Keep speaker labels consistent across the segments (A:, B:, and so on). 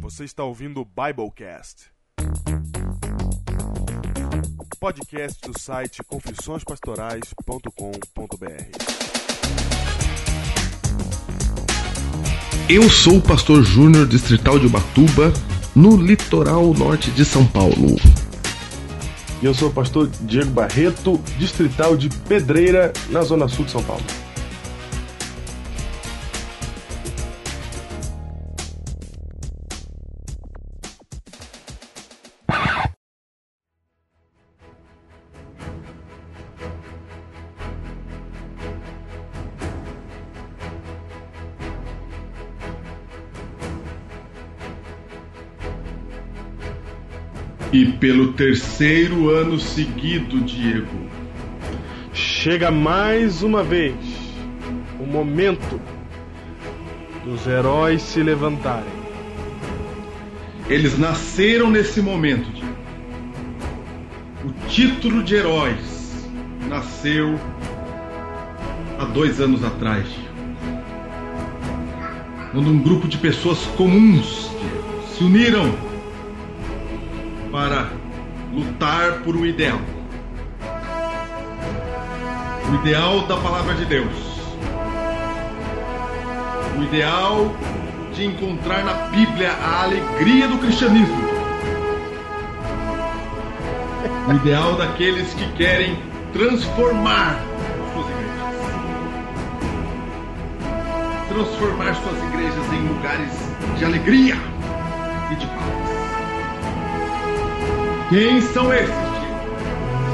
A: Você está ouvindo o Biblecast. Podcast do site confissõespastorais.com.br.
B: Eu sou o Pastor Júnior, distrital de Ubatuba, no litoral norte de São Paulo.
C: E eu sou o pastor Diego Barreto, distrital de Pedreira, na zona sul de São Paulo.
B: E pelo terceiro ano seguido, Diego.
C: Chega mais uma vez o momento dos heróis se levantarem.
B: Eles nasceram nesse momento, Diego. O título de heróis nasceu há dois anos atrás, Diego. Quando um grupo de pessoas comuns, Diego, se uniram para lutar por um ideal. O ideal da palavra de Deus. O ideal de encontrar na Bíblia a alegria do cristianismo. O ideal daqueles que querem transformar suas igrejas. Transformar suas igrejas em lugares de alegria e de paz. Quem são esses? Diego?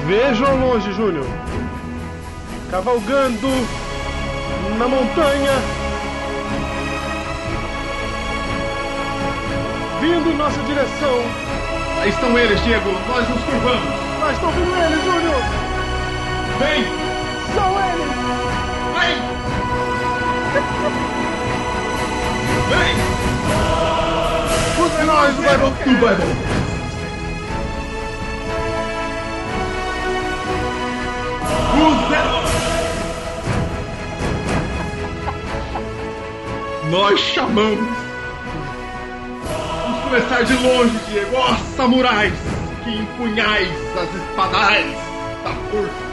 C: Vejam longe, Júnior. Cavalgando na montanha. Vindo em nossa direção.
B: Aí estão eles, Diego. Nós nos curvamos.
C: Mas estão vindo eles, Júnior.
B: Vem!
C: São eles.
B: Vem! Vem!
C: Os heróis do Biblecast.
B: Tu é vai bom. Os heróis! Nós chamamos. Vamos começar de longe, Diego. Ó, samurais que empunhais as espadais da força.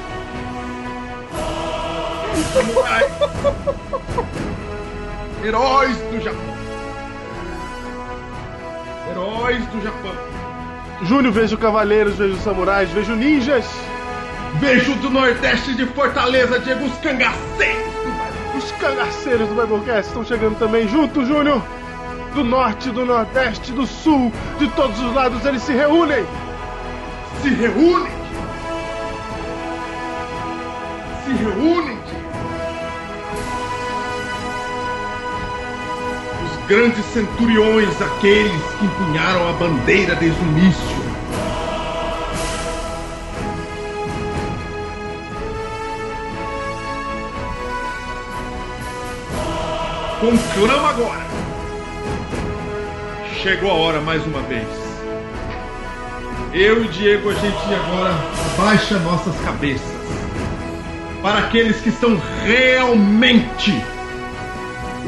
B: Samurais. Heróis do Japão. Heróis do Japão.
C: Júnior, vejo cavaleiros, vejo samurais, vejo ninjas.
B: Beijo do Nordeste de Fortaleza, Diego, os cangaceiros.
C: Os cangaceiros do Biblecast estão chegando também junto, Júnior. Do norte, do nordeste, do sul, de todos os lados eles se reúnem.
B: se reúnem. Se reúnem. Os grandes centuriões, aqueles que empunharam a bandeira desde o início. Conclama agora. Chegou a hora mais uma vez. Eu e Diego, a gente agora abaixa nossas cabeças para aqueles que são realmente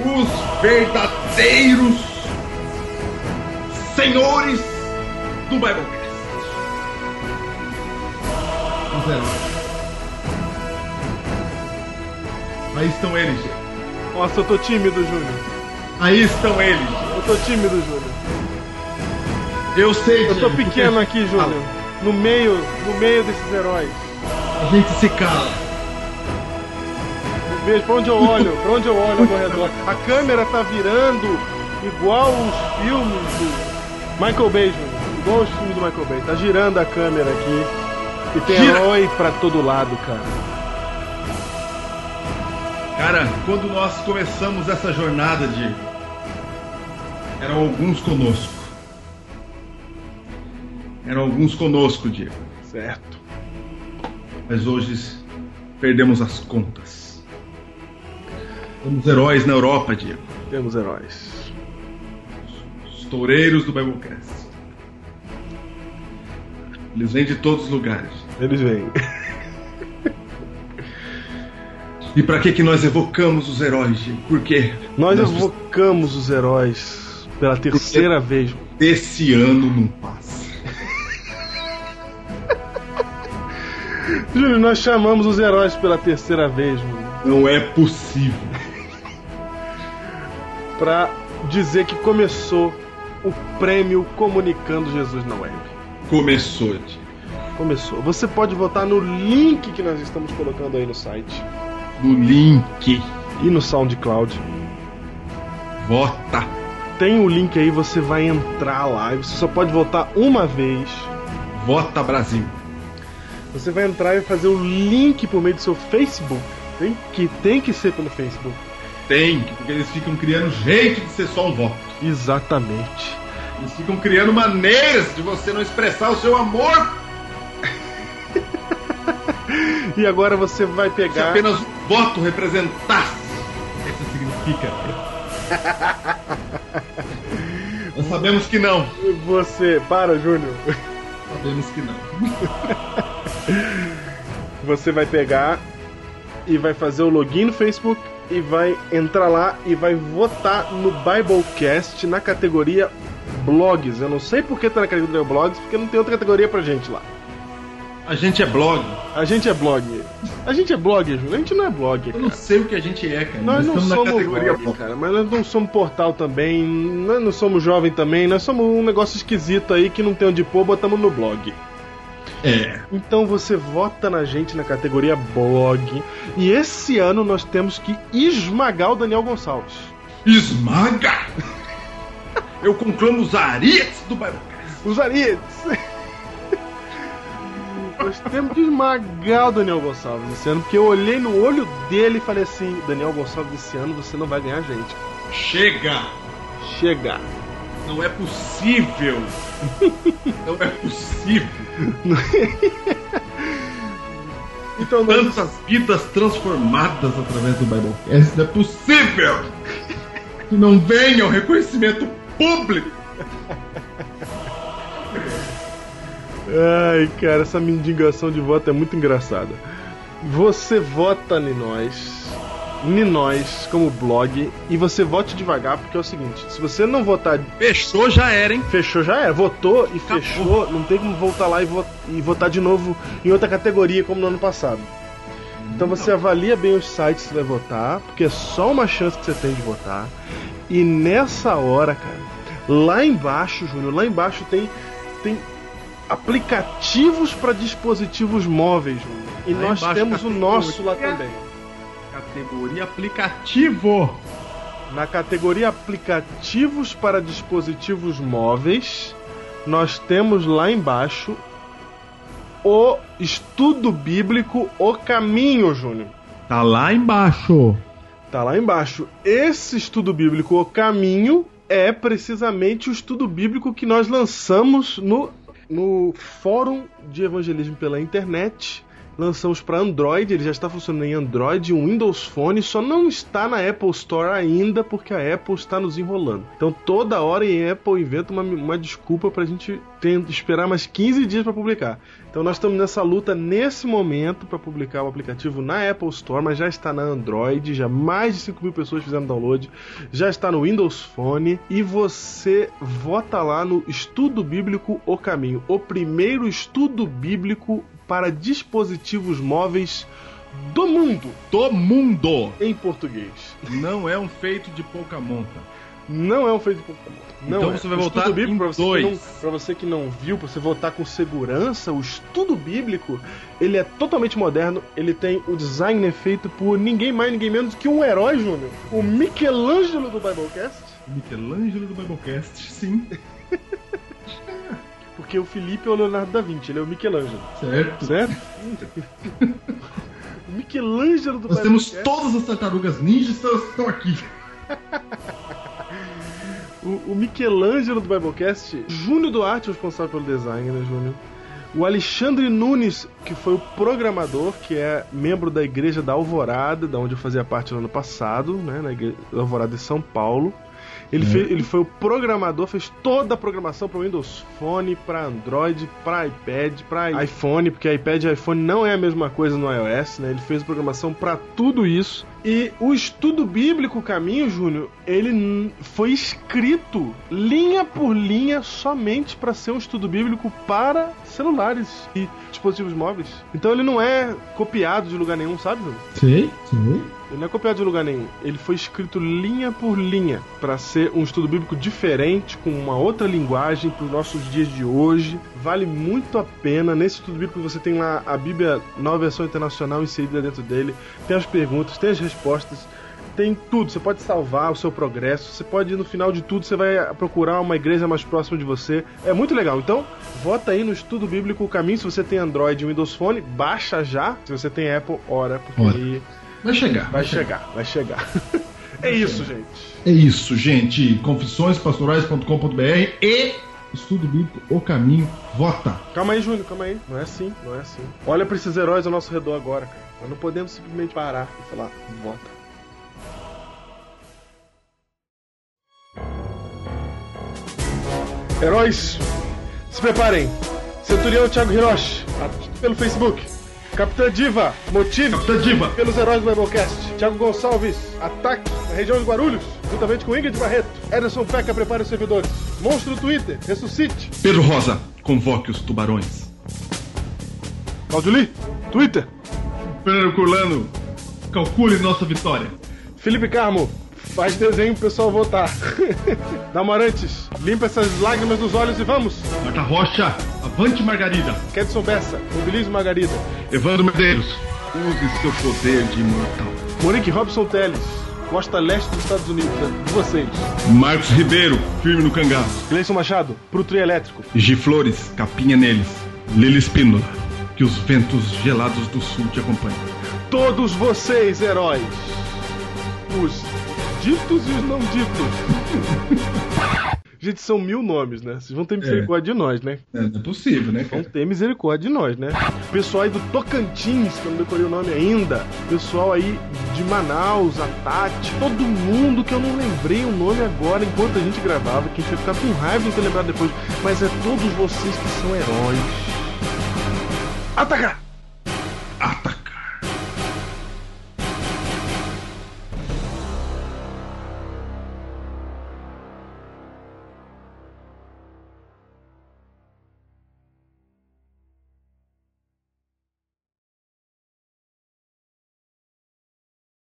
B: os verdadeiros senhores do Biblecast. Os heróis. Aí estão eles, Diego.
C: Nossa, eu tô tímido, Júnior.
B: Aí estão eles, Diego.
C: Eu tô tímido, Júnior.
B: Eu sei,
C: Eu tô
B: Diego,
C: pequeno
B: porque-
C: aqui, Júnior. No meio, no meio desses heróis.
B: A gente se cala.
C: Eu Vejo pra onde eu olho, pra onde eu olho ao meu redor. A câmera tá virando igual os filmes do Michael Bay, Júnior. Igual os filmes do Michael Bay. Tá girando a câmera aqui. E tem
B: Gira.
C: herói pra todo lado, cara.
B: Cara, quando nós começamos essa jornada, Diego, eram alguns conosco. Eram alguns conosco, Diego.
C: Certo.
B: Mas hoje perdemos as contas. Somos heróis na Europa, Diego.
C: Temos heróis.
B: Os toureiros do Biblecast. Eles vêm de todos os lugares.
C: Eles vêm.
B: E pra que que nós evocamos os heróis, Diego? Por quê?
C: Nós
B: Nós
C: evocamos os heróis Pela terceira vez.
B: Desse ano não passa.
C: Júlio, nós chamamos os heróis pela terceira vez, mano.
B: Não é possível.
C: Pra dizer que começou o prêmio Comunicando Jesus na Web.
B: Começou, tio.
C: Começou. Você pode votar no link que nós estamos colocando aí no site
B: No link.
C: e no SoundCloud.
B: Vota.
C: Tem o link aí, você vai entrar lá e você só pode votar uma vez.
B: Vota Brasil.
C: Você vai entrar e fazer o link por meio do seu Facebook. Tem que, tem que ser pelo Facebook.
B: Tem, porque eles ficam criando jeito de ser só um voto.
C: Exatamente.
B: Eles ficam criando maneiras de você não expressar o seu amor
C: E agora você vai
B: se
C: pegar.
B: apenas um voto representasse. Isso significa. Nós sabemos que não.
C: Você. Para, Júnior.
B: Sabemos que não.
C: Você vai pegar e vai fazer o login no Facebook e vai entrar lá e vai votar no Biblecast na categoria blogs. Eu não sei por que tá na categoria blogs, porque não tem outra categoria pra gente lá.
B: A gente é blog.
C: A gente é blog. A gente é blog, Júnior. A gente não é blog,
B: Eu
C: cara.
B: não sei o que a gente é, cara.
C: Nós não
B: estamos
C: somos
B: na categoria
C: blog, cara, mas nós não somos portal também, nós não somos jovem também, nós somos um negócio esquisito aí que não tem onde pôr, botamos no blog.
B: É.
C: Então você vota na gente na categoria blog. E esse ano nós temos que esmagar o Daniel Gonçalves.
B: Esmaga! Eu conclamo os arietes do bairro.
C: Os Arites! nós temos que esmagar o Daniel Gonçalves esse ano, porque eu olhei no olho dele e falei assim: Daniel Gonçalves, esse ano você não vai ganhar gente.
B: Chega!
C: Chega!
B: Não é possível! Não é possível!
C: Então nós
B: Tantas vidas transformadas através do Biblecast, não é possível! Que não venha o reconhecimento público!
C: Ai, cara, essa mendigação de voto é muito engraçada. Você vota em nós, em nós como blog, e você vote devagar, porque é o seguinte: se você não votar,
B: Fechou, já era, hein?
C: fechou já é, votou e fechou, não tem como voltar lá e, vo- e votar de novo em outra categoria como no ano passado. Então você avalia bem os sites que você vai votar, porque é só uma chance que você tem de votar. E nessa hora, cara, lá embaixo, Júnior, lá embaixo tem, tem aplicativos para dispositivos móveis, Júnior. E
B: Lá
C: nós
B: embaixo, tá
C: temos o nosso lá
B: categoria.
C: também.
B: Categoria aplicativo!
C: Na categoria aplicativos para dispositivos móveis, nós temos lá embaixo o estudo bíblico O Caminho, Júnior.
B: Tá lá embaixo!
C: Tá lá embaixo. Esse estudo bíblico O Caminho é precisamente o estudo bíblico que nós lançamos no, no Fórum de Evangelismo pela Internet. Lançamos para Android, ele já está funcionando em Android, um Windows Phone, só não está na Apple Store ainda porque a Apple está nos enrolando. Então toda hora a Apple inventa uma, uma desculpa para a gente ter, esperar mais 15 dias para publicar. Então nós estamos nessa luta nesse momento para publicar o aplicativo na Apple Store, mas já está na Android, já mais de 5 mil pessoas fizeram download, já está no Windows Phone e você vota lá no Estudo Bíblico O Caminho, o primeiro estudo bíblico para dispositivos móveis do mundo
B: Do mundo!
C: em português.
B: Não é um feito de pouca monta.
C: Não é um feito de Pokémon. Não
B: Então
C: é.
B: você vai
C: O
B: votar
C: estudo bíblico,
B: em
C: pra você,
B: dois.
C: Que não, pra você que não viu, pra você votar com segurança, o estudo bíblico, ele é totalmente moderno, ele tem o design é feito por ninguém mais, ninguém menos que um herói, Júnior. O Michelangelo do Biblecast.
B: Michelangelo do Biblecast, sim.
C: Porque o Felipe é o Leonardo da Vinci, ele é o Michelangelo,
B: Certo.
C: certo? O Michelangelo do
B: Nós temos
C: Biblecast.
B: todas as tartarugas ninjas que estão aqui.
C: O, o Michelangelo do Biblecast, Júnior Duarte, o responsável pelo design, né, Júnior? O Alexandre Nunes, que foi o programador, que é membro da Igreja da Alvorada, da onde eu fazia parte no ano passado, né, na Igreja da Alvorada de São Paulo. Ele, fe- ele foi o programador, fez toda a programação para Windows Phone, para Android, para iPad, para iPhone, porque iPad e iPhone não é a mesma coisa no iOS, né? Ele fez a programação para tudo isso. E o estudo bíblico Caminho Júnior, ele n- foi escrito linha por linha somente para ser um estudo bíblico para celulares e dispositivos móveis. Então ele não é copiado de lugar nenhum, sabe? Júnior?
D: Sei, sei.
C: Ele não é copiado de lugar nenhum. Ele foi escrito linha por linha para ser um estudo bíblico diferente, com uma outra linguagem para os nossos dias de hoje. Vale muito a pena. Nesse estudo bíblico você tem lá a Bíblia, nova versão internacional inserida dentro dele. Tem as perguntas, tem as respostas. Tem tudo, você pode salvar o seu progresso, você pode no final de tudo, você vai procurar uma igreja mais próxima de você. É muito legal. Então, vota aí no Estudo Bíblico o Caminho. Se você tem Android e Windows Phone, baixa já. Se você tem Apple, ora, porque
D: Ora.
C: aí
B: Vai chegar.
C: Vai chegar, vai chegar. É isso, gente.
B: É isso, gente. Confissõespastorais.com.br e Estudo Bíblico O Caminho. Vota.
C: Calma aí, Júnior, calma aí. Não é assim, não é assim. Olha pra esses heróis ao nosso redor agora, cara. Nós não podemos simplesmente parar e falar, vota. Heróis, se preparem. Centurião Thiago Hiroshi, ativo pelo Facebook. Capitã Diva, motive
B: Capitã Diva.
C: pelos heróis do Biblecast. Thiago Gonçalves, ataque na região de Guarulhos, juntamente com Ingrid Barreto. Ederson Peca prepara os servidores. Monstro Twitter, ressuscite.
B: Pedro Rosa, convoque os tubarões.
C: Claudili, Twitter.
B: Pedro Curlano, calcule nossa vitória.
C: Felipe Carmo, faz desenho pro pessoal votar. Damarantes, limpa essas lágrimas dos olhos e vamos.
B: Marta Rocha, avante Margarida.
C: Kedson Bessa, mobilize Margarida.
B: Evandro Medeiros, use seu poder de imortal.
C: Monique Robson Teles, costa leste dos Estados Unidos, é de vocês.
B: Marcos Ribeiro, firme no cangaço.
C: Gleison Machado, pro trio elétrico.
B: G. Flores, capinha neles. Lili Espínola, que os ventos gelados do sul te acompanhem.
C: Todos vocês, heróis. Os ditos e os não ditos. Gente, são mil nomes, né? Vocês vão ter misericórdia de nós, né?
B: É, não é possível, né,
C: Vão
B: cara?
C: ter misericórdia de nós, né? Pessoal aí do Tocantins, que eu não decorei o nome ainda. Pessoal aí de Manaus, a Tati, todo mundo que eu não lembrei o nome agora enquanto a gente gravava, que a gente vai ficar com raiva de não ter lembrado depois. Mas é todos vocês que são heróis. Atacar!
B: Atacar.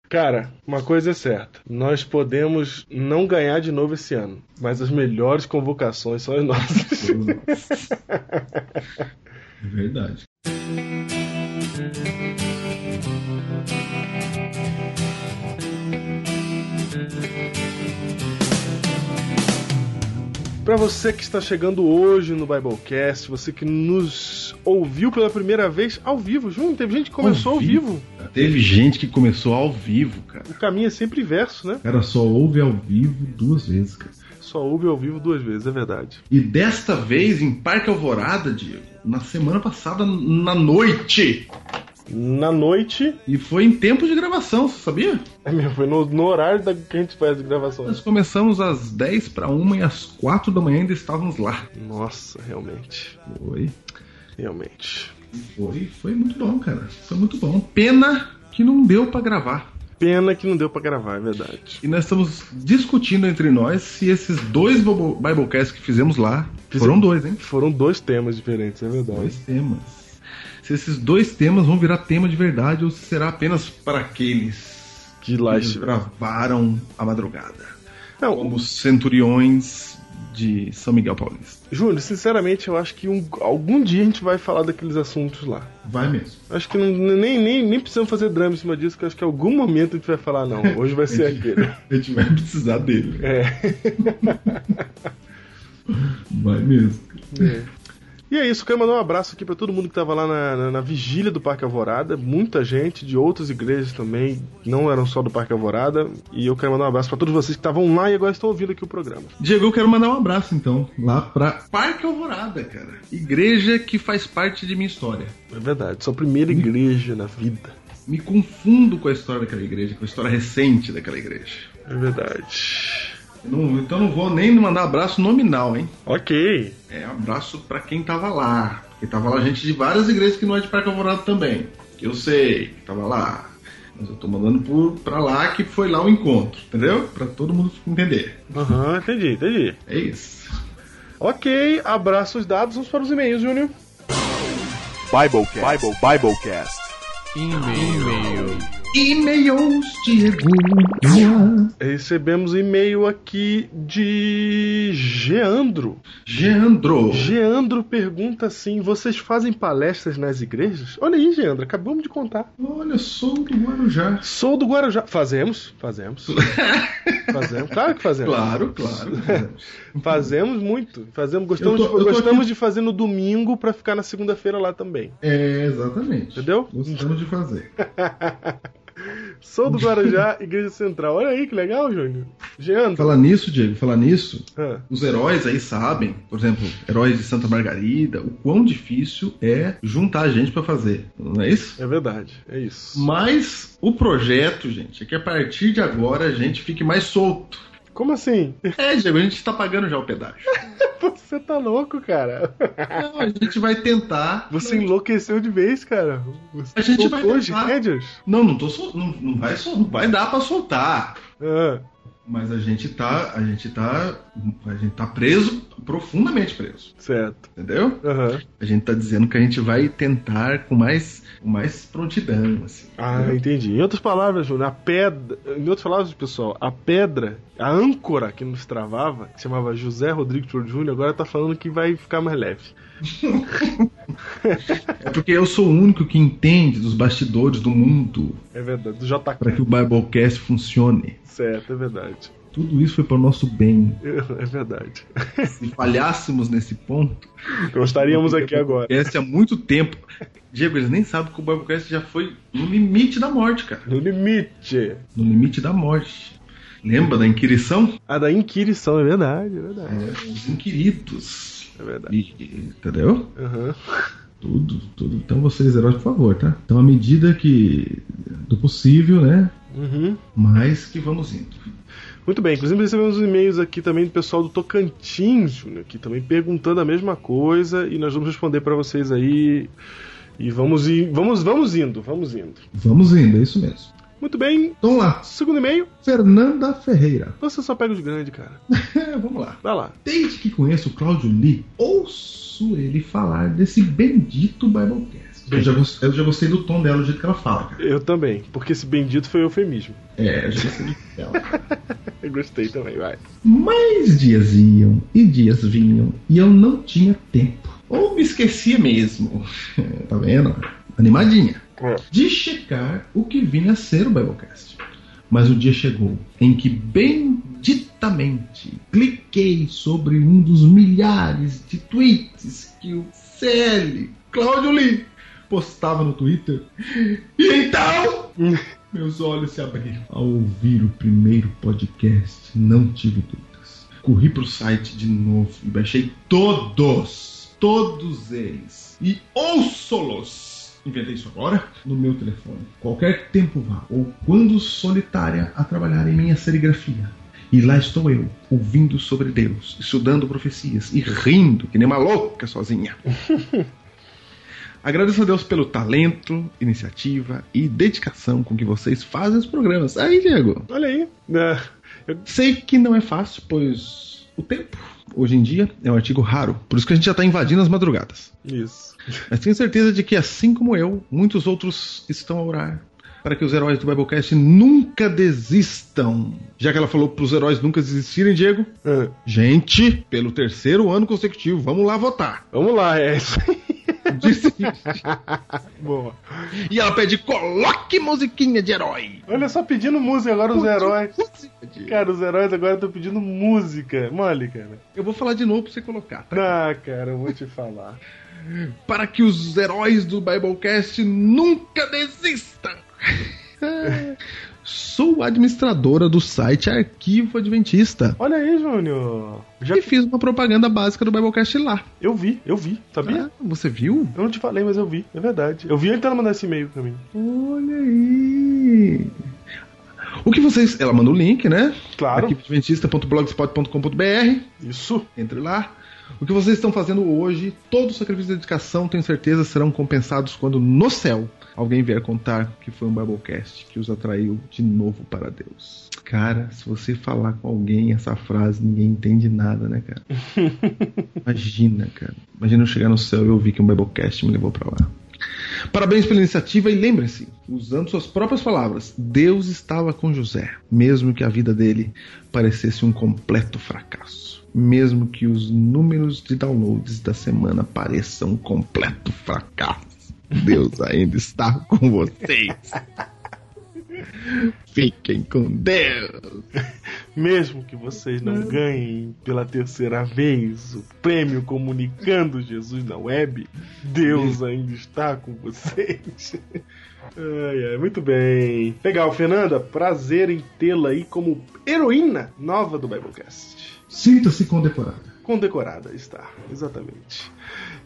C: Cara, uma coisa é certa. Nós podemos não ganhar de novo esse ano, mas as melhores convocações são as nossas.
B: É verdade.
C: Para você que está chegando hoje no Biblecast, você que nos ouviu pela primeira vez ao vivo, Júnior, teve gente que começou ao vivo.
B: cara. Teve gente que começou ao vivo, cara.
C: O caminho é sempre inverso, né?
B: O cara só ouve ao vivo duas vezes, cara.
C: Só ouve ao vivo duas vezes, é verdade.
B: E desta vez em Parque Alvorada, Diego, na semana passada, na noite.
C: Na noite,
B: E foi em tempo de gravação, você sabia?
C: é mesmo, foi no, no horário da, que a gente faz as gravações.
B: Nós começamos às 10 para 1 e às 4 da manhã ainda estávamos lá.
C: Nossa, realmente,
B: Foi.
C: realmente.
B: Foi, foi muito bom, cara. Foi muito bom. Pena que não deu pra gravar.
C: Pena que não deu pra gravar, é verdade.
B: E nós estamos discutindo entre nós se esses dois Bobo- Biblecasts que fizemos lá. Foram dois, hein?
C: Foram dois temas diferentes, é verdade.
B: Dois temas. Se esses dois temas vão virar tema de verdade ou se será apenas para aqueles
C: Que lá
B: que
C: estiveram.
B: gravaram a madrugada.
C: Não,
B: Como os centuriões de São Miguel Paulista.
C: Júnior, sinceramente, eu acho que um- algum dia a gente vai falar daqueles assuntos lá.
B: Vai mesmo.
C: Acho que não- nem, nem, nem precisamos fazer drama em cima disso, que eu acho que em algum momento a gente vai falar, não, hoje vai ser aquele.
B: A gente vai precisar dele.
C: É.
B: Vai mesmo.
C: E é isso, quero mandar um abraço aqui pra todo mundo que tava lá na, na- na vigília do Parque Alvorada, muita gente de outras igrejas também, não eram só do Parque Alvorada, e eu quero mandar um abraço pra todos vocês que estavam lá e agora estão ouvindo aqui o programa.
B: Diego, eu quero mandar um abraço então lá pra Parque Alvorada, cara. Igreja que faz parte de minha história.
C: É verdade, sua primeira igreja na vida.
B: Me confundo com a história daquela igreja, com a história recente daquela igreja.
C: É verdade.
B: Eu não- então não vou nem mandar abraço nominal, hein?
C: Ok.
B: É abraço pra quem tava lá. Porque tava lá gente de várias igrejas que não é de Parque Alvorado também. Que eu sei que tava lá. Mas eu tô mandando por, pra lá que foi lá o encontro, entendeu? Pra todo mundo entender.
C: Aham, entendi, entendi.
B: É isso.
C: Ok, abraços dados, vamos para os e-mails, Júnior.
A: Biblecast. Bible, Biblecast.
B: E-mails, Diego.
C: Recebemos e-mail aqui de Geandro.
B: Geandro.
C: Geandro pergunta assim: vocês fazem palestras nas igrejas? Olha aí, Geandro, acabamos de contar.
B: Olha, sou do Guarujá.
C: Sou do Guarujá. Fazemos, fazemos. Fazemos, claro que fazemos.
B: Claro, claro.
C: Fazemos muito. Fazemos, gostamos,
B: Eu tô- eu tô
C: gostamos
B: aqui-
C: de fazer no domingo pra ficar na segunda-feira lá também.
B: é, exatamente.
C: Entendeu?
B: Gostamos de fazer.
C: Sou do Guarujá, Igreja Central. Olha aí que legal, Júnior. Geandro.
B: Falar nisso, Diego, falar nisso,
C: Ah,
B: Os heróis aí sabem, por exemplo, heróis de Santa Margarida, o quão difícil é juntar a gente pra fazer, não é isso?
C: é verdade, é isso.
B: Mas o projeto, gente, é que a partir de agora a gente fique mais solto.
C: Como assim?
B: É, Diego, a gente tá pagando já o pedágio.
C: Você tá louco, cara.
B: Então, a gente vai tentar.
C: Você enlouqueceu de vez, cara. Você
B: A gente vai
C: soltou as
B: tentar.
C: rédeas.
B: Não, não tô sol... não, não vai sol... não vai dar pra soltar.
C: Ah,
B: Mas a gente tá, a gente tá, a gente tá preso, profundamente preso,
C: certo.
B: entendeu?
C: Aham.
B: A gente tá dizendo que a gente vai tentar com mais, com mais prontidão, assim.
C: Ah, entendi. Em outras palavras, Júnior, a pedra. Em outras palavras, pessoal, a pedra, a âncora que nos travava, que se chamava José Rodrigues Toro Júnior, agora tá falando que vai ficar mais leve.
B: É porque eu sou o único que entende dos bastidores do mundo
C: É verdade, do
B: para que
C: JK.
B: o Biblecast funcione.
C: Certo, é verdade.
B: Tudo isso foi para o nosso bem.
C: É verdade.
B: Se falhássemos nesse ponto,
C: Não estaríamos aqui agora.
B: esse há muito tempo. Diego, eles nem sabem que o Biblecast já foi no limite da morte, cara.
C: No limite.
B: No limite da morte. Lembra da Inquirição?
C: A da Inquirição, é verdade, é verdade.
B: Os Inquiridos.
C: É verdade.
B: E- entendeu?
C: Aham.
B: Tudo, tudo. Então vocês, heróis, por favor, tá? Então, à medida que do possível, né?
C: Uhum.
B: Mas que vamos indo.
C: Muito bem, inclusive recebemos e-mails aqui também do pessoal do Tocantins, Júnior, que também perguntando a mesma coisa e nós vamos responder pra vocês aí. E vamos ir, vamos, vamos indo, vamos indo.
B: Vamos indo, é isso mesmo.
C: Muito bem,
B: Então lá,
C: segundo e-mail,
B: Fernanda Ferreira.
C: você só pega os grandes, cara.
B: É, vamos lá.
C: Vai lá.
B: Desde que conheço o Cláudio Lee, ouço ele falar desse bendito Biblecast. Eu já, gos- eu já gostei do tom dela, do jeito que ela fala, cara.
C: Eu também, porque esse bendito foi eufemismo.
B: É, eu já gostei do tom dela.
C: Eu gostei também, vai.
B: Mas dias iam e dias vinham e eu não tinha tempo. Ou me esquecia mesmo. tá vendo? Animadinha.
C: É.
B: de checar o que vinha a ser o Biblecast. Mas o dia chegou em que benditamente cliquei sobre um dos milhares de tweets que o CL Cláudio Lee postava no Twitter. E então, meus olhos se abriram. Ao ouvir o primeiro podcast, não tive dúvidas. Corri pro site de novo e baixei todos, todos eles. E ouço-los! Inventei isso agora no meu telefone. Qualquer tempo vá, ou quando solitária a trabalhar em minha serigrafia. E lá estou eu, ouvindo sobre Deus, estudando profecias e rindo que nem uma louca sozinha. Agradeço a Deus pelo talento, iniciativa e dedicação com que vocês fazem os programas. Aí, Diego,
C: Olha aí. né?
B: sei que não é fácil, pois o tempo, hoje em dia, é um artigo raro. Por isso que a gente já tá invadindo as madrugadas.
C: Isso.
B: Mas tenho certeza de que, assim como eu, muitos outros estão a orar para que os heróis do Biblecast nunca desistam. Já que ela falou para os heróis nunca desistirem, Diego.
C: Ah,
B: Gente, pelo terceiro ano consecutivo, vamos lá votar.
C: Vamos lá, é isso aí.
B: Disse-
C: Boa.
B: e ela pede: coloque musiquinha de herói.
C: Olha só pedindo música agora os heróis. Cara, os heróis agora estão pedindo música. Mole, cara.
B: Eu vou falar de novo pra você colocar, tá?
C: Ah, cara, eu vou te falar.
B: Para que os heróis do Biblecast nunca desistam. Sou administradora do site Arquivo Adventista.
C: Olha aí, Júnior. Já
B: E fiz uma propaganda básica do Biblecast lá.
C: eu vi, eu vi, sabia?
B: Ah, você viu?
C: Eu não te falei, mas eu vi, é verdade. Eu vi ele tentando mandar esse e-mail pra mim.
B: Olha aí. O que vocês. Ela manda o link, né?
C: Claro.
B: Arquivoadventista.blogspot.com.br.
C: Isso.
B: Entre lá. O que vocês estão fazendo hoje, todo o sacrifício e dedicação, tenho certeza, serão compensados quando no céu alguém vier contar que foi um Biblecast que os atraiu de novo para Deus. Cara, se você falar com alguém essa frase, ninguém entende nada, né, cara? Imagina, cara. Imagina eu chegar no céu e ouvir que um Biblecast me levou para lá. Parabéns pela iniciativa e lembrem-se, usando suas próprias palavras, Deus estava com José, mesmo que a vida dele parecesse um completo fracasso. Mesmo que os números de downloads da semana pareçam um completo fracasso, Deus ainda está com vocês. Fiquem com Deus!
C: Mesmo que vocês não ganhem pela terceira vez o prêmio Comunicando Jesus na Web, Deus ainda está com vocês. Ai, ai, muito bem. Legal, Fernanda. Prazer em tê-la aí como heroína nova do Biblecast.
B: Sinta-se condecorado.
C: Condecorada está, exatamente.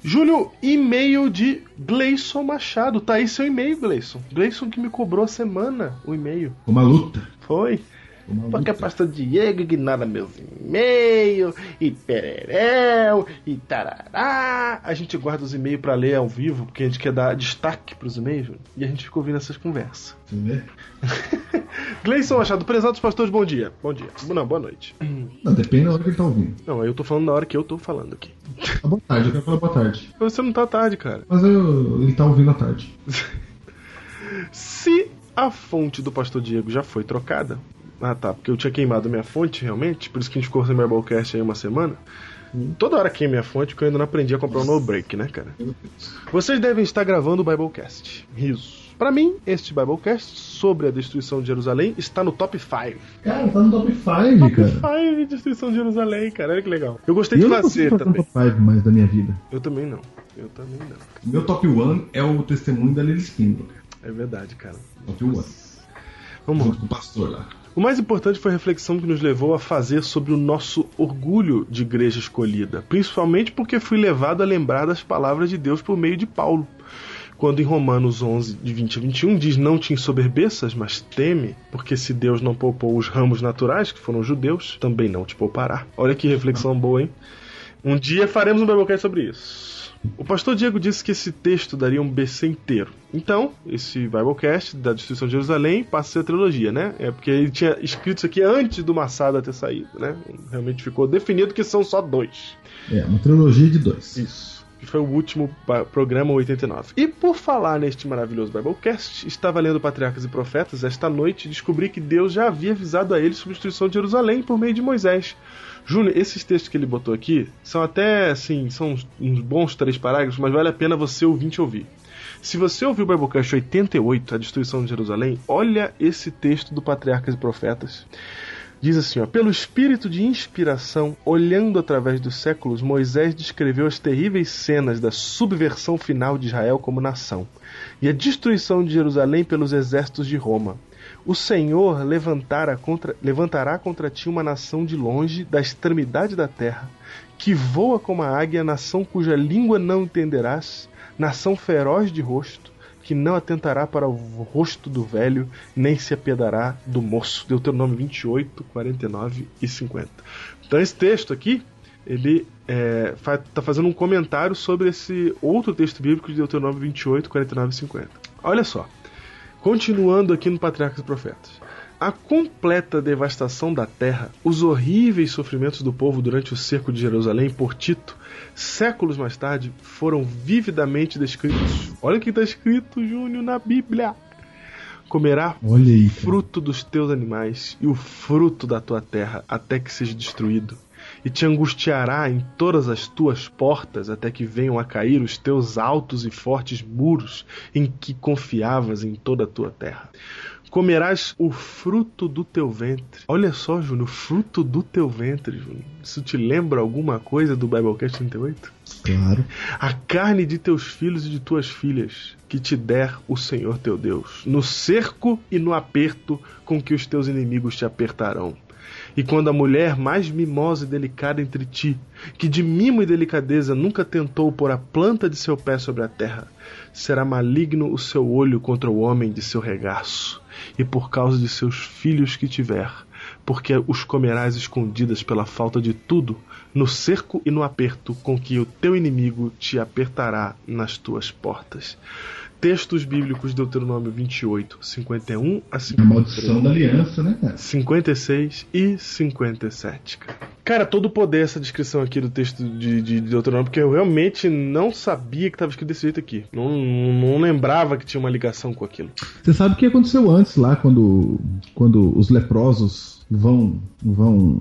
C: Júlio, e-mail de Gleison Machado. Tá aí seu e-mail, Gleison. Gleison que me cobrou a semana o e-mail.
B: Uma luta.
C: Foi?
B: Uma luta.
C: Porque a pastor Diego ignora meus e-mails, e pereréu, e tarará. A gente guarda os e-mails pra ler ao vivo, porque a gente quer dar destaque pros e-mails, Júlio, e a gente fica ouvindo essas conversas.
B: né?
C: Gleison Machado, prezados pastores, bom dia. Bom dia. Não, boa noite.
B: Não, depende da hora que ele tá ouvindo.
C: Não, eu tô falando na hora que eu tô falando aqui.
B: Ah, boa tarde, eu quero falar boa tarde.
C: Você não tá tarde, cara.
B: Mas eu- ele tá ouvindo à tarde.
C: Se a fonte do pastor Diego já foi trocada. Ah tá, porque eu tinha queimado minha fonte realmente, por isso que a gente ficou sem Marbalcast aí uma semana. Toda hora queima minha fonte, porque eu ainda não aprendi a comprar um no break, né, cara? Vocês devem estar gravando o Biblecast. Riso. Pra mim, este Biblecast sobre a destruição de Jerusalém está no top 5.
B: Cara, tá no top 5,
C: Top
B: cara.
C: 5 destruição de Jerusalém, cara. Olha que legal. Eu gostei
B: Eu
C: de
B: não consigo
C: fazer
B: fazer um
C: também.
B: top 5 mais da minha vida.
C: Eu também não. Eu também não.
B: Meu top 1 é o testemunho da Lili Spindle. cara.
C: É verdade, cara.
B: Top 1.
C: Vamos lá.
B: Junto com o pastor lá.
C: O mais importante foi a reflexão que nos levou a fazer sobre o nosso orgulho de igreja escolhida, principalmente porque fui levado a lembrar das palavras de Deus por meio de Paulo. Quando em Romanos 11, de 20 a 21, diz: Não te ensoberbeças, mas teme, porque se Deus não poupou os ramos naturais, que foram os judeus, também não te poupará. Olha que reflexão boa, hein? Um dia faremos um Biblecast sobre isso. O pastor Diego disse que esse texto daria um BC inteiro. Então, esse Biblecast da destruição de Jerusalém passa a ser a trilogia, né? É porque ele tinha escrito isso aqui antes do Massada ter saído, né? Realmente ficou definido que são só dois.
B: É, uma trilogia de dois.
C: Isso. Que foi o último pa- programa 89. E por falar neste maravilhoso Biblecast, estava lendo Patriarcas e Profetas esta noite e descobri que Deus já havia avisado a ele sobre a destruição de Jerusalém por meio de Moisés. Júnior, esses textos que ele botou aqui são até, assim, são uns, uns bons três parágrafos, mas vale a pena você ouvir te ouvir. Se você ouviu o Biblecast 88, A Destruição de Jerusalém, olha esse texto do Patriarcas e Profetas. Diz assim, ó, pelo espírito de inspiração, olhando através dos séculos, Moisés descreveu as terríveis cenas da subversão final de Israel como nação e a destruição de Jerusalém pelos exércitos de Roma. O Senhor levantara contra- levantará contra ti uma nação de longe, da extremidade da terra, que voa como a águia, nação cuja língua não entenderás, nação feroz de rosto, que não atentará para o rosto do velho, nem se apedará do moço. Deuteronômio 28, 49 e 50. Então esse texto aqui, ele é, fa- tá fazendo um comentário sobre esse outro texto bíblico de Deuteronômio 28, 49 e 50. Olha só. Continuando aqui no Patriarcas e Profetas. A completa devastação da terra, os horríveis sofrimentos do povo durante o cerco de Jerusalém por Tito, séculos mais tarde, foram vividamente descritos. Olha o que está escrito, Júnior, na Bíblia. Comerá
B: Olha aí. cara.
C: fruto dos teus animais e o fruto da tua terra, até que seja destruído. E te angustiará em todas as tuas portas, até que venham a cair os teus altos e fortes muros em que confiavas em toda a tua terra. Comerás o fruto do teu ventre. Olha só, Júnior, fruto do teu ventre, Júnior. Isso te lembra alguma coisa do Biblecast 38?
B: Claro.
C: a carne de teus filhos e de tuas filhas, que te der o Senhor teu Deus, no cerco e no aperto com que os teus inimigos te apertarão. E quando a mulher mais mimosa e delicada entre ti, que de mimo e delicadeza nunca tentou pôr a planta de seu pé sobre a terra, será maligno o seu olho contra o homem de seu regaço, e por causa de seus filhos que tiver, porque os comerás escondidas pela falta de tudo, no cerco e no aperto com que o teu inimigo te apertará nas tuas portas. Textos bíblicos Deuteronômio 28, 51 a
E: A maldição da aliança, né, cara?
C: 56 e 57, cara. Cara, todo poder essa descrição aqui do texto de, de Deuteronômio, porque eu realmente não sabia que estava escrito desse jeito aqui. Não, não lembrava que tinha uma ligação com aquilo.
B: Você sabe o que aconteceu antes lá, quando, quando os leprosos vão, vão...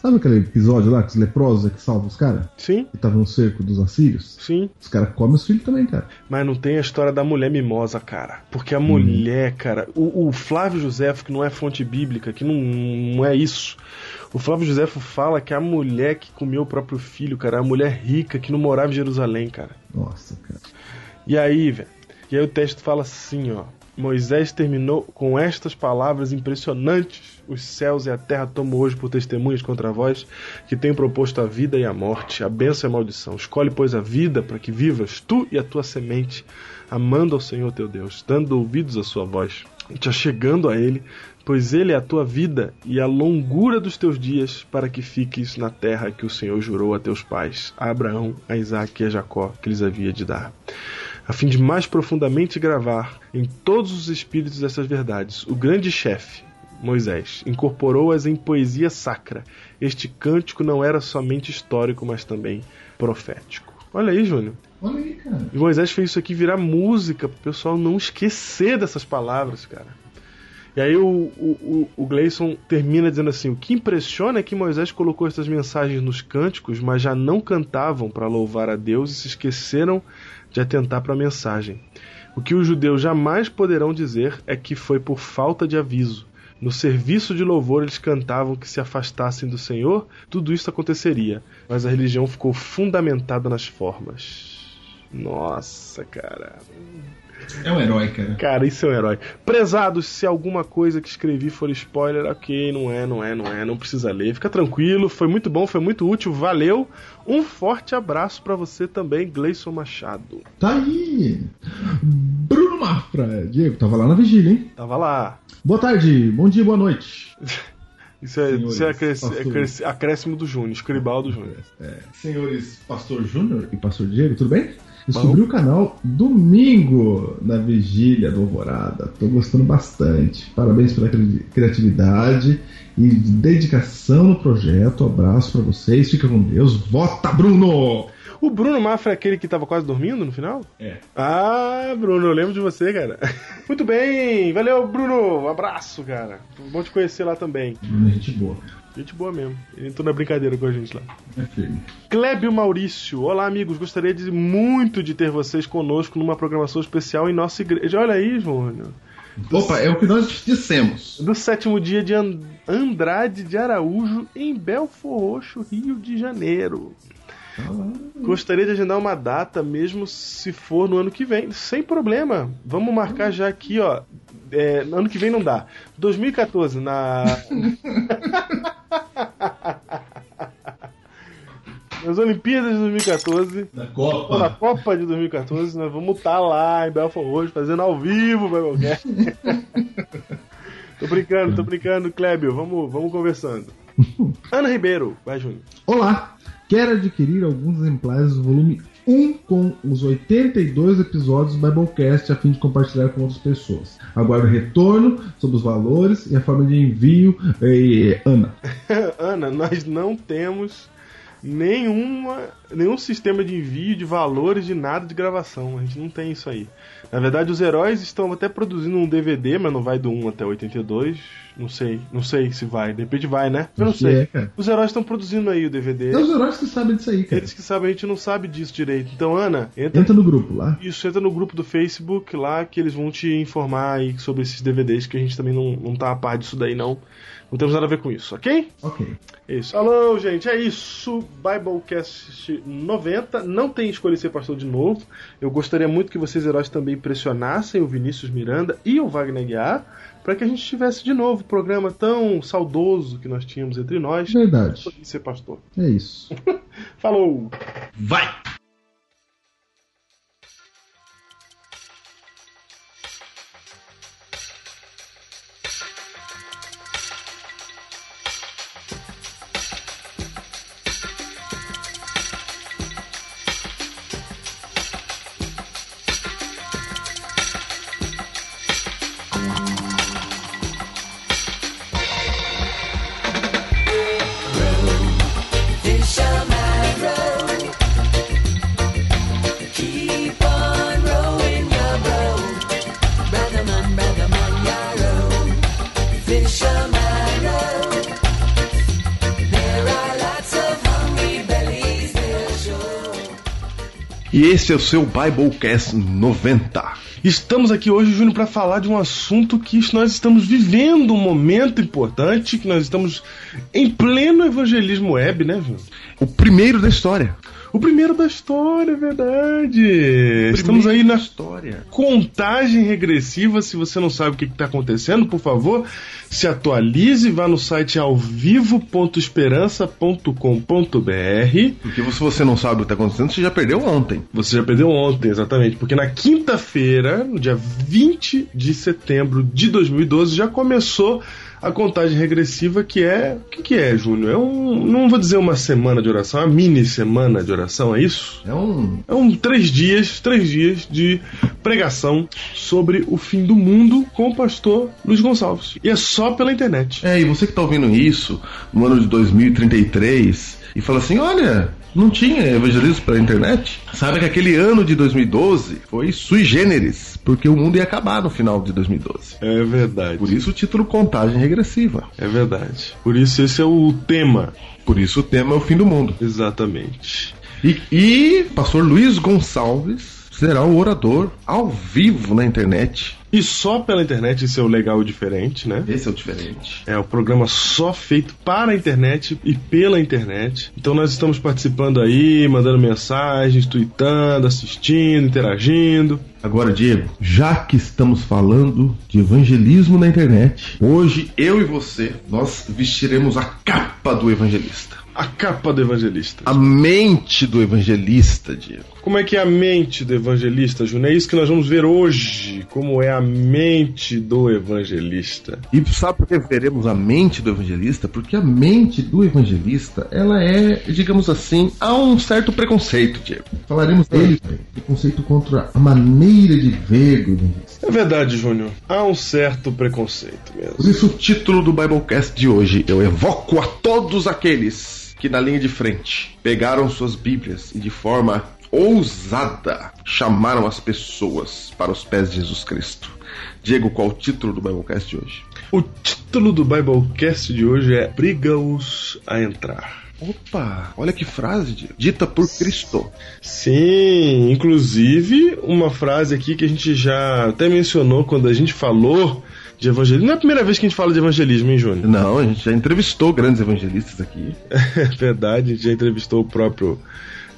B: Sabe aquele episódio lá que os leprosos é que salvam os caras?
C: Sim,
B: Que estavam no cerco dos assírios?
C: sim.
B: Os caras comem os filhos também, cara.
C: Mas não tem a história da mulher mimosa, cara. Porque a mulher, cara. O, o Flávio Josefo, que não é fonte bíblica, que não, não é isso. O Flávio Josefo fala que a mulher que comeu o próprio filho, cara, é a mulher rica que não morava em Jerusalém, cara.
B: Nossa, cara.
C: E aí, velho. E aí o texto fala assim, ó. Moisés terminou com estas palavras impressionantes. Os céus e a terra tomam hoje por testemunhas contra vós, que têm proposto a vida e a morte, a bênção e a maldição. Escolhe, pois, a vida para que vivas tu e a tua semente, amando ao Senhor teu Deus, dando ouvidos à sua voz, e te achegando a Ele, pois Ele é a tua vida e a longura dos teus dias, para que fiques na terra que o Senhor jurou a teus pais, a Abraão, a Isaac e a Jacó, que lhes havia de dar a fim de mais profundamente gravar em todos os espíritos essas verdades. O grande chefe, Moisés, incorporou-as em poesia sacra. Este cântico não era somente histórico, mas também profético. Olha aí, Júnior.
B: Olha aí, cara.
C: E Moisés fez isso aqui virar música pro pessoal não esquecer dessas palavras, cara. E aí o, o, o- o Gleison termina dizendo assim: o que impressiona é que Moisés colocou essas mensagens nos cânticos, mas já não cantavam para louvar a Deus e se esqueceram de atentar para a mensagem. O que os judeus jamais poderão dizer é que foi por falta de aviso. No serviço de louvor eles cantavam que se afastassem do Senhor, tudo isso aconteceria, mas a religião ficou fundamentada nas formas. Nossa, cara.
E: É um herói, cara.
C: Cara, isso é um herói. Prezados, se alguma coisa que escrevi for spoiler, ok, não é, não é, não é, não precisa ler. Fica tranquilo, foi muito bom, foi muito útil, valeu. Um forte abraço pra você também, Gleison Machado.
B: Tá aí. Bruno Mafra. Diego, tava lá na vigília, hein?
C: Tava lá.
B: Boa tarde, bom dia, boa noite.
C: Isso é,
B: Senhores,
C: isso é acres-
B: pastor.
C: acres- acréscimo do Júnior, escribal do Júnior.
B: É, Senhores Pastor Júnior e Pastor Diego, tudo bem? Descobri o canal domingo na vigília do Alvorada. Tô gostando bastante. Parabéns pela cri- criatividade e dedicação no projeto. Abraço pra vocês. Fica com Deus. Vota, Bruno!
C: O Bruno Mafra é aquele que tava quase dormindo no final?
B: É.
C: Ah, Bruno, eu lembro de você, cara. Muito bem, valeu, Bruno. Um abraço, cara. Bom te conhecer lá também.
B: Bruno é gente boa, cara.
C: Gente boa mesmo. Ele entrou na brincadeira com a gente lá.
B: É firme.
C: Clébio Maurício. Olá, amigos. Gostaria de muito de ter vocês conosco numa programação especial em nossa igreja. Olha aí, Júnior.
E: Opa, é o que nós dissemos.
C: Do sétimo dia de And- Andrade de Araújo, em Belfor Roxo, Rio de Janeiro.
B: Tá lá.
C: Gostaria de agendar uma data, mesmo se for no ano que vem. Sem problema. Vamos marcar já aqui, ó. É, ano que vem não dá. 2014, na. Nas Olimpíadas de 2014.
B: Da
C: Na
B: Copa.
C: Copa de 2014, nós vamos estar lá em Belfort Roxo, fazendo ao vivo o Biblecast. tô brincando, tô brincando, Clébio. Vamos, vamos conversando. Ana Ribeiro, vai, Júnior.
B: Olá! Quero adquirir alguns exemplares do volume 1 com os 82 episódios do Biblecast a fim de compartilhar com outras pessoas. Aguardo retorno sobre os valores e a forma de envio. Eh, Ana,
C: Ana, nós não temos nenhuma, nenhum sistema de envio de valores de nada de gravação. A gente não tem isso aí. Na verdade, os heróis estão até produzindo um DVD, mas não vai do 1 até o 82. Não sei, não sei se vai. De repente vai, né? Eu não
B: Acho que é,
C: sei.
B: cara.
C: Os heróis estão produzindo aí o DVD.
B: é os heróis que sabem disso aí, cara.
C: Eles que sabem, a gente não sabe disso direito. Então, Ana, entra,
B: Entra no grupo lá.
C: isso, entra no grupo do Facebook lá que eles vão te informar aí sobre esses DVDs, que a gente também não, não tá a par disso daí, não. Não temos nada a ver com isso, ok?
F: Ok.
C: Isso. Alô, gente, é isso. Biblecast 90. Não tem escolha ser pastor de novo. Eu gostaria muito que vocês, heróis, também pressionassem o Vinícius Miranda e o Wagner Guiar para que a gente tivesse de novo o programa tão saudoso que nós tínhamos entre nós.
B: Hum.
F: Verdade.
C: Escolha ser pastor.
F: É isso.
C: Falou!
B: Vai!
G: Fish on my road. Keep on rowing your boat. Brother man, brother man, your road. Fish on my road. There are lots of hungry bellies there, sure.
B: E esse é o seu Biblecast 90.
C: Estamos aqui hoje, Júnior, para falar de um assunto que nós estamos vivendo um momento importante, que nós estamos em pleno evangelismo web, né, Júnior?
B: O primeiro da história.
C: O primeiro da história, é verdade. Estamos aí na
B: história.
C: contagem regressiva. Se você não sabe o que está acontecendo, por favor, se atualize, vá no site ao vivo.esperança.com.br.
B: Porque se você não sabe o que tá acontecendo, você já perdeu ontem.
C: Você já perdeu ontem, exatamente, porque na quinta-feira, no dia 20 de setembro de 2012, já começou a contagem regressiva, que é. O que, que é, Júnior? É um. Não vou dizer uma semana de oração, é uma mini semana de oração, é isso?
B: É um.
C: É um três dias, três dias de pregação sobre o fim do mundo com o pastor Luiz Gonçalves. E é só pela internet.
B: É, e você que tá ouvindo isso no ano de 2033 e fala assim: olha, não tinha evangelismo pela internet? Sabe que aquele ano de 2012 foi sui generis, porque o mundo ia acabar no final de 2012.
C: É verdade.
B: Por isso o título Contagem Regressiva.
C: É verdade. Por isso esse é o tema.
B: Por isso o tema é o fim do mundo.
C: Exatamente.
B: E, e pastor Luiz Gonçalves será o orador ao vivo na internet.
C: E só pela internet isso é o legal e diferente, né?
B: Esse é o diferente.
C: É o programa só feito para a internet e pela internet. Então nós estamos participando aí, mandando mensagens, tweetando, assistindo, interagindo.
B: Agora, Diego, já que estamos falando de evangelismo na internet, hoje eu e você, nós vestiremos a capa do evangelista.
C: A capa do evangelista.
B: A mente do evangelista, Diego.
C: Como é que é a mente do evangelista, Júnior? É isso que nós vamos ver hoje. Como é a mente do evangelista.
B: E sabe por que veremos a mente do evangelista? Porque a mente do evangelista, ela é, digamos assim, há um certo preconceito, Diego.
F: Falaremos dele, preconceito contra a maneira de ver do evangelista.
C: É verdade, Júnior. Há um certo preconceito
B: Por
C: mesmo.
B: isso, o título do Biblecast de hoje, eu evoco a todos aqueles que na linha de frente pegaram suas Bíblias e de forma ousada chamaram as pessoas para os pés de Jesus Cristo. Diego, qual o título do Biblecast de hoje?
C: O título do Biblecast de hoje é Briga-os a entrar.
B: Opa, olha que frase, Diego. Dita por Cristo.
C: Sim, inclusive uma frase aqui que a gente já até mencionou quando a gente falou de evangelismo. Não é a primeira vez que a gente fala de evangelismo, hein, Júnior?
B: Não, a gente já entrevistou grandes evangelistas aqui.
C: É verdade, a gente já entrevistou o próprio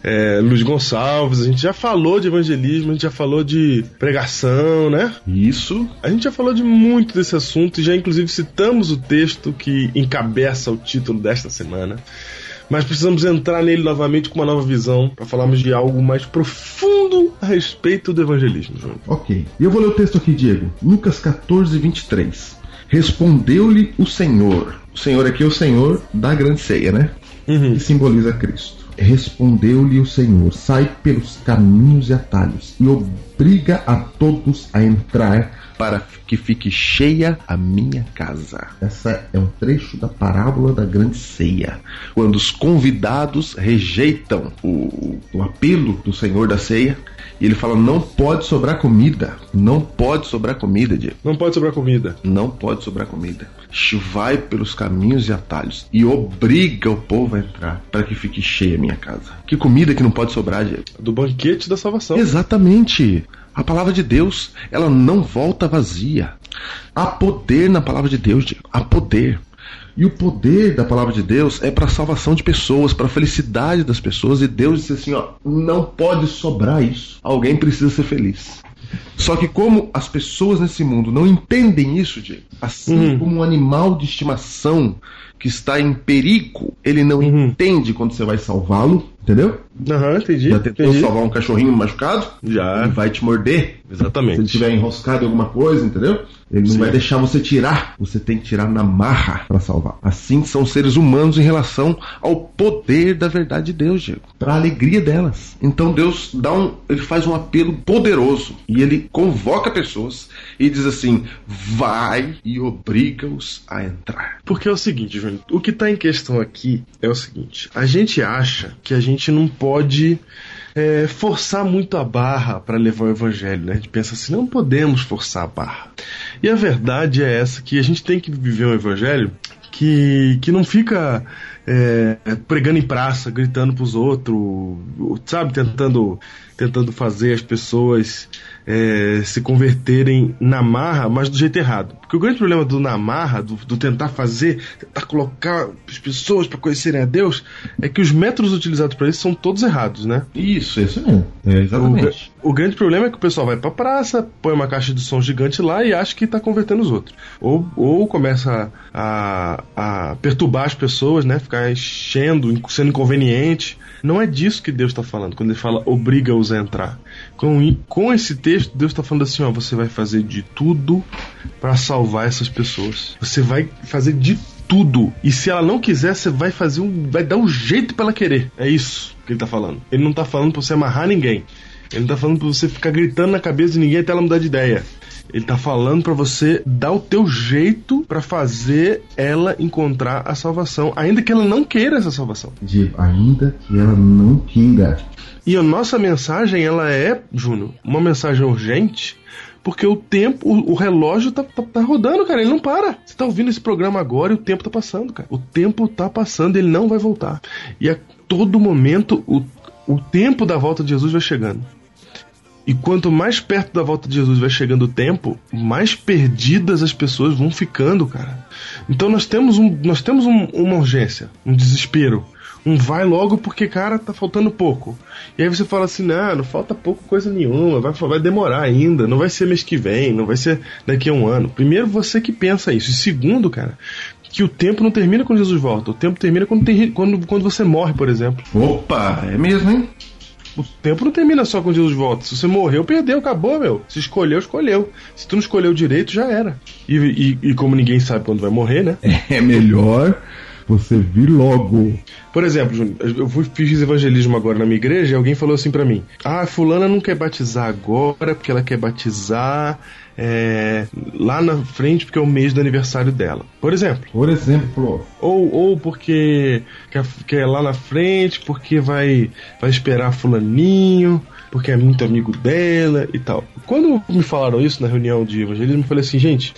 C: é, Luiz Gonçalves, a gente já falou de evangelismo, a gente já falou de pregação, né?
B: Isso,
C: A gente já falou de muito desse assunto e já inclusive citamos o texto que encabeça o título desta semana. Mas precisamos entrar nele novamente com uma nova visão para falarmos de algo mais profundo a respeito do evangelismo, Júnior.
F: Ok.
B: E eu vou ler o texto aqui, Diego. Lucas 14, 23. Respondeu-lhe o Senhor. O Senhor aqui é o Senhor da grande ceia, né?
C: Uhum.
B: Que simboliza Cristo.
F: Respondeu-lhe o Senhor: Sai pelos caminhos e atalhos e obriga a todos a entrar.
B: Para que fique cheia a minha casa.
F: Essa é um trecho da parábola da grande ceia.
B: Quando os convidados rejeitam o, o apelo do Senhor da ceia, e ele fala: não pode sobrar comida. Não pode sobrar comida, Diego.
C: Não pode sobrar comida.
B: Não pode sobrar comida. Vai pelos caminhos e atalhos e obriga o povo a entrar para que fique cheia a minha casa. Que comida que não pode sobrar, Diego?
C: Do banquete da salvação.
B: Exatamente. A palavra de Deus, ela não volta vazia. Há poder na palavra de Deus, Diego. Há poder. E o poder da palavra de Deus é para salvação de pessoas, para felicidade das pessoas. E Deus disse assim: ó, não pode sobrar isso. Alguém precisa ser feliz. Só que como as pessoas nesse mundo não entendem isso, Diego, assim como um animal de estimação que está em perigo, ele não entende quando você vai salvá-lo, entendeu?
H: Aham, entendi.
B: Já tentou
H: entendi.
B: salvar um cachorrinho machucado?
C: Já.
B: Ele vai te morder. Se ele
C: Exatamente.
B: estiver enroscado em alguma coisa, entendeu? Ele não vai deixar você tirar. Você tem que tirar na marra para salvar. Assim são os seres humanos em relação ao poder da verdade de Deus, Diego. Para a alegria delas. Então Deus dá um, ele faz um apelo poderoso e ele convoca pessoas e diz assim: vai e obriga-os a entrar.
C: Porque é o seguinte, Júnior, o que tá em questão aqui é o seguinte: a gente acha que a gente não pode é, forçar muito a barra para levar o evangelho, né? A gente pensa assim, não podemos forçar a barra. E a verdade é essa: que a gente tem que viver um evangelho que, que não fica é, pregando em praça, gritando pros outros, sabe? Tentando, tentando fazer as pessoas é, se converterem na marra, mas do jeito errado. Porque o grande problema do na marra, do, do tentar fazer, tentar colocar as pessoas para conhecerem a Deus, é que os métodos utilizados para isso são todos errados, né?
B: Isso, isso mesmo. É, exatamente.
C: O grande problema é que o pessoal vai pra praça, põe uma caixa de som gigante lá e acha que tá convertendo os outros. Ou, ou começa a, a perturbar as pessoas, né? Ficar enchendo, sendo inconveniente. Não é disso que Deus tá falando quando ele fala obriga-os a entrar. Com, com esse texto, Deus tá falando assim: ó, você vai fazer de tudo pra salvar essas pessoas. Você vai fazer de tudo. E se ela não quiser, você vai fazer um. Vai dar um jeito pra ela querer. É isso que ele tá falando. Ele não tá falando pra você amarrar ninguém. Ele não tá falando pra você ficar gritando na cabeça de ninguém até ela mudar de ideia. Ele tá falando pra você dar o teu jeito pra fazer ela encontrar a salvação, ainda que ela não queira essa salvação.
I: De, ainda que ela não queira.
C: E a nossa mensagem, ela é, Júnior, uma mensagem urgente, porque o tempo, o, o relógio tá, tá, tá rodando, cara, ele não para. Você tá ouvindo esse programa agora e o tempo tá passando, cara. O tempo tá passando, ele não vai voltar. E a todo momento, o, o tempo da volta de Jesus vai chegando. E quanto mais perto da volta de Jesus vai chegando o tempo, mais perdidas as pessoas vão ficando, cara. Então nós temos, um, nós temos um- uma urgência, um desespero. Um vai logo porque, cara, tá faltando pouco. E aí você fala assim, não, não falta pouco coisa nenhuma, vai, vai demorar ainda, não vai ser mês que vem, não vai ser daqui a um ano. Primeiro, você que pensa isso. E segundo, cara, que o tempo não termina quando Jesus volta. O tempo termina quando, tem, quando, quando você morre, por exemplo.
B: Opa, é mesmo, hein?
C: O tempo não termina só com Jesus volta. Se você morreu, perdeu, acabou, meu. Se escolheu, escolheu. Se tu não escolheu direito, já era. E, e- e como ninguém sabe quando vai morrer, né?
I: É melhor você vir logo.
C: Por exemplo, Júnior, eu fui- fiz evangelismo agora na minha igreja e alguém falou assim pra mim: Ah, fulana não quer batizar agora porque ela quer batizar é, lá na frente porque é o mês do aniversário dela. Por exemplo.
I: Por exemplo,
C: Ou, ou porque quer, quer lá na frente, porque vai, vai esperar fulaninho, porque é muito amigo dela e tal. Quando me falaram isso na reunião de evangelismo, eu falei assim, gente,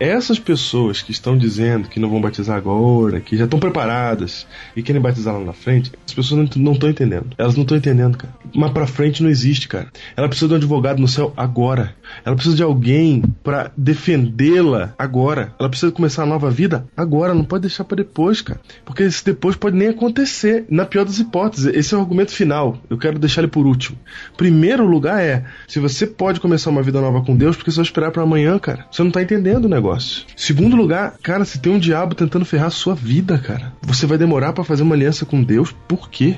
C: essas pessoas que estão dizendo que não vão batizar agora, que já estão preparadas e querem batizar lá na frente, as pessoas não- não estão entendendo. Elas não estão entendendo, cara. Mas pra frente não existe, cara. Ela precisa de um advogado no céu agora. Ela precisa de alguém pra defendê-la agora. Ela precisa começar a nova vida agora. Não pode deixar pra depois, cara. Porque esse depois pode nem acontecer. Na pior das hipóteses, esse é o argumento final. Eu quero deixar ele por último. Primeiro lugar é se você pode começar uma vida nova com Deus, porque você vai esperar pra amanhã, cara. Você não tá entendendo o negócio. Segundo lugar, cara, se tem um diabo tentando ferrar a sua vida, cara, você vai demorar pra fazer uma aliança com Deus. Por quê?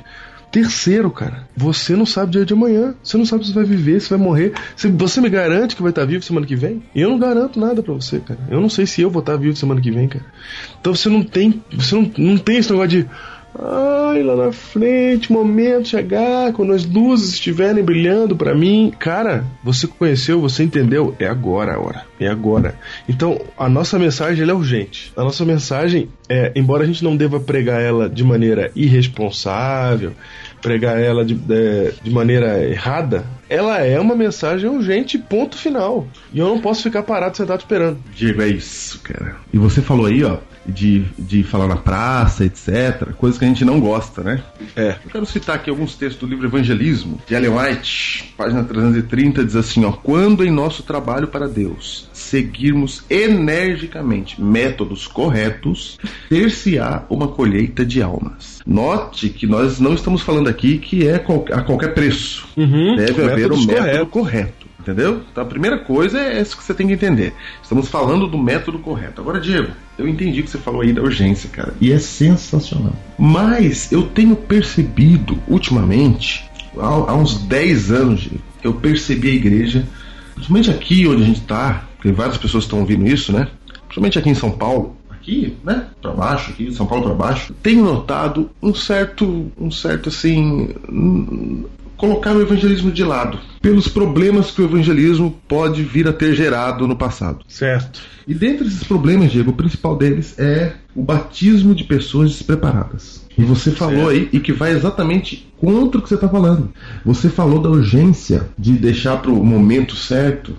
C: Terceiro, cara, você não sabe o dia de amanhã. Você não sabe se vai viver, se vai morrer. Se você me garante que vai estar vivo semana que vem? Eu não garanto nada pra você, cara. Eu não sei se eu vou estar vivo semana que vem, cara. Então você não tem, você não, não tem esse negócio de ai lá na frente, momento chegar, quando as luzes estiverem brilhando pra mim, cara, você conheceu, você entendeu, é agora a hora, é agora. Então, a nossa mensagem ela é urgente. A nossa mensagem é, embora a gente não deva pregar ela de maneira irresponsável, pregar ela de, é, de maneira errada, ela é uma mensagem urgente, ponto final. E eu não posso ficar parado sentado esperando.
B: Diego, é isso, cara. E você falou aí, ó, de, de falar na praça, etc. Coisas que a gente não gosta, né? É. Eu quero citar aqui alguns textos do livro Evangelismo, de Ellen White, página 330, diz assim, ó. Quando em nosso trabalho para Deus seguirmos energicamente métodos corretos, ter-se-á uma colheita de almas. Note que nós não estamos falando aqui que é qual- a qualquer preço.
C: Uhum,
B: Deve haver o
C: métodos
B: método
C: corretos.
B: correto. Entendeu? Então a primeira coisa é isso que você tem que entender. Estamos falando do método correto. Agora, Diego, eu entendi o que você falou aí da urgência, cara. E é sensacional. Mas eu tenho percebido ultimamente, há, há uns 10 anos, Diego, eu percebi a igreja, principalmente aqui onde a gente está, porque várias pessoas estão ouvindo isso, né? Principalmente aqui em São Paulo. Aqui, né? Pra baixo, aqui, de São Paulo pra baixo, tenho notado um certo, um certo assim, hum, colocar o evangelismo de lado, pelos problemas que o evangelismo pode vir a ter gerado no passado.
C: Certo.
B: E dentre esses problemas, Diego, o principal deles é o batismo de pessoas despreparadas. E você falou aí, e que vai exatamente contra o que você está falando. Você falou da urgência de deixar para o momento certo.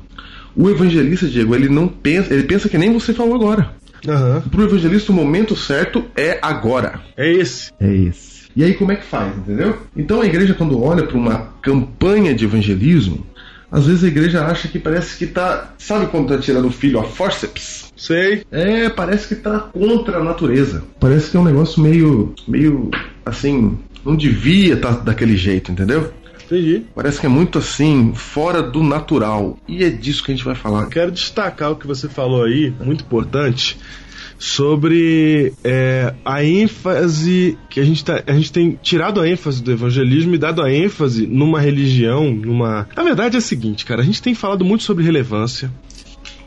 B: O evangelista, Diego, ele não pensa, ele pensa que nem você falou agora.
C: Aham.
B: Para o evangelista, o momento certo é agora.
C: É esse.
B: É esse. E aí como é que faz, entendeu? Então a igreja quando olha para uma campanha de evangelismo, às vezes a igreja acha que parece que tá, sabe quando tá tirando o filho a forceps?
C: Sei.
B: É, parece que tá contra a natureza. Parece que é um negócio meio meio assim, não devia estar daquele jeito, entendeu?
C: Entendi.
B: Parece que é muito assim, fora do natural. E é disso que a gente vai falar.
C: Quero destacar o que você falou aí, muito importante, sobre é, a ênfase que a gente, tá, a gente tem tirado a ênfase do evangelismo e dado a ênfase numa religião, numa. Na verdade é o seguinte, cara, a gente tem falado muito sobre relevância,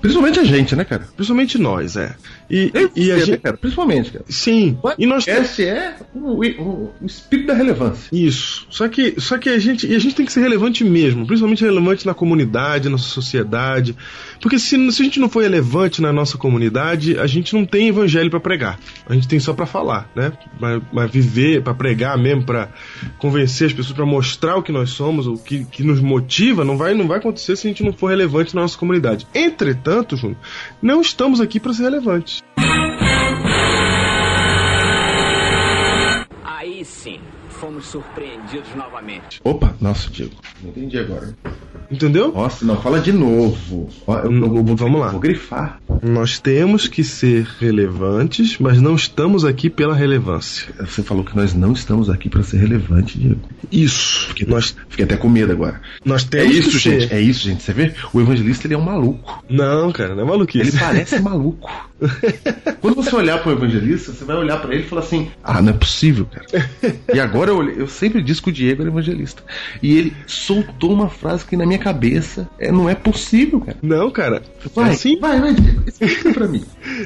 B: Principalmente a gente, né, cara?
C: principalmente nós, é. E, e a
B: Você, né,
C: gente.
B: cara? Principalmente, cara.
C: Sim, e nós temos.
B: Esse é o- o- o espírito da relevância.
C: Isso. Só que, só que a gente, e a gente tem que ser relevante mesmo, principalmente relevante na comunidade, na sociedade, porque se, se a gente não for relevante na nossa comunidade, a gente não tem evangelho pra pregar. A gente tem só pra falar, né? Mas mas viver, pra pregar mesmo, pra convencer as pessoas, pra mostrar o que nós somos, o que, que nos motiva, não vai, não vai acontecer se a gente não for relevante na nossa comunidade. Entretanto, Júnior, não estamos aqui pra ser relevantes.
J: Aí sim, fomos surpreendidos novamente.
B: Opa, nossa, Diego. Não entendi agora.
C: Entendeu?
B: Nossa, não, fala de novo. Ó, eu, eu vou-
C: Vamos lá.
B: vou grifar.
C: Nós temos que ser relevantes, mas não estamos aqui pela relevância.
B: Você falou que nós não estamos aqui pra ser relevante, Diego.
C: Isso. Porque nós,
B: Fiquei até com medo agora.
C: nós
B: É
C: temos
B: isso,
C: que ser.
B: gente. É isso, gente. Você vê? O evangelista ele é um maluco.
C: Não, cara, não é maluquice.
B: Ele parece maluco. Quando você olhar pro evangelista, você vai olhar pra ele e falar assim: Ah, não é possível, cara. E agora eu, olhei- eu sempre disse que o Diego era evangelista. E ele soltou uma frase que na minha cabeça é, não é possível, cara.
C: Não, cara.
B: Vai,
C: É assim?
B: vai, vai, Diego. Explica pra mim.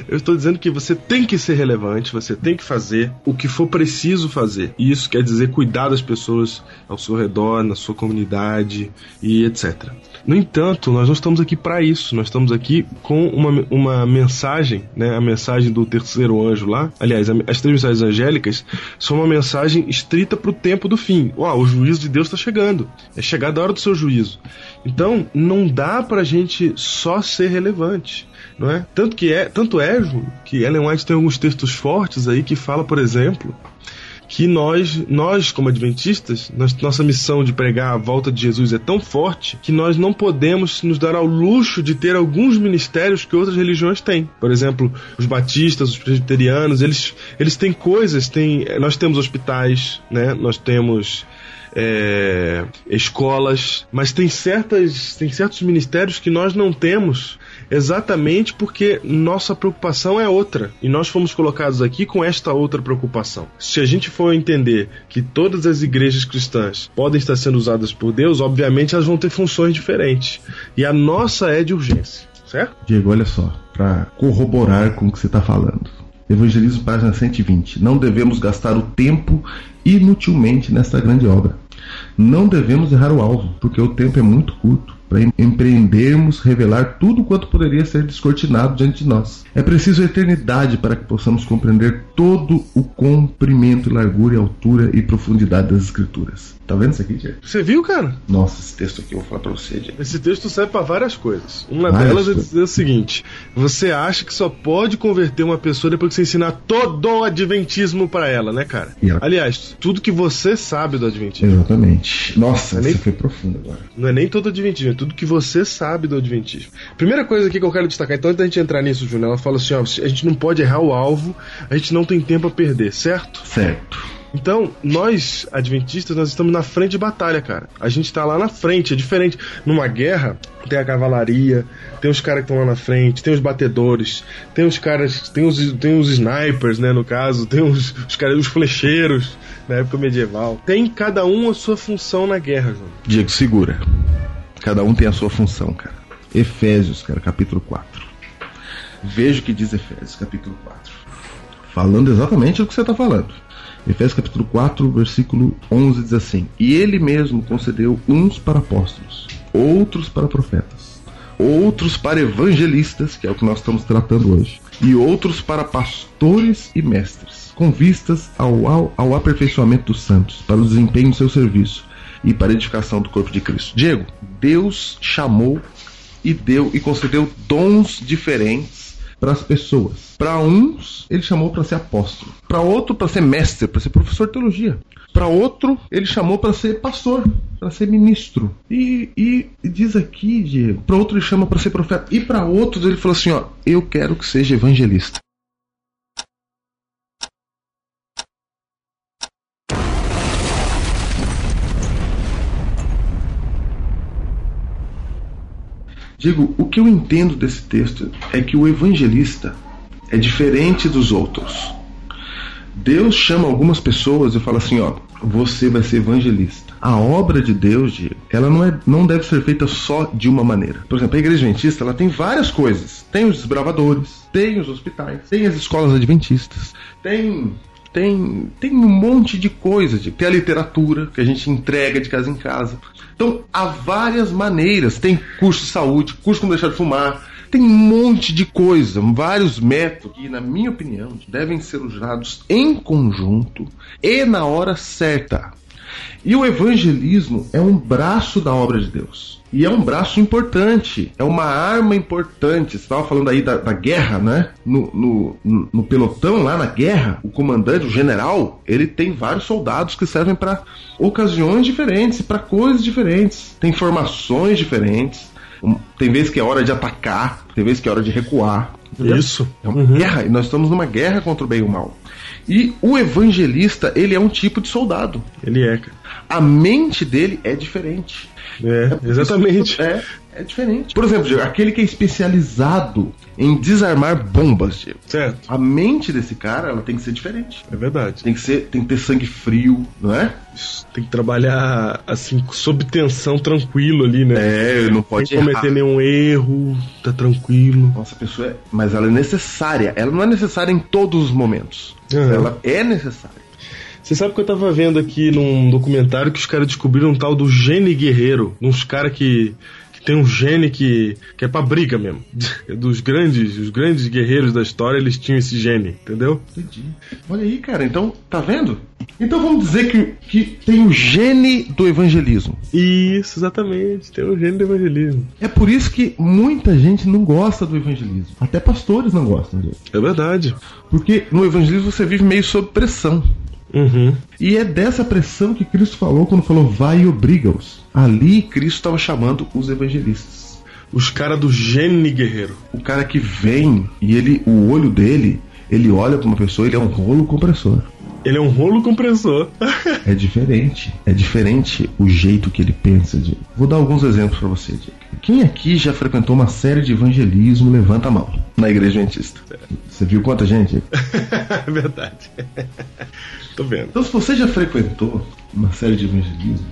C: Eu estou dizendo que você tem que ser relevante, você tem que fazer o que for preciso fazer. E isso quer dizer cuidar das pessoas ao seu redor, na sua comunidade e etc. No entanto, nós não estamos aqui para isso. Nós estamos aqui com uma, uma mensagem, né? A mensagem do terceiro anjo lá. Aliás, a- as três mensagens angélicas são uma mensagem estrita para o tempo do fim. Ó, o juízo de Deus está chegando. É chegada a hora do seu juízo. Então, não dá pra gente só ser relevante, não é? Tanto que é, tanto é Ju, que Ellen White tem alguns textos fortes aí que fala, por exemplo, que nós, nós como adventistas, nós- nossa missão de pregar a volta de Jesus é tão forte que nós não podemos nos dar ao luxo de ter alguns ministérios que outras religiões têm. Por exemplo, os batistas, os presbiterianos, eles, eles têm coisas, têm, nós temos hospitais, né? Nós temos é, escolas, mas tem certas tem certos ministérios que nós não temos exatamente porque nossa preocupação é outra e nós fomos colocados aqui com esta outra preocupação. Se a gente for entender que todas as igrejas cristãs podem estar sendo usadas por Deus, obviamente elas vão ter funções diferentes e a nossa é de urgência, certo?
B: Diego, olha só, para corroborar com o que você está falando. Evangelismo, página 120. Não devemos gastar o tempo inutilmente nesta grande obra. Não devemos errar o alvo, porque o tempo é muito curto para em- empreendermos, revelar tudo quanto poderia ser descortinado diante de nós. É preciso eternidade para que possamos compreender todo o comprimento, largura, e altura e profundidade das Escrituras. Tá vendo isso aqui, Diego?
C: Você viu, cara?
B: Nossa, esse texto aqui eu vou falar para você, Diego.
C: Esse texto serve para várias coisas. Uma
B: Várias
C: delas é
B: coisas.
C: dizer o seguinte: você acha que só pode converter uma pessoa depois que você ensinar todo o adventismo para ela, né, cara?
B: E ela-
C: Aliás, tudo que você sabe do adventismo.
B: Exatamente. Nossa,
C: nem-
B: essa foi profunda agora.
C: Não é nem todo adventismo, é tudo que você sabe do Adventismo. Primeira coisa aqui que eu quero destacar, então antes da gente entrar nisso, Júnior, ela fala assim: ó, a gente não pode errar o alvo, a gente não tem tempo a perder, certo?
B: Certo.
C: Então, nós, adventistas, nós estamos na frente de batalha, cara. A gente tá lá na frente, é diferente. Numa guerra, tem a cavalaria, tem os caras que estão lá na frente, tem os batedores, tem os caras, tem os, tem os snipers, né, no caso, tem os, os caras, os flecheiros, na época medieval. Tem cada um a sua função na guerra, João.
B: Diego, segura. Cada um tem a sua função, cara. Efésios, cara, capítulo 4. Veja o que diz Efésios, capítulo 4. Falando exatamente o que você está falando. Efésios capítulo 4, versículo 11 diz assim: E ele mesmo concedeu uns para apóstolos, outros para profetas, outros para evangelistas, que é o que nós estamos tratando hoje, e outros para pastores e mestres, com vistas ao, ao, ao aperfeiçoamento dos santos, para o desempenho do seu serviço e para a edificação do corpo de Cristo. Diego, Deus chamou e deu e concedeu dons diferentes para as pessoas. Para uns, ele chamou para ser apóstolo. Para outro, para ser mestre, para ser professor de teologia. Para outro, ele chamou para ser pastor, para ser ministro. E, e- e diz aqui, Diego, para outro ele chama para ser profeta. E para outros ele falou assim, ó, eu quero que seja evangelista. Digo, o que eu entendo desse texto é que o evangelista é diferente dos outros. Deus chama algumas pessoas e fala assim, ó, você vai ser evangelista. A obra de Deus, Diego, ela não, é, não deve ser feita só de uma maneira. Por exemplo, a igreja adventista, ela tem várias coisas. Tem os desbravadores, tem os hospitais, tem as escolas adventistas, tem tem, tem um monte de coisa. de- Tem a literatura que a gente entrega de casa em casa. Então, há várias maneiras. Tem curso de saúde, curso como deixar de fumar. Tem um monte de coisa, vários métodos que, na minha opinião, devem ser usados em conjunto e na hora certa. E o evangelismo é um braço da obra de Deus. E é um braço importante, é uma arma importante. Você estava falando aí da, da guerra, né? No, no- no, no pelotão, lá na guerra, o comandante, o general, ele tem vários soldados que servem para ocasiões diferentes, para coisas diferentes. Tem formações diferentes. Um- Tem vezes que é hora de atacar, tem vezes que é hora de recuar. entendeu?
C: Isso. Uhum.
B: É uma guerra, e nós estamos numa guerra contra o bem e o mal. E o evangelista, ele é um tipo de soldado.
C: Ele é, cara.
B: A mente dele é diferente.
C: É, exatamente.
B: um É, é diferente. Por exemplo, Diego, aquele que é especializado em desarmar bombas, Diego.
C: Certo,
B: A mente desse cara, ela tem que ser diferente.
C: é verdade.
B: Tem que ser, tem que ter sangue frio, não é?
C: Tem que trabalhar, assim, sob tensão, tranquilo ali, né?
B: É, não
C: Sem
B: pode
C: cometer nenhum erro, tá tranquilo.
B: Nossa, a pessoa é... Mas ela é necessária. Ela não é necessária em todos os momentos.
C: Uhum.
B: Ela é necessária.
C: Você sabe que eu tava vendo aqui num documentário que os caras descobriram um tal do gene guerreiro. Uns caras que, que tem um gene que, que é pra briga mesmo. Dos grandes, os grandes guerreiros da história, eles tinham esse gene, entendeu?
B: Entendi. Olha aí, cara. Então, tá vendo? Então vamos dizer que, que tem o gene do evangelismo.
C: Isso, exatamente. Tem um gene do evangelismo.
B: É por isso que muita gente não gosta do evangelismo. Até pastores não gostam, Diego.
C: É verdade.
B: Porque no evangelismo você vive meio sob pressão.
C: Uhum.
B: E é dessa pressão que Cristo falou quando falou vai e obriga-os. Ali Cristo estava chamando os evangelistas.
C: Os caras do gene guerreiro.
B: O cara que vem e ele, o olho dele, ele olha para uma pessoa, ele é um rolo compressor.
C: Ele é um rolo compressor.
B: É diferente. É diferente o jeito que ele pensa, Diego. Vou dar alguns exemplos para você, Diego. Quem aqui já frequentou uma série de evangelismo, levanta a mão. Na igreja adventista. Você viu quanta gente? Diego?
C: é verdade. Tô vendo.
B: Então, se você já frequentou uma série de evangelismo,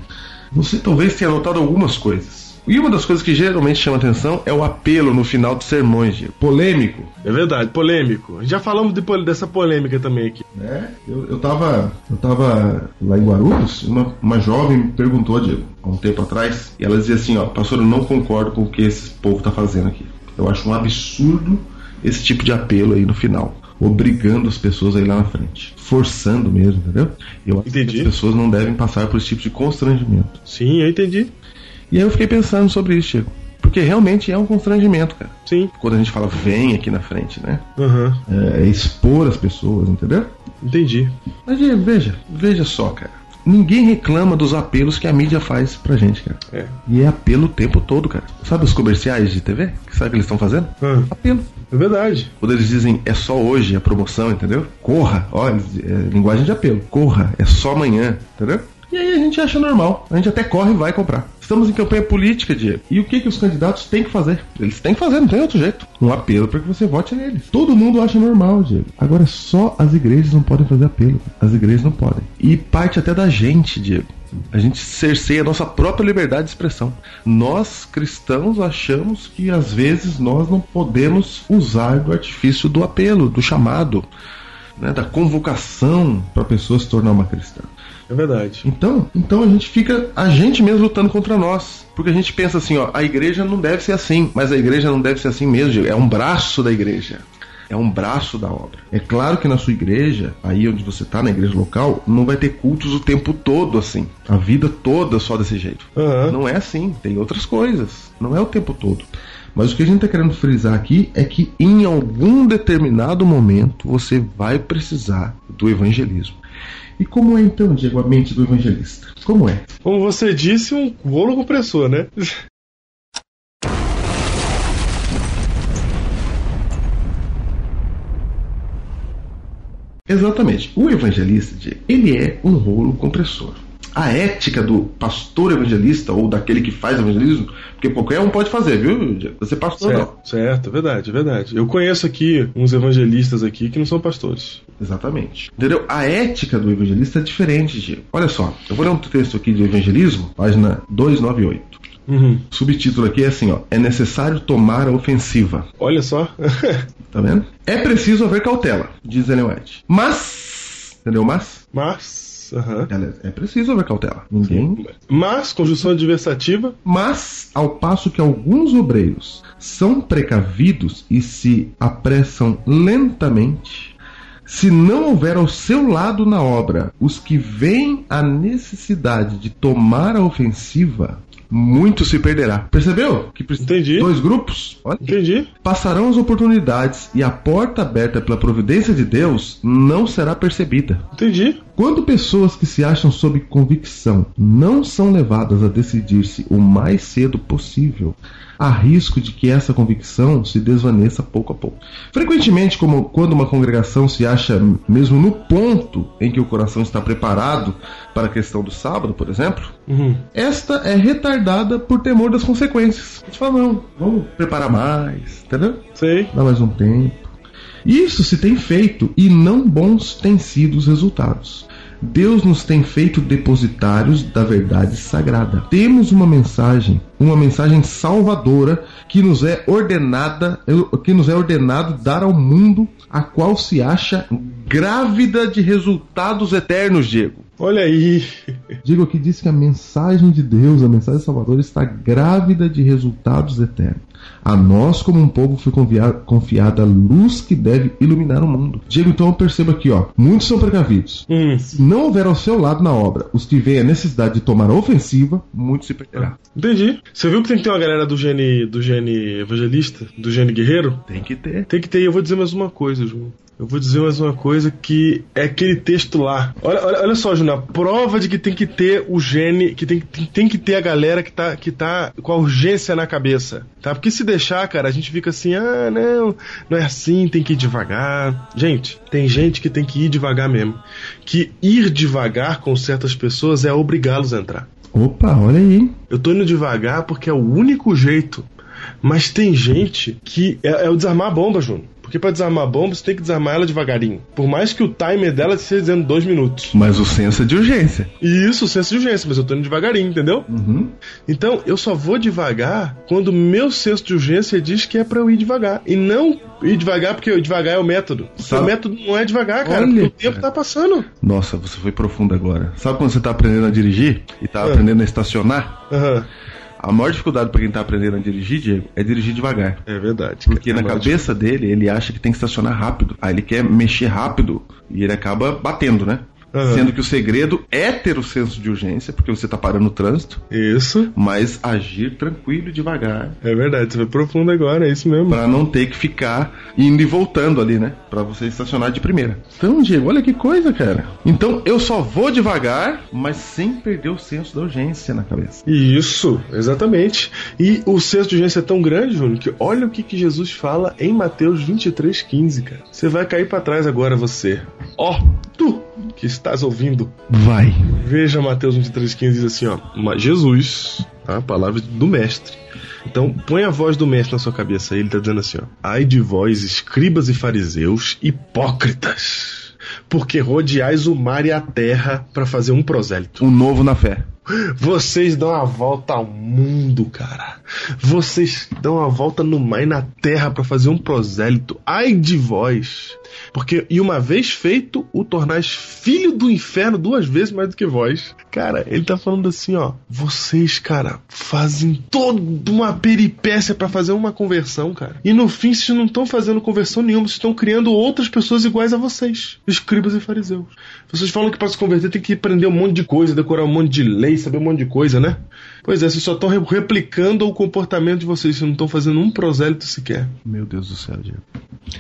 B: você talvez tenha notado algumas coisas. E uma das coisas que geralmente chama atenção é o apelo no final dos sermões, Diego. polêmico.
C: É verdade, polêmico. Já falamos de pol- dessa polêmica também aqui.
B: né? Eu, eu, tava, eu tava lá em Guarulhos, uma, uma jovem me perguntou, Diego, há um tempo atrás, e ela dizia assim, ó, pastor, eu não concordo com o que esse povo tá fazendo aqui. Eu acho um absurdo esse tipo de apelo aí no final. Obrigando as pessoas aí lá na frente. Forçando mesmo, entendeu? Eu acho
C: Entendi.
B: que as pessoas não devem passar por esse tipo de constrangimento.
C: Sim, eu entendi.
B: E aí eu fiquei pensando sobre isso, Chico. Porque realmente é um constrangimento, cara.
C: Sim.
B: Quando a gente fala vem aqui na frente, né?
C: Aham.
B: É, expor as pessoas, entendeu?
C: Entendi.
B: Mas Diego, veja, veja só, cara. Ninguém reclama dos apelos que a mídia faz pra gente, cara.
C: É.
B: E é apelo o tempo todo, cara. Sabe os comerciais de TV? Que sabe o que eles estão fazendo?
C: Ah,
B: Apelo.
C: é verdade.
B: Quando eles dizem é só hoje a promoção, entendeu? Corra, ó, eles- é linguagem de apelo. Corra, é só amanhã, entendeu? E aí a gente acha normal. A gente até corre e vai comprar. Estamos em campanha política, Diego. E o que, que os candidatos têm que fazer? Eles têm que fazer, não tem outro jeito. Um apelo para que você vote neles. Todo mundo acha normal, Diego. Agora só as igrejas não podem fazer apelo. As igrejas não podem. E parte até da gente, Diego. A gente cerceia a nossa própria liberdade de expressão. Nós, cristãos, achamos que às vezes nós não podemos usar do artifício do apelo, do chamado, né, da convocação para a pessoa se tornar uma cristã.
C: É verdade.
B: Então, então a gente fica a gente mesmo lutando contra nós, porque a gente pensa assim, ó, a igreja não deve ser assim, mas a igreja não deve ser assim mesmo, Diego. é um braço da igreja. É um braço da obra. É claro que na sua igreja, aí onde você tá, na igreja local, não vai ter cultos o tempo todo assim. A vida toda só desse jeito.
C: Aham.
B: Não é assim, tem outras coisas. Não é o tempo todo. Mas o que a gente está querendo frisar aqui é que em algum determinado momento você vai precisar do evangelismo. E como é então, Diego, a mente do evangelista? Como é?
C: Como você disse, um rolo compressor, né?
B: Exatamente. O evangelista, Diego, ele é um rolo compressor. A ética do pastor evangelista ou daquele que faz evangelismo, porque qualquer um pode fazer, viu? Diego? Você é pastor não.
C: Certo, certo, é verdade, é verdade. Eu conheço aqui uns evangelistas aqui que não são pastores.
B: Exatamente. Entendeu? A ética do evangelista é diferente, Diego. Olha só, eu vou ler um texto aqui de evangelismo, página 298.
C: Uhum.
B: Subtítulo aqui é assim, ó. É necessário tomar a ofensiva.
C: Olha só.
B: Tá vendo? É preciso haver cautela, diz Ellen White. Mas, entendeu? Mas,
C: Mas. aham.
B: ela- é preciso haver cautela. Ninguém
C: Mas, conjunção adversativa,
B: Mas, ao passo que alguns obreiros são precavidos e se apressam lentamente, se não houver ao seu lado na obra os que veem a necessidade de tomar a ofensiva, muito se perderá. Percebeu? Que precisa
C: Entendi.
B: dois grupos? Olha.
C: entendi.
B: Passarão as oportunidades e a porta aberta pela providência de Deus não será percebida.
C: Entendi.
B: Quando pessoas que se acham sob convicção não são levadas a decidir-se o mais cedo possível, há risco de que essa convicção se desvaneça pouco a pouco. Frequentemente, como quando uma congregação se acha mesmo no ponto em que o coração está preparado para a questão do sábado, por exemplo,
C: Uhum.
B: esta é retardada por temor das consequências. A gente fala, não, vamos preparar mais, entendeu?
C: Sei.
B: dá mais um tempo. Isso se tem feito e não bons têm sido os resultados. Deus nos tem feito depositários da verdade sagrada. Temos uma mensagem, uma mensagem salvadora que nos é ordenada, que nos é ordenado dar ao mundo, a qual se acha grávida de resultados eternos, Diego.
C: Olha aí.
B: Digo aqui disse que a mensagem de Deus, a mensagem salvadora, está grávida de resultados eternos. A nós, como um povo, foi convia- confiada a luz que deve iluminar o mundo. Diego, então eu percebo aqui, ó, muitos são precavidos.
C: Hum.
B: Se não houver ao seu lado na obra os que veem a necessidade de tomar a ofensiva, muito se perderá.
C: Entendi. Você viu que tem que ter uma galera do gene, do gene evangelista, do gene guerreiro?
B: Tem que ter.
C: Tem que ter. E eu vou dizer mais uma coisa, João. Eu vou dizer mais uma coisa que é aquele texto lá. Olha, olha, olha só, Juna, a prova de que tem que ter o gene, que tem, que- tem que ter a galera que tá, que tá com a urgência na cabeça, tá? Porque se deixar, cara, a gente fica assim, ah, não, não é assim, tem que ir devagar. Gente, tem gente que tem que ir devagar mesmo. Que ir devagar com certas pessoas é obrigá-los a entrar.
B: Opa, olha aí. hein?
C: Eu tô indo devagar porque é o único jeito. Mas tem gente que é, é o desarmar a bomba, Júnior. Porque pra desarmar a bomba, você tem que desarmar ela devagarinho. Por mais que o timer dela esteja dizendo dois minutos.
B: Mas o senso é de urgência.
C: E isso, senso de urgência, mas eu tô indo devagarinho, entendeu?
B: Uhum.
C: Então, eu só vou devagar quando o meu senso de urgência diz que é pra eu ir devagar. E não ir devagar porque eu- devagar é o método.
B: Sabe-
C: O método não é devagar, cara.
B: Olha,
C: porque o
B: cara.
C: tempo tá passando.
B: Nossa, você foi profundo agora. Sabe quando você tá aprendendo a dirigir e tá
C: É.
B: aprendendo a estacionar?
C: Aham.
B: A maior dificuldade para quem tá aprendendo a dirigir, Diego, é dirigir devagar.
C: É verdade.
B: Porque na cabeça dele, ele acha que tem que estacionar rápido. Aí ele quer mexer rápido e ele acaba batendo, né?
C: Ah.
B: Sendo que o segredo é ter o senso de urgência, porque você tá parando o trânsito,
C: Isso,
B: mas agir tranquilo e devagar
C: é verdade. Você foi profundo agora, é isso mesmo.
B: Pra não ter que ficar indo e voltando ali, né? Pra você estacionar de primeira. Então, Diego, olha que coisa, cara. Então, eu só vou devagar, mas sem perder o senso da urgência na cabeça.
C: Isso, exatamente. E o senso de urgência é tão grande, Júnior, que olha o que, que Jesus fala em Mateus 23,15, cara. Você vai cair pra trás agora, você. Ó, tu que estás ouvindo.
B: Vai.
C: Veja Mateus 23,15 diz assim, ó. "Mas Jesus, tá? a palavra do mestre. Então, põe a voz do mestre na sua cabeça. aí, Ele tá dizendo assim, ó. Ai de vós, escribas e fariseus, hipócritas. Porque rodeais o mar e a terra pra fazer um prosélito.
B: O novo na fé.
C: Vocês dão a volta ao mundo, cara. Vocês dão a volta no mar e na terra pra fazer um prosélito. Ai de vós! Porque, e uma vez feito, o tornais filho do inferno duas vezes mais do que vós. Cara, ele tá falando assim, ó. Vocês, cara, fazem toda uma peripécia pra fazer uma conversão, cara. E no fim, vocês não estão fazendo conversão nenhuma, vocês estão criando outras pessoas iguais a vocês, escribas e fariseus. Vocês falam que pra se converter tem que aprender um monte de coisa, decorar um monte de lei, saber um monte de coisa, né? Pois é, vocês só estão replicando o comportamento de vocês, vocês não estão fazendo um prosélito sequer.
B: Meu Deus do céu, Diego.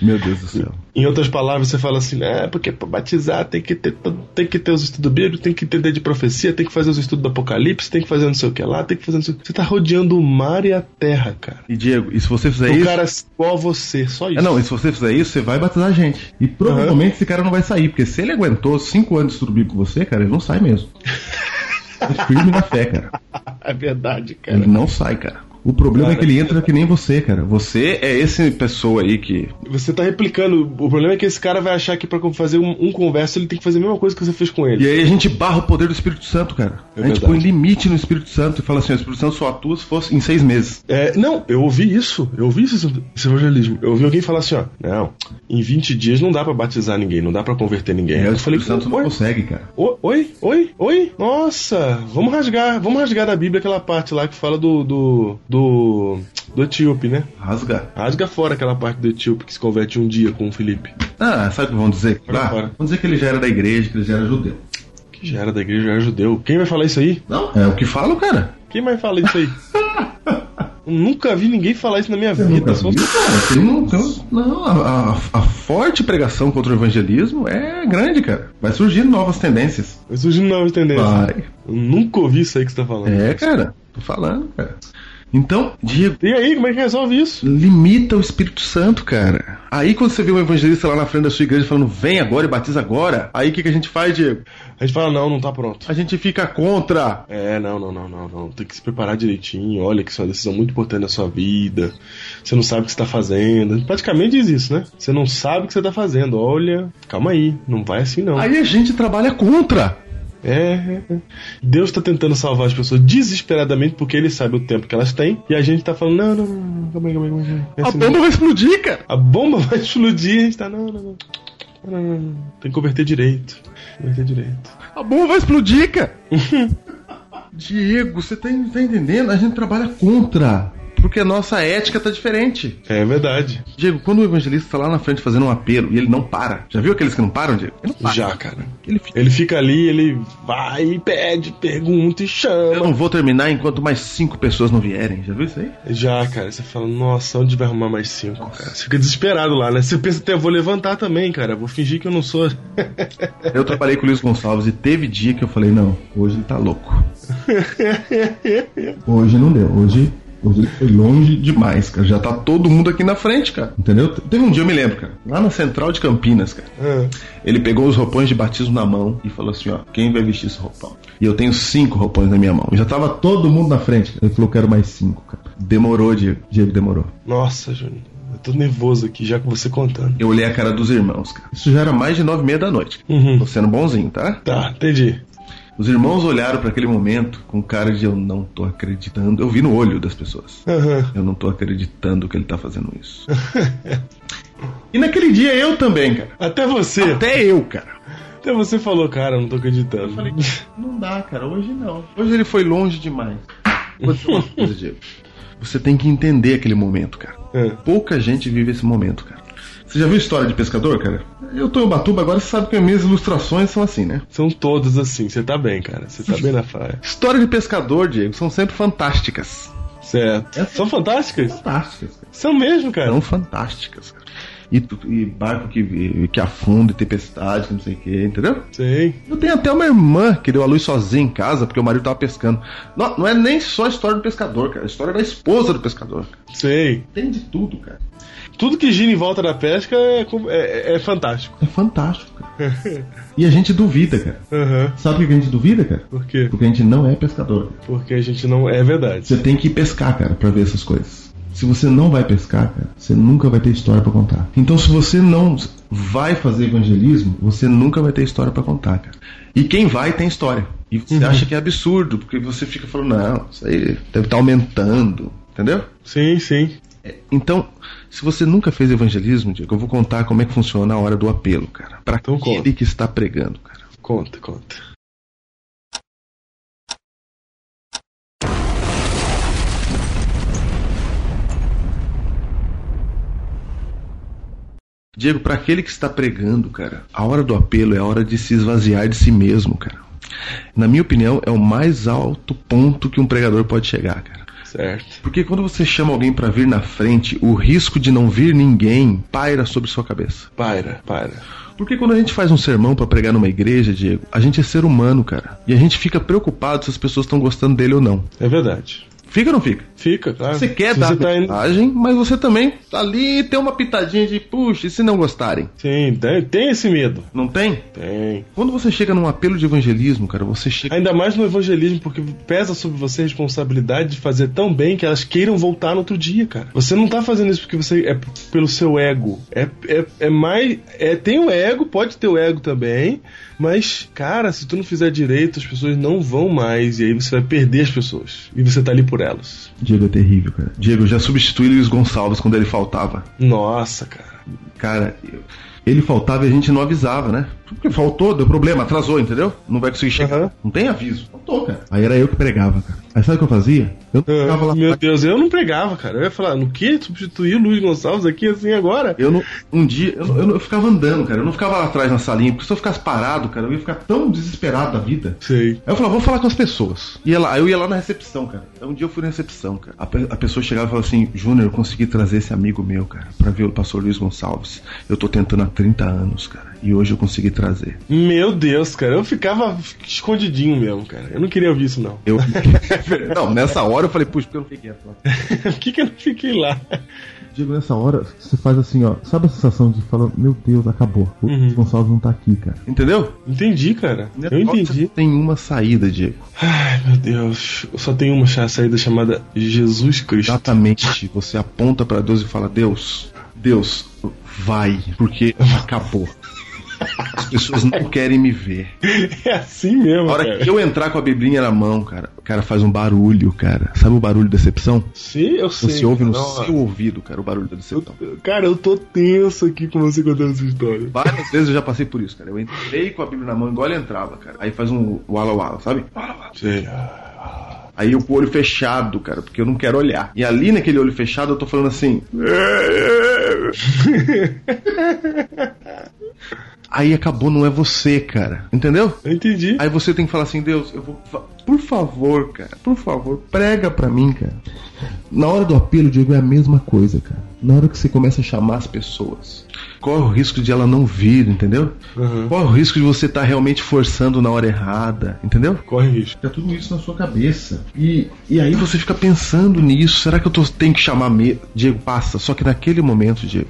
B: Meu Deus do céu.
C: Em outras palavras, você fala assim, é porque pra batizar tem que ter todo- tem que ter os estudos bíblicos, tem que entender de profecia, tem que fazer os estudos do Apocalipse, tem que fazer não sei o que lá, tem que fazer não sei o que. Você tá rodeando o mar e a terra, cara.
B: E, Diego, e se você fizer
C: o
B: É isso.
C: cara igual a você, só isso.
B: É, não, e se você fizer isso, você vai batizar gente. E provavelmente esse cara não vai sair, porque se ele aguentou cinco anos de estudo bíblico com você, cara, ele não sai mesmo. É firme na fé, cara.
C: É verdade, cara.
B: Ele não sai, cara. O problema é que ele entra que nem você, cara. Você é esse pessoa aí que.
C: Você tá replicando. O problema é que esse cara vai achar que pra fazer um, um conversa ele tem que fazer a mesma coisa que você fez com
B: E
C: ele.
B: aí a gente barra o poder do Espírito Santo, cara.
C: É
B: a gente
C: verdade.
B: põe limite no Espírito Santo e fala assim: o Espírito Santo só atua se fosse em seis meses.
C: É, não, eu ouvi isso. Eu ouvi isso, esse evangelismo. Eu ouvi alguém falar assim, ó. Não, em 20 dias não dá pra batizar ninguém, não dá pra converter ninguém.
B: É,
C: Aí
B: o
C: eu falei, um
B: Espírito Santo não
C: "Oi,
B: consegue, cara.
C: O- Oi, oi, oi, nossa, vamos rasgar, vamos rasgar da Bíblia aquela parte lá que fala do do do, do etíope, né?
B: Rasga.
C: Rasga fora aquela parte do etíope que se converte um dia com o Felipe,
B: Ah, sabe o que vão dizer?
C: Olha
B: Ah,
C: fora.
B: vão dizer que ele já era da igreja, que ele já era judeu.
C: que já era da igreja, já era judeu. Quem vai falar isso aí?
B: Não, é o que falam, cara.
C: Quem mais fala isso aí? Eu nunca vi ninguém falar isso na minha
B: Eu nunca
C: vida. Só...
B: vi, cara. Tem um- tem um- não, a, a- a forte pregação contra o evangelismo é grande, cara. Vai surgindo novas tendências.
C: Vai surgindo novas tendências.
B: Vai.
C: Eu nunca ouvi isso aí que você tá falando.
B: É, cara. Tô falando, cara. Então, Diego,
C: E aí, como é que resolve isso?
B: limita o Espírito Santo, cara. Aí quando você vê um evangelista lá na frente da sua igreja falando, vem agora e batiza agora, aí o que, que a gente faz, Diego?
C: A gente fala, não, não tá pronto.
B: A gente fica contra.
C: É, não, não, não, não, não. Tem que se preparar direitinho. Olha, que isso é uma decisão muito importante na sua vida. Você não sabe o que você tá fazendo. Praticamente diz isso, né? Você não sabe o que você tá fazendo. Olha, calma aí, não vai assim não.
B: Aí a gente trabalha contra.
C: É, é, é. Deus tá tentando salvar as pessoas desesperadamente porque ele sabe o tempo que elas têm. E a gente tá falando, não, não, não, não, calma aí, calma aí, calma aí. Não é
B: A
C: assim não.
B: bomba vai explodir, cara.
C: A bomba vai explodir, a gente tá, não, não, não. Não, não, não, não. Tem que converter direito. Converter direito.
B: A bomba Tá vai explodir, cara. Diego, você tá, tá entendendo? A gente trabalha contra. Porque a nossa ética tá diferente.
C: É verdade.
B: Diego, quando o evangelista tá lá na frente fazendo um apelo e ele não para. Já viu aqueles que não param, Diego? Ele não para.
C: Já, cara.
B: Ele fica.
C: Ele fica ali, ele vai, pede, pergunta e
B: Eu
C: chama.
B: não vou terminar enquanto mais cinco pessoas não vierem. Já viu isso aí?
C: Já, cara, você fala, nossa, onde vai arrumar mais cinco, cara? Você fica desesperado lá, né? Você pensa até, eu vou levantar também, cara. Vou fingir que eu não sou.
B: Eu trabalhei com o Luiz Gonçalves e teve dia que eu falei, não, hoje ele tá louco. Hoje não deu, hoje, hoje ele foi longe demais, cara. Já tá todo mundo aqui na frente, cara. Entendeu? Teve um dia, eu me lembro, cara, lá na central de Campinas, cara.
C: Ah,
B: Ele pegou os roupões de batismo na mão e falou assim, ó, quem vai vestir esse roupão? E eu tenho cinco roupões na minha mão. Já tava todo mundo na frente. cara. Ele falou, quero mais cinco, cara. Demorou, Diego. Diego demorou.
C: nossa, Júnior. Eu tô nervoso aqui, já com você contando.
B: Eu olhei a cara dos irmãos, cara. Isso já era mais de nove e meia da noite.
C: Uhum.
B: Tô sendo bonzinho, tá?
C: Tá, entendi.
B: Os irmãos olharam para aquele momento com cara de eu não tô acreditando. Eu vi no olho das pessoas.
C: Aham.
B: Eu não tô acreditando que ele tá fazendo isso. e naquele dia eu também, cara.
C: Até você, até...
B: Até eu, cara.
C: você falou, cara, eu não tô acreditando.
B: Não dá, cara. Hoje não. Hoje ele foi longe demais. Vou dizer uma coisa, Diego. Você tem que entender aquele momento, cara.
C: Ah,
B: Pouca gente vive esse momento, cara. Você já viu história de pescador, cara? Eu tô em Ubatuba agora, você sabe que minhas ilustrações são assim, né?
C: São todas assim. Você tá bem, cara. Você tá bem na praia.
B: Histórias de pescador, Diego, são sempre fantásticas.
C: Certo. São fantásticas?
I: Fantásticas, cara.
C: São mesmo, cara.
B: São fantásticas, cara. E, tu- e barco que, que afunda, e tempestade, que não sei o que, entendeu?
C: Sei.
B: Eu tenho até uma irmã que deu a luz sozinha em casa porque o marido tava pescando. Não, não é nem só a história do pescador, cara. É a história da esposa do pescador.
C: Sei.
B: Tem de tudo, cara.
C: Tudo que gira em volta da pesca é, com- é- é fantástico.
B: É fantástico, cara. e a gente duvida, cara.
C: Aham.
B: Sabe por que a gente duvida, cara?
C: Por quê?
B: Porque a gente não é pescador.
C: Porque a gente não. É verdade.
B: Você tem que ir pescar, cara, pra ver essas coisas. Se você não vai pescar, cara, você nunca vai ter história pra contar. Então, se você não vai fazer evangelismo, você nunca vai ter história pra contar, cara. E quem vai tem história. E você
C: Uhum.
B: acha que é absurdo, porque você fica falando, não, isso aí deve estar aumentando, entendeu?
C: Sim, sim.
B: Então, se você nunca fez evangelismo, Diego, eu vou contar como é que funciona a hora do apelo, cara. Pra
C: Então
B: aquele
C: conta.
B: que está pregando, cara.
C: Conta, conta.
B: Diego, para aquele que está pregando, cara, a hora do apelo é a hora de se esvaziar de si mesmo, cara. Na minha opinião, é o mais alto ponto que um pregador pode chegar, cara.
C: Certo.
B: Porque quando você chama alguém para vir na frente, o risco de não vir ninguém paira sobre sua cabeça.
C: Paira, paira.
B: Porque quando a gente faz um sermão para pregar numa igreja, Diego, a gente é ser humano, cara. E a gente fica preocupado se as pessoas estão gostando dele ou não.
C: É verdade.
B: Fica ou não fica?
C: Fica, claro.
B: Você quer
C: Se
B: dar Ah.
C: você
B: a
C: tá indo-
B: mensagem, mas você também tá ali tem uma pitadinha de, puxa, e se não gostarem?
C: Sim, tem, tem esse medo.
B: Não tem?
C: Tem.
B: Quando você chega num apelo de evangelismo, cara, você chega.
C: Ainda mais no evangelismo, porque pesa sobre você a responsabilidade de fazer tão bem que elas queiram voltar no outro dia, cara. Você não tá fazendo isso porque você é pelo seu ego. É, é, é mais. É, tem o ego, pode ter o ego também. Mas, cara, se tu não fizer direito, as pessoas não vão mais. E aí você vai perder as pessoas. E você tá ali por elas.
B: Diego é terrível, cara. Diego, eu já substituí Luiz Gonçalves quando ele faltava.
C: Nossa, cara.
B: Cara, eu- ele faltava e a gente não avisava, né? Porque faltou, deu problema, atrasou, entendeu? Não vai conseguir chegar.
C: Aham.
B: Não tem aviso. Faltou, cara. Aí era eu que pregava, cara. Aí sabe o que eu fazia? Eu não
C: Ah,
B: ficava lá.
C: Meu Deus, eu não pregava, cara. Eu ia falar, no que? Substituir o Luiz Gonçalves aqui assim agora?
B: Eu não, um dia, eu, não- eu não- eu ficava andando, cara. Eu não ficava lá atrás na salinha, porque se eu ficasse parado, cara, eu ia ficar tão desesperado da vida.
C: Sei.
B: Aí eu falava, vou falar com as pessoas. E ela, aí eu ia lá na recepção, cara. Aí um dia eu fui na recepção, cara. A, pe- a pessoa chegava e falava assim: Júnior, eu consegui trazer esse amigo meu, cara, pra ver o pastor Luiz Gonçalves. Eu tô tentando há 30 anos, cara. E hoje eu consegui trazer.
C: Meu Deus, cara, eu ficava escondidinho mesmo, cara. Eu não queria ouvir isso, não.
B: Eu. não, nessa hora eu falei, puxa, porque eu não fiquei atrás.
C: Por que, que eu não fiquei lá?
I: Diego, nessa hora, você faz assim, ó. Sabe a sensação de falar, meu Deus, acabou. O
C: Uhum.
I: Gonçalves não tá aqui, cara.
B: Entendeu?
C: Entendi, cara. Eu entendi.
B: Tem uma saída, Diego.
C: Ai, meu Deus. Eu só tenho uma chá- saída chamada Jesus Cristo.
B: Exatamente. Você aponta pra Deus e fala: Deus, Deus, vai, porque acabou. As pessoas não querem me ver.
C: É assim mesmo,
B: A hora
C: cara.
B: que eu entrar com a biblinha na mão, cara, o cara faz um barulho, cara. Sabe o barulho da decepção?
C: Sim, eu sei.
B: Você ouve no
C: Não, é.
B: seu ouvido, cara, o barulho da decepção.
C: Cara, eu tô tenso aqui com você contando essa história.
B: Várias vezes eu já passei por isso, cara. Eu entrei com a Bíblia na mão igual ele entrava, cara. Aí faz um wala wala, sabe?
C: Sei.
B: Aí eu com o olho fechado, cara, porque eu não quero olhar. E ali naquele olho fechado eu tô falando assim. "É." Aí acabou, não é você, cara. Entendeu?
C: Eu entendi.
B: Aí você tem que falar assim, Deus, eu vou. fa- Por favor, cara, por favor, prega pra mim, cara. Na hora do apelo, Diego, é a mesma coisa, cara. Na hora que você começa a chamar as pessoas, corre o risco de ela não vir, entendeu?
C: Uhum.
B: Corre o risco de você estar realmente forçando na hora errada, entendeu?
C: Corre risco.
B: tá
I: Fica tudo isso na sua cabeça. E
B: E aí você fica pensando nisso, será que eu tô, tenho que chamar mesmo? Diego, passa. Só que naquele momento, Diego,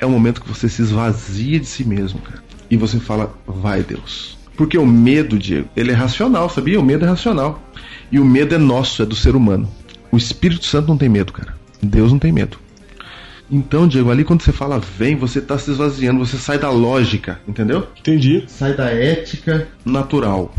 B: é o momento que você se esvazia de si mesmo, cara. E você fala, vai Deus. Porque o medo, Diego, ele é racional, sabia? O medo é racional. E o medo é nosso, é do ser humano. O Espírito Santo não tem medo, cara. Deus não tem medo. Então, Diego, ali quando você fala vem, você tá se esvaziando, você sai da lógica, entendeu?
C: Entendi.
I: sai da ética.
B: natural.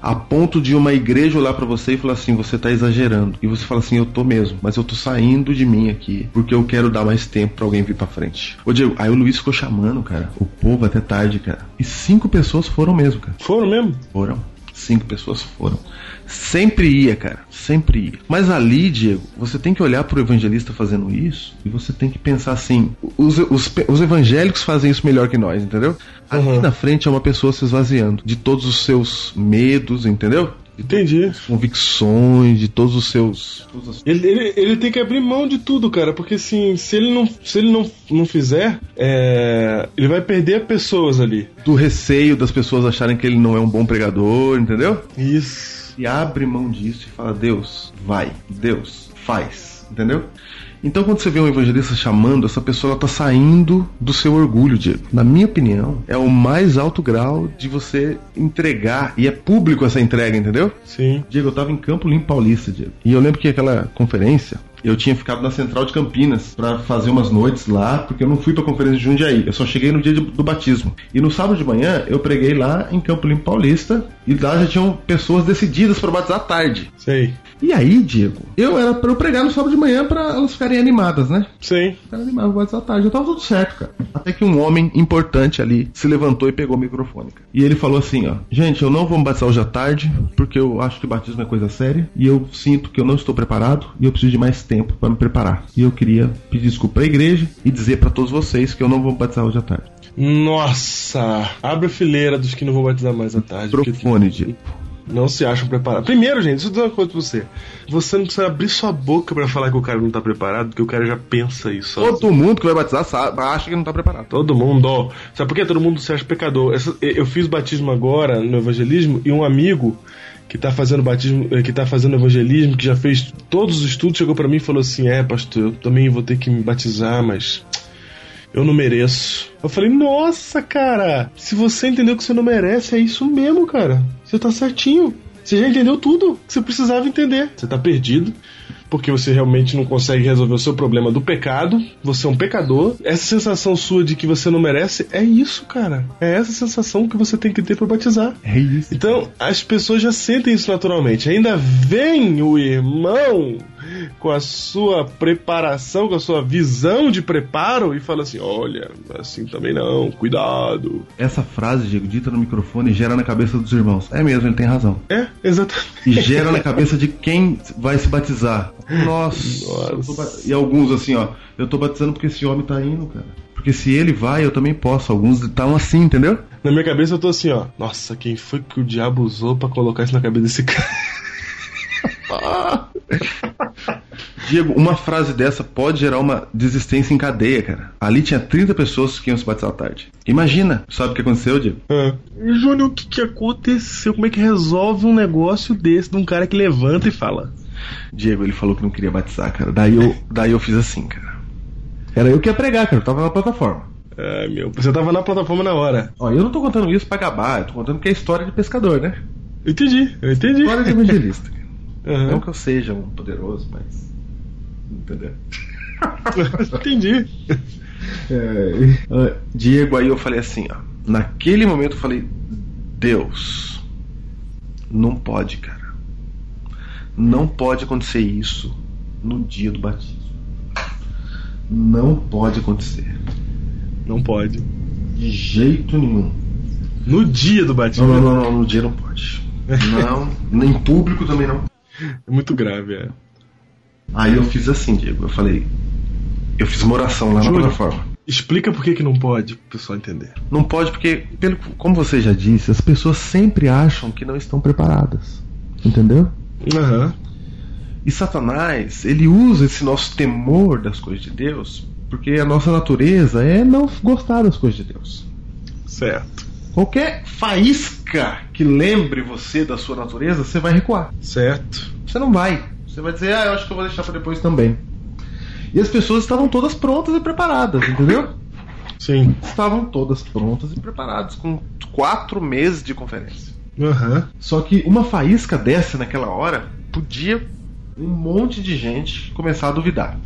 B: A ponto de uma igreja olhar pra você e falar assim, você tá exagerando. E você fala assim, eu tô mesmo, mas eu tô saindo de mim aqui, porque eu quero dar mais tempo pra alguém vir pra frente. Ô Diego, aí o Luiz ficou chamando, cara, o povo até tarde, cara. E cinco pessoas foram mesmo, cara.
C: Foram mesmo?
B: Foram. Cinco pessoas foram. Sempre ia, cara. Sempre ia. Mas ali, Diego, você tem que olhar pro evangelista fazendo isso e você tem que pensar assim: os, os, pe- os evangélicos fazem isso melhor que nós, entendeu? Ali
C: Uhum.
B: na frente é uma pessoa se esvaziando de todos os seus medos, entendeu? De todas
C: Entendi.
B: as convicções, de todos os seus.
C: Ele, ele, ele tem que abrir mão de tudo, cara, porque assim, se ele não, se ele não, não fizer, é, ele vai perder pessoas ali.
B: do receio das pessoas acharem que ele não é um bom pregador, entendeu?
C: Isso.
B: e abre mão disso e fala: Deus, vai, Deus, faz, entendeu? Então, quando você vê um evangelista chamando, essa pessoa ela tá saindo do seu orgulho, Diego. Na minha opinião, é o mais alto grau de você entregar, e é público essa entrega, entendeu?
C: Sim.
B: Diego, eu tava em Campo Limpo Paulista, Diego. E eu lembro que aquela conferência, eu tinha ficado na Central de Campinas pra fazer umas noites lá, porque eu não fui pra conferência de Jundiaí. Eu só cheguei no dia de- do batismo. E no sábado de manhã, eu preguei lá em Campo Limpo Paulista, e lá já tinham pessoas decididas pra batizar à tarde.
C: Sei.
B: E aí, Diego, eu era pra eu pregar no sábado de manhã pra elas ficarem animadas, né?
C: Sei.
B: O cara animava o WhatsApp à tarde. Eu tava tudo certo, cara. Até que um homem importante ali se levantou e pegou o microfone. cara. E ele falou assim, ó. Gente, eu não vou me batizar hoje à tarde, porque eu acho que batismo é coisa séria. E eu sinto que eu não estou preparado e eu preciso de mais tempo pra me preparar. E eu queria pedir desculpa pra igreja e dizer pra todos vocês que eu não vou me batizar hoje à tarde.
C: Nossa! Abre a fileira dos que não vou batizar mais à tarde. porque
B: Microfone, Diego.
C: Não se acham preparados. Primeiro, gente, deixa eu dizer uma coisa pra você. Você não precisa abrir sua boca pra falar que o cara não tá preparado, porque o cara já pensa isso. sozinho.
B: Todo mundo que vai batizar sabe, acha que não tá preparado.
C: Todo mundo. Sabe por que todo mundo se acha pecador? Essa- eu fiz batismo agora no evangelismo e um amigo que tá fazendo batismo, eh, que tá fazendo evangelismo, que já fez todos os estudos, chegou pra mim e falou assim: "É, pastor, eu também vou ter que me batizar, mas eu não mereço". Eu falei: "Nossa, cara, se você entendeu que você não merece, é isso mesmo, cara. Você tá certinho. Você já entendeu tudo que você precisava entender. Você tá perdido porque você realmente não consegue resolver o seu problema do pecado, você é um pecador. Essa sensação sua de que você não merece é isso, cara. É essa sensação que você tem que ter pra batizar.
B: É isso.
C: Então, as pessoas já sentem isso naturalmente. Ainda vem o irmão com a sua preparação, com a sua visão de preparo e fala assim: "Olha, assim também não, cuidado".
B: Essa frase, Diego, dita no microfone, gera na cabeça dos irmãos. É mesmo, ele tem razão.
C: É, exatamente.
B: e gera na cabeça de quem vai se batizar. Nossa.
C: Nossa.
B: eu tô ba- E alguns assim, ó, eu tô batizando porque esse homem tá indo, cara. Porque se ele vai, eu também posso. Alguns estavam assim, entendeu?
C: Na minha cabeça eu tô assim, ó. Nossa, quem foi que o diabo usou pra colocar isso na cabeça desse cara?
B: Diego, uma frase dessa pode gerar uma desistência em cadeia, cara. Ali tinha 30 pessoas que iam se batizar à tarde. Imagina, sabe o que aconteceu, Diego?
C: Ah. Júnior, o que, que aconteceu? Como é que resolve um negócio desse de um cara que levanta e fala?
B: Diego, ele falou que não queria batizar, cara. Daí eu, daí eu fiz assim, cara. Era eu que ia pregar, cara. Eu tava na plataforma.
C: Ai meu, você tava na plataforma na hora.
B: Ó, eu não tô contando isso pra acabar, eu tô contando que é história de pescador, né?
C: Eu entendi, eu entendi.
B: História de evangelista. cara. Não
C: Aham.
B: que eu seja um poderoso, mas. Entendeu?
C: entendi.
B: Ah, Diego, aí eu falei assim, ó. Naquele momento eu falei, Deus, não pode, cara. Não pode acontecer isso no dia do batismo. Não pode acontecer.
C: Não pode.
B: De jeito nenhum.
C: No dia do
B: Não,
C: batismo.
B: não, não, não no dia não pode. Não, nem público também não.
C: É muito grave, é.
B: Aí eu fiz assim, Diego. Eu falei, eu fiz uma oração lá na
C: Júlio.
B: plataforma.
C: Explica por que, que não pode, pro pessoal entender.
B: Não pode porque, pelo, como você já disse, as pessoas sempre acham que não estão preparadas. Entendeu?
C: Aham.
B: E Satanás, ele usa esse nosso temor das coisas de Deus, porque a nossa natureza é não gostar das coisas de Deus.
C: Certo.
B: Qualquer faísca que lembre você da sua natureza, você vai recuar.
C: Certo.
B: Você não vai. Você vai dizer, ah, eu acho que eu vou deixar pra depois também. E as pessoas estavam todas prontas e preparadas, entendeu?
C: Sim.
B: Estavam todas prontas e preparadas, com quatro meses de conferência.
C: Aham.
B: Só que uma faísca dessa naquela hora podia um monte de gente começar a duvidar.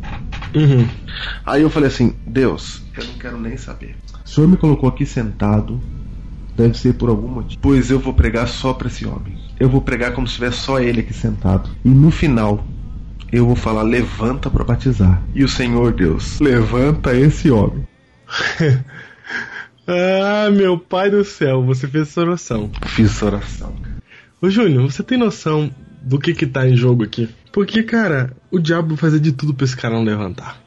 C: Uhum.
B: Aí eu falei assim: Deus, eu não quero nem saber. O senhor me colocou aqui sentado, deve ser por algum motivo. Pois eu vou pregar só pra esse homem. Eu vou pregar como se tivesse só ele aqui sentado. E no final. Eu vou falar, levanta pra batizar. E o Senhor Deus, levanta esse homem.
C: Ah, meu pai do céu, você fez essa oração.
B: Fiz essa oração.
C: Ô Júnior, você tem noção do que que tá em jogo aqui. Porque, cara, o diabo vai fazer de tudo pra esse cara não levantar.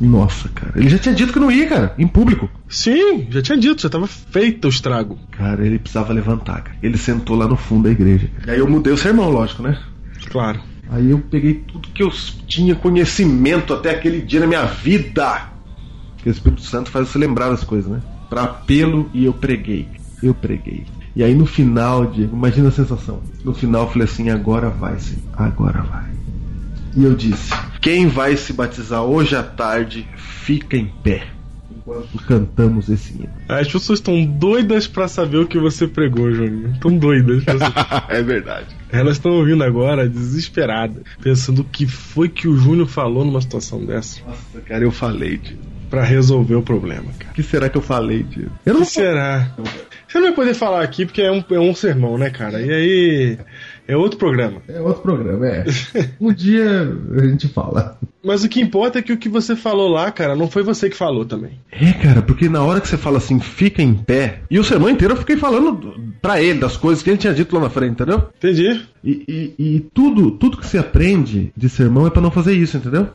B: Nossa, cara. Ele já tinha dito que não ia, cara, em público.
C: Sim, já tinha dito, já tava feito o estrago.
B: Cara, ele precisava levantar, cara. Ele sentou lá no fundo da igreja. E aí eu mudei o sermão, lógico, né?
C: Claro.
B: Aí eu peguei tudo que eu tinha conhecimento até aquele dia na minha vida. Porque o Espírito Santo faz você lembrar das coisas, né? Pra apelo e eu preguei. Eu preguei. E aí no final, Diego, imagina a sensação. No final eu falei assim, agora vai, sim. Agora vai. E eu disse, quem vai se batizar hoje à tarde, fica em pé. Enquanto cantamos esse hino.
C: As pessoas estão doidas pra saber o que você pregou, Juninho. Estão doidas.
B: é verdade.
C: Elas estão ouvindo agora, desesperadas, pensando o que foi que o Júnior falou numa situação dessa
B: Nossa, cara, eu falei, Diego.
C: pra resolver o problema, cara.
B: O que será que eu falei, Diego?
C: Eu não será? Você não vai poder falar aqui porque é um, é um sermão, né, cara? E aí é outro programa.
I: É outro programa, é. Um dia a gente fala.
C: Mas o que importa é que o que você falou lá, cara, não foi você que falou também.
B: É, cara, porque na hora que você fala assim, fica em pé. E o sermão inteiro eu fiquei falando do- pra ele das coisas que ele tinha dito lá na frente, entendeu?
C: Entendi.
B: E, e- e tudo, tudo que você aprende de sermão é pra não fazer isso, entendeu?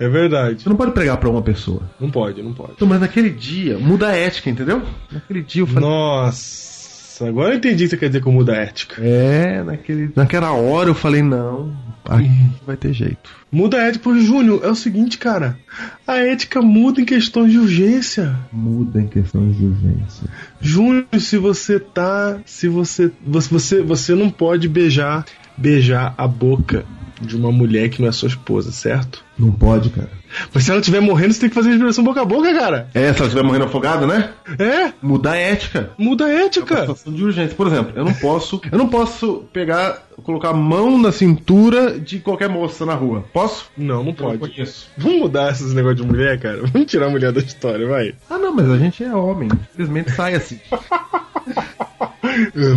C: É verdade.
B: Você não pode pregar pra uma pessoa.
C: Não pode, não pode.
B: Então, mas naquele dia, muda a ética, entendeu? Naquele dia eu falei.
C: Nossa, agora eu entendi o que você quer dizer com muda a ética.
B: É, naquele, naquela hora eu falei, não, aqui não vai ter jeito.
C: Muda a ética pro Júnior. É o seguinte, cara. A ética muda em questões de urgência.
B: Muda em questões de urgência.
C: Júnior, se você tá. Se você. Você, você, você não pode beijar, beijar a boca de uma mulher que não é sua esposa, certo?
I: Não pode, cara.
C: Mas se ela estiver morrendo, você tem que fazer respiração boca a boca, cara.
B: É, se ela estiver morrendo afogada, né?
C: É,
B: Mudar a ética.
C: muda a
B: Uma
C: ética.
B: situação de urgência. Por exemplo, eu não posso. Eu não posso pegar, colocar a mão na cintura de qualquer moça na rua. Posso?
C: Não, não
B: Eu não
C: pode.
B: conheço.
C: Vamos mudar esses negócios de mulher, cara. Vamos tirar a mulher da história, vai.
B: Ah não, mas a gente é homem. Infelizmente sai assim.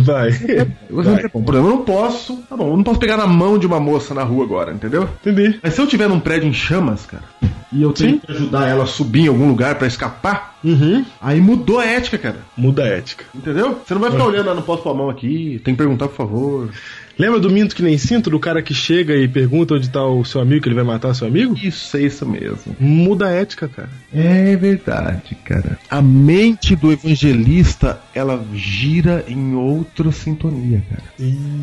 C: Vai.
B: Eu, Bom, por exemplo, eu não posso. Tá bom, eu não posso pegar na mão de uma moça na rua agora, entendeu?
C: Entendi.
B: Mas se eu tiver num prédio em chamas, cara, e eu tenho
C: Sim.
B: que ajudar ela a subir em algum lugar pra escapar,
C: Uhum.
B: aí mudou a ética, cara.
C: Muda a ética.
B: Entendeu? Você não vai
C: É.
B: ficar olhando, ah, não posso pôr a mão aqui, tem que perguntar, por favor.
C: Lembra do minto que nem sinto, do cara que chega e pergunta onde tá o seu amigo, que ele vai matar seu amigo?
B: Isso é isso mesmo.
C: Muda a ética, cara.
B: É verdade, cara. A mente do evangelista, ela gira em outra sintonia, cara.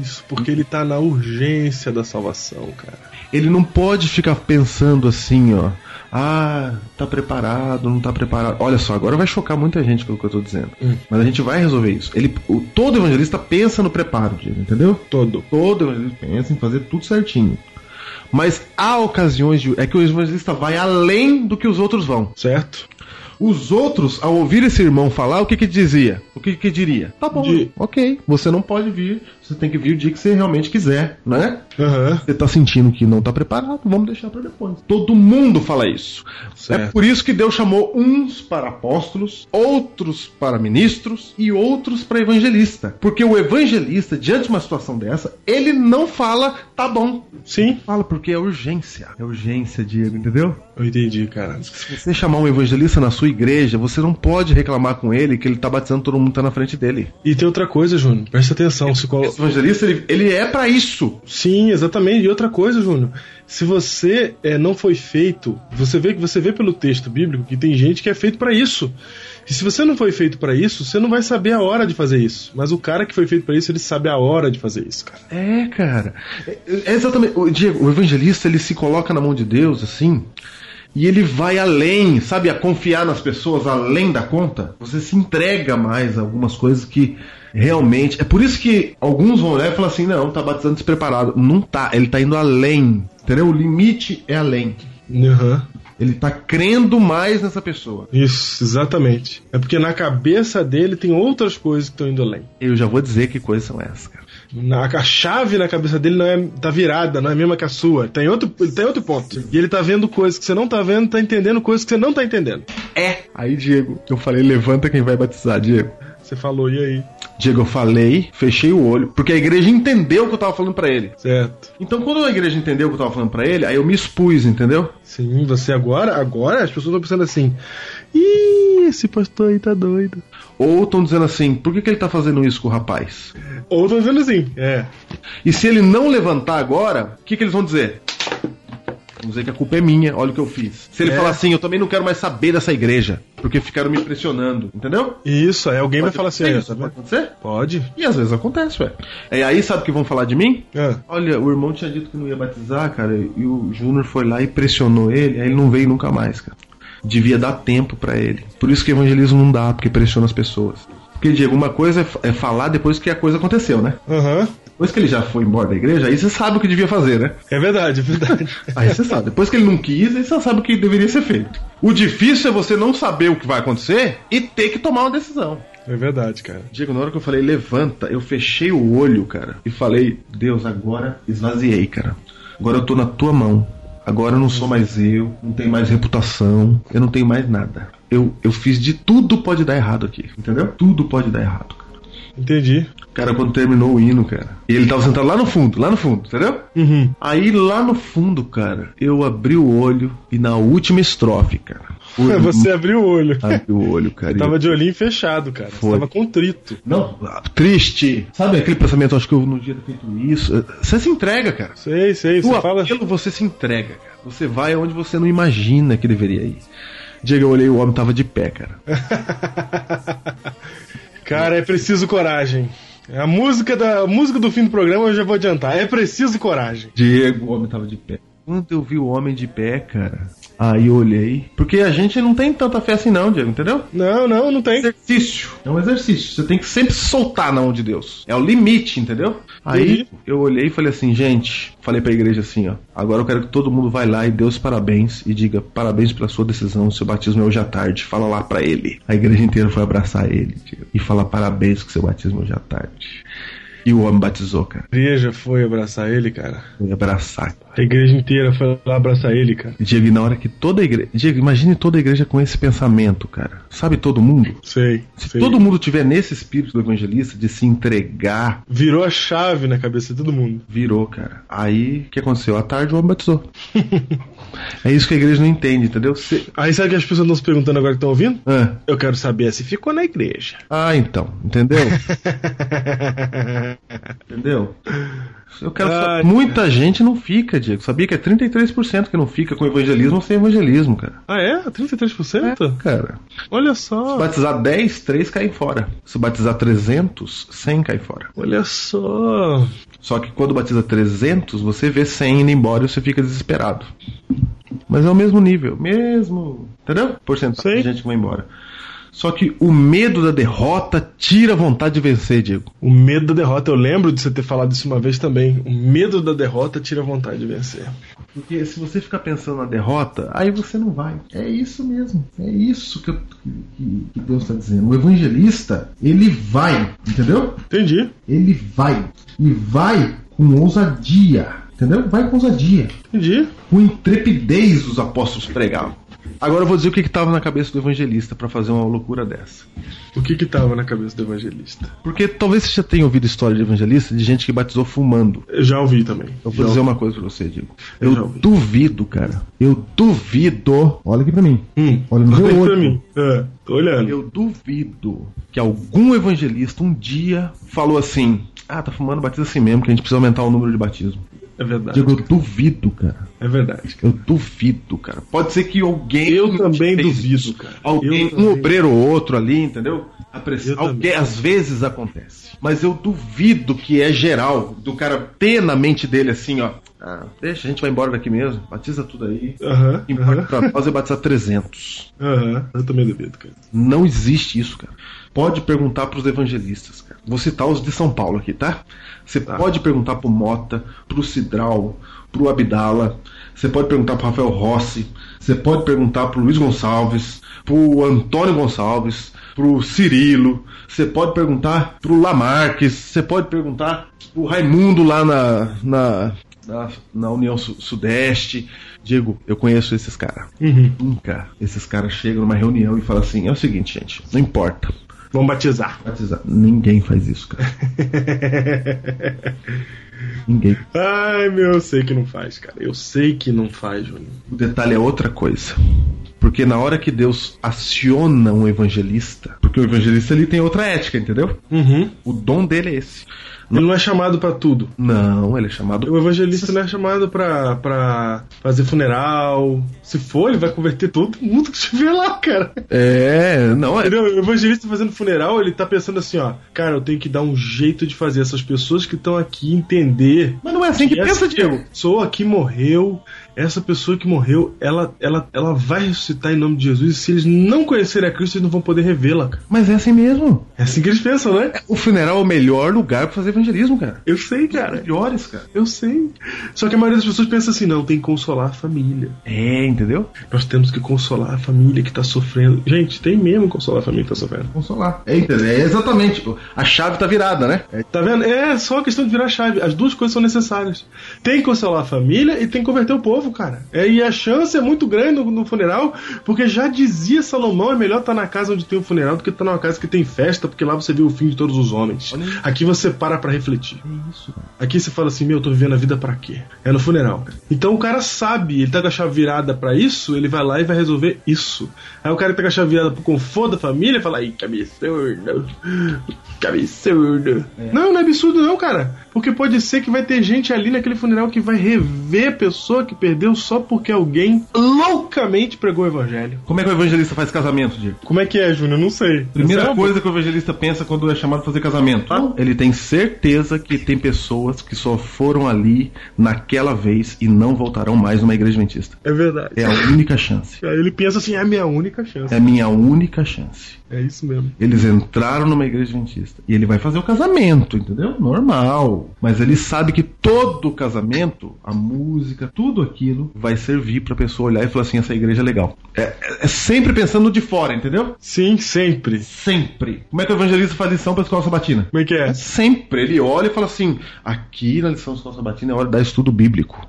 C: Isso, porque ele tá na urgência da salvação, cara.
B: Ele não pode ficar pensando assim, ó. Ah, tá preparado, não tá preparado. Olha só, agora vai chocar muita gente pelo que eu tô dizendo. Mas a gente vai resolver isso. Ele, o, todo evangelista pensa no preparo, Diego, entendeu?
C: Todo.
B: Todo evangelista pensa em fazer tudo certinho. Mas há ocasiões de, é que o evangelista vai além do que os outros vão.
C: Certo?
B: Os outros, ao ouvir esse irmão falar, o que que dizia? O que que diria? Tá bom,
C: Di-
B: ok. Você não pode vir, você tem que vir o dia que você realmente quiser, né?
C: Aham.
B: Você tá sentindo que não tá preparado, vamos deixar pra depois. Todo mundo fala isso.
C: Certo.
B: É por isso que Deus chamou uns para apóstolos, outros para ministros e outros para evangelista. Porque o evangelista, diante de uma situação dessa, ele não fala, tá bom.
C: Sim.
B: Fala porque é urgência. É urgência, Diego, entendeu?
C: Eu entendi, cara.
B: Se você chamar um evangelista na sua igreja, você não pode reclamar com ele que ele tá batizando todo mundo que tá na frente dele.
C: E tem outra coisa, Júnior. Presta atenção. Se colo...
B: Esse evangelista, ele, ele é pra isso.
C: Sim, exatamente. E outra coisa, Júnior. Se você é, não foi feito, você vê que você vê pelo texto bíblico que tem gente que é feito pra isso. E se você não foi feito pra isso, você não vai saber a hora de fazer isso. Mas o cara que foi feito pra isso, ele sabe a hora de fazer isso, cara.
B: É, cara. É, é exatamente. O, Diego, o evangelista, ele se coloca na mão de Deus, assim, e ele vai além, sabe? A confiar nas pessoas além da conta. Você se entrega mais a algumas coisas que realmente. É por isso que alguns vão olhar e falar assim: não, tá batizando despreparado. Não tá, ele tá indo além. Entendeu? O limite é além.
C: Aham.
B: Ele tá crendo mais nessa pessoa.
C: Isso, exatamente. É porque na cabeça dele tem outras coisas que estão indo além.
B: Eu já vou dizer que coisas são essas, cara.
C: Na- a chave na cabeça dele não é tá virada, não é a mesma que a sua. Tem outro, ele tem outro ponto. E ele tá vendo coisas que você não tá vendo, tá entendendo coisas que você não tá entendendo.
B: Aí, Diego, eu falei, levanta quem vai batizar, Diego.
C: Você falou, e aí?
B: Diego, eu falei, fechei o olho, porque a igreja entendeu o que eu tava falando pra ele.
C: Certo.
B: Então, quando a igreja entendeu o que eu tava falando pra ele, aí eu me expus, entendeu?
C: Sim, você agora, agora as pessoas estão pensando assim. Ih, esse pastor aí tá doido.
B: Ou estão dizendo assim, por que, que ele tá fazendo isso com o rapaz?
C: Ou estão dizendo assim, é.
B: E se ele não levantar agora, o que, que eles vão dizer? Vão dizer que a culpa é minha, olha o que eu fiz. Se ele
C: É.
B: falar assim, eu também não quero mais saber dessa igreja, porque ficaram me pressionando, entendeu?
C: Isso, aí alguém vai falar assim,
B: Tem
C: olha,
B: isso,
C: tá
B: pode
C: vendo?
B: acontecer?
C: Pode.
B: E às vezes acontece, ué. E aí sabe o que vão falar de mim?
C: É.
B: Olha, o irmão tinha dito que não ia batizar, cara, e o Júnior foi lá e pressionou ele, aí ele não veio nunca mais, cara. Devia dar tempo pra ele. Por isso que evangelismo não dá, porque pressiona as pessoas. Porque, Diego, uma coisa é fa- é falar depois que a coisa aconteceu, né?
C: Aham.
B: Depois que ele já foi embora da igreja, aí você sabe o que devia fazer, né?
C: É verdade, é verdade.
B: Aí você sabe. Depois que ele não quis, aí você sabe o que deveria ser feito. O difícil é você não saber o que vai acontecer e ter que tomar uma decisão.
C: É verdade, cara.
B: Diego, na hora que eu falei levanta, eu fechei o olho, cara, e falei, Deus, agora esvaziei, cara. Agora eu tô na tua mão. Agora eu não sou mais eu, não tenho mais reputação, eu não tenho mais nada. Eu, eu fiz de tudo pode dar errado aqui, entendeu? Tudo pode dar errado, cara.
C: Entendi.
B: Cara, quando terminou o hino, cara, e ele tava sentado lá no fundo, lá no fundo, entendeu?
C: Uhum.
B: Aí lá no fundo, cara, eu abri o olho e na última estrofe, cara.
C: É,
B: o-
C: Você abriu o olho.
B: Abri o olho, cara. e-
C: Tava de olhinho fechado, cara. Você
B: Foi.
C: tava contrito.
B: Não, triste. Sabe aquele pensamento, acho que eu não devia ter feito isso. Você se entrega, cara.
C: Sei, sei.
B: No
C: Você fala.
B: apelo você se entrega, cara. Você vai onde você não imagina que deveria ir. Diego, eu olhei o homem tava de pé, cara.
C: Cara, é preciso coragem. A música, da, a música do fim do programa eu já vou adiantar. É preciso coragem.
B: Diego, o homem tava de pé. Quando eu vi o homem de pé, cara, aí eu olhei. Porque a gente não tem tanta fé assim, não, Diego, entendeu?
C: Não, não, não tem.
B: exercício. É um exercício. Você tem que sempre soltar na mão de Deus. É o limite, entendeu? Aí
C: Entendi.
B: eu olhei e falei assim, gente, falei pra igreja assim, ó. Agora eu quero que todo mundo vai lá e dê os parabéns e diga parabéns pela sua decisão, seu batismo é hoje à tarde. Fala lá pra ele. A igreja inteira foi abraçar ele diga, e falar parabéns que seu batismo é hoje à tarde. E o homem batizou, cara.
C: A igreja foi abraçar ele, cara.
B: Foi abraçar.
C: A igreja inteira foi lá abraçar ele, cara.
B: Diego, e na hora que toda a igreja. Diego, imagine toda a igreja com esse pensamento, cara. Sabe todo mundo?
C: Sei.
B: Se
C: sei.
B: todo mundo tiver nesse espírito do evangelista de se entregar
C: Virou a chave na cabeça de todo mundo.
B: Virou, cara. Aí, o que aconteceu? À tarde o homem batizou. é isso que a igreja não entende, entendeu? Cê-
C: Aí sabe o que as pessoas estão se perguntando agora que estão ouvindo?
B: Ah,
C: Eu quero saber se ficou na igreja.
B: ah, então. Entendeu? entendeu? Eu quero
C: Ai,
B: saber. Muita gente não fica, Diego. Sabia que é 33% que não fica com evangelismo ou sem evangelismo, cara.
C: Ah, é? 33%?
B: Cara,
C: Olha só.
B: se batizar 10, 3 caem fora. Se batizar 300, 100 cai fora.
C: Olha só.
B: Só que quando batiza 300, você vê 100 indo embora e você fica desesperado. Mas é o mesmo nível, mesmo. Entendeu? Porcentagem
C: Sei.
B: de gente que vai embora. Só que o medo da derrota tira a vontade de vencer, Diego.
C: O medo da derrota, eu lembro de você ter falado isso uma vez também. O medo da derrota tira a vontade de vencer.
B: Porque se você ficar pensando na derrota, aí você não vai. É isso mesmo. É isso que, eu- que- que Deus está dizendo. O evangelista, ele vai, entendeu?
C: Entendi.
B: Ele vai. E vai com ousadia. Entendeu? Vai com ousadia.
C: Entendi.
B: com intrepidez os apóstolos pregavam. Agora eu vou dizer o que estava na cabeça do evangelista para fazer uma loucura dessa.
C: O que que tava na cabeça do evangelista?
B: Porque talvez você já tenha ouvido história de evangelista de gente que batizou fumando.
C: Eu já ouvi também.
B: Eu vou dizer uma coisa pra você, Diego.
C: Eu já
B: Eu
C: ouvi.
B: duvido, cara. Eu duvido. Olha aqui pra mim.
C: Hum.
B: Olha no
C: Olha
B: meu
C: pra
B: olho.
C: mim. É, tô olhando.
B: Eu duvido que algum evangelista um dia falou assim: Ah, tá fumando, batiza assim mesmo, que a gente precisa aumentar o número de batismo.
C: É verdade.
B: Diego, eu duvido, cara.
C: É verdade.
B: Eu duvido, cara. Pode ser que alguém.
C: Eu também
B: fez
C: duvido, cara.
B: Alguém,
C: Eu também.
B: um obreiro ou outro ali, entendeu? A pressão-
C: Eu também.
B: alguém- às vezes acontece. Mas eu duvido que é geral do cara ter na mente dele assim, ó. Ah, deixa, a gente vai embora daqui mesmo. Batiza tudo aí.
C: Aham.
B: Importa
C: Aham.
B: pra nós é batizar 300.
C: Aham. Eu também duvido, cara.
B: Não existe isso, cara. Pode perguntar pros evangelistas, cara. Vou citar os de São Paulo aqui, tá? Você pode perguntar pro Mota, pro Cidral, pro Abdala. Você pode perguntar pro Rafael Rossi. Você pode perguntar pro Luiz Gonçalves, pro Antônio Gonçalves, pro Cirilo. Você pode perguntar pro Lamarques. Você pode perguntar pro Raimundo lá na, na, na, na União Su- Sudeste. Diego, eu conheço esses caras. Nunca esses caras chegam numa reunião e falam assim: é o seguinte, gente, não importa.
C: Vamos batizar.
B: Batizar. Ninguém faz isso, cara. Ninguém.
C: Ai, meu, eu sei que não faz, cara. Eu sei que não faz, Juninho.
B: O detalhe é outra coisa. Porque na hora que Deus aciona um evangelista, porque o evangelista ele tem outra ética, entendeu?
C: Uhum.
B: O dom dele é esse.
C: Ele não é chamado pra tudo.
B: Não, ele é chamado
C: O evangelista não é chamado pra, pra fazer funeral. Se for, ele vai converter todo mundo que estiver lá, cara.
B: É, não, é.
C: Entendeu? O evangelista fazendo funeral, ele tá pensando assim, ó. Cara, eu tenho que dar um jeito de fazer essas pessoas que estão aqui entender.
B: Mas não é assim que pensa, Diego.
C: pessoa que morreu, essa pessoa que morreu, ela, ela, ela vai ressuscitar em nome de Jesus. E se eles não conhecerem a Cristo, eles não vão poder revê-la, cara.
B: Mas é assim mesmo.
C: É assim que eles pensam, né?
B: O funeral é o melhor lugar pra fazer evangelismo, cara.
C: Eu sei, cara.
B: Melhores, cara.
C: Eu sei. Só que a maioria das pessoas pensa assim, não, tem que consolar a família.
B: É, entendeu?
C: Nós temos que consolar a família que tá sofrendo. Gente, tem mesmo que consolar a família que tá sofrendo.
B: Consolar. É, entendeu? É exatamente. A chave tá virada, né? É,
C: Tá vendo? É só questão de virar chave. As duas coisas são necessárias. Tem que consolar a família e tem que converter o povo, cara. É, e a chance é muito grande no, no funeral, porque já dizia Salomão, é melhor estar na casa onde tem o funeral do que estar numa casa que tem festa, porque lá você vê o fim de todos os homens. Aqui você para pra refletir.
B: isso, cara.
C: Aqui você fala assim, meu, eu tô vivendo a vida pra quê? É no funeral. cara. Então o cara sabe, ele tá com a chave virada pra isso, ele vai lá e vai resolver isso. Aí o cara que tá com a chave virada pro conforto da família fala, ai, que absurdo. Que absurdo. Não, não é absurdo não, cara. Porque pode ser que vai ter gente ali naquele funeral que vai rever a pessoa que perdeu só porque alguém loucamente pregou o evangelho.
B: Como é que o evangelista faz casamento, Diego?
C: Como é que é, Júnior? Não sei.
B: Primeira coisa que o evangelista pensa quando é chamado pra fazer casamento. Ele tem certeza que tem pessoas que só foram ali naquela vez e não voltarão mais numa igreja adventista.
C: É verdade.
B: É a única chance.
C: Aí ele pensa assim, é a minha única chance.
B: É a minha única chance.
C: É isso mesmo.
B: Eles entraram numa igreja adventista. E ele vai fazer o casamento, entendeu? Normal. Mas ele sabe que todo casamento, a música, tudo aquilo, vai servir pra pessoa olhar e falar assim: essa igreja é legal. É, é- é sempre pensando de fora, entendeu?
C: Sim, sempre.
B: Sempre. Como é que o evangelista faz lição pra escola sabatina?
C: Como é que é?
B: É sempre. Ele olha e fala assim: aqui na lição da escola sabatina é hora de dar estudo bíblico.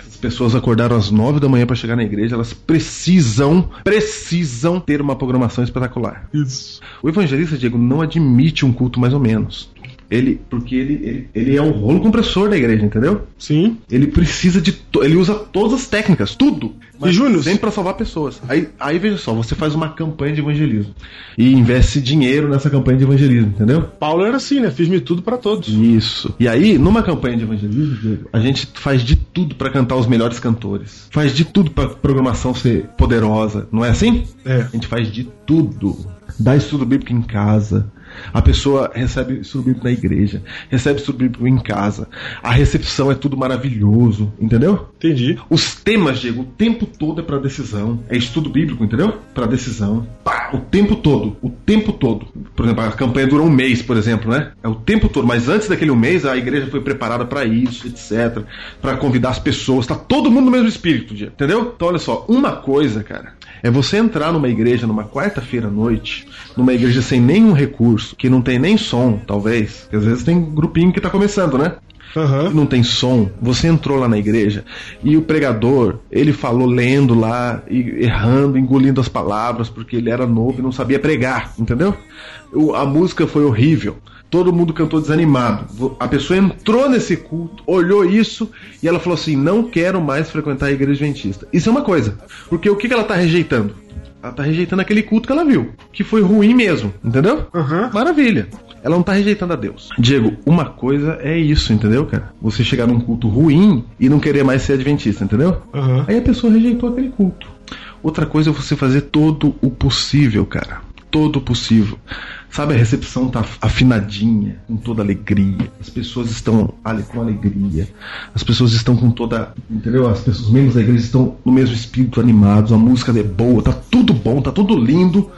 B: As pessoas acordaram às nove da manhã pra chegar na igreja, elas precisam, precisam ter uma programação espetacular.
C: Isso.
B: O evangelista, Diego, não admite um culto mais ou menos. Ele, porque ele, ele, ele é o rolo compressor da igreja, entendeu?
C: Sim.
B: Ele precisa de. to- ele usa todas as técnicas, tudo.
C: E, Júnior,
B: Sempre pra salvar pessoas. Aí, aí veja só, você faz uma campanha de evangelismo. E investe dinheiro nessa campanha de evangelismo, entendeu?
C: Paulo era assim, né? Fiz-me tudo pra todos.
B: Isso. E aí, numa campanha de evangelismo, Diego, a gente faz de tudo pra cantar os melhores cantores. Faz de tudo pra programação ser poderosa. Não é assim?
C: É.
B: A gente faz de tudo. Dá estudo bíblico em casa. A pessoa recebe estudo bíblico na igreja, recebe estudo bíblico em casa. A recepção é tudo maravilhoso, entendeu?
C: Entendi.
B: Os temas, Diego, o tempo todo é pra decisão. É estudo bíblico, entendeu? Pra decisão. Pá, o tempo todo. O tempo todo. Por exemplo, a campanha dura um mês, por exemplo, né? É o tempo todo. Mas antes daquele um mês, a igreja foi preparada pra isso, etc. Pra convidar as pessoas. Tá todo mundo no mesmo espírito, Diego. Entendeu? Então, olha só. Uma coisa, cara. É você entrar numa igreja numa quarta-feira à noite, numa igreja sem nenhum recurso, que não tem nem som, talvez. Porque às vezes tem grupinho que tá começando, né?
C: Aham.
B: não tem som, você entrou lá na igreja e o pregador, ele falou lendo lá, e errando, engolindo as palavras, porque ele era novo e não sabia pregar, entendeu? O- a música foi horrível. Todo mundo cantou desanimado. Vo- A pessoa entrou nesse culto, olhou isso e ela falou assim: não quero mais frequentar a igreja adventista. Isso é uma coisa. Porque o que que ela tá rejeitando? Ela tá rejeitando aquele culto que ela viu, que foi ruim mesmo, entendeu?
C: Aham.
B: Maravilha. Ela não tá rejeitando a Deus. Diego, uma coisa é isso, entendeu, cara? Você chegar num culto ruim e não querer mais ser adventista, entendeu?
C: Aham.
B: Aí a pessoa rejeitou aquele culto. Outra coisa é você fazer todo o possível, cara. Todo o possível. Sabe, a recepção tá afinadinha, com toda alegria. As pessoas estão ale- com alegria. As pessoas estão com toda. Entendeu? As pessoas, os membros da igreja estão no mesmo espírito, animados. A música é boa, tá tudo bom, tá tudo lindo.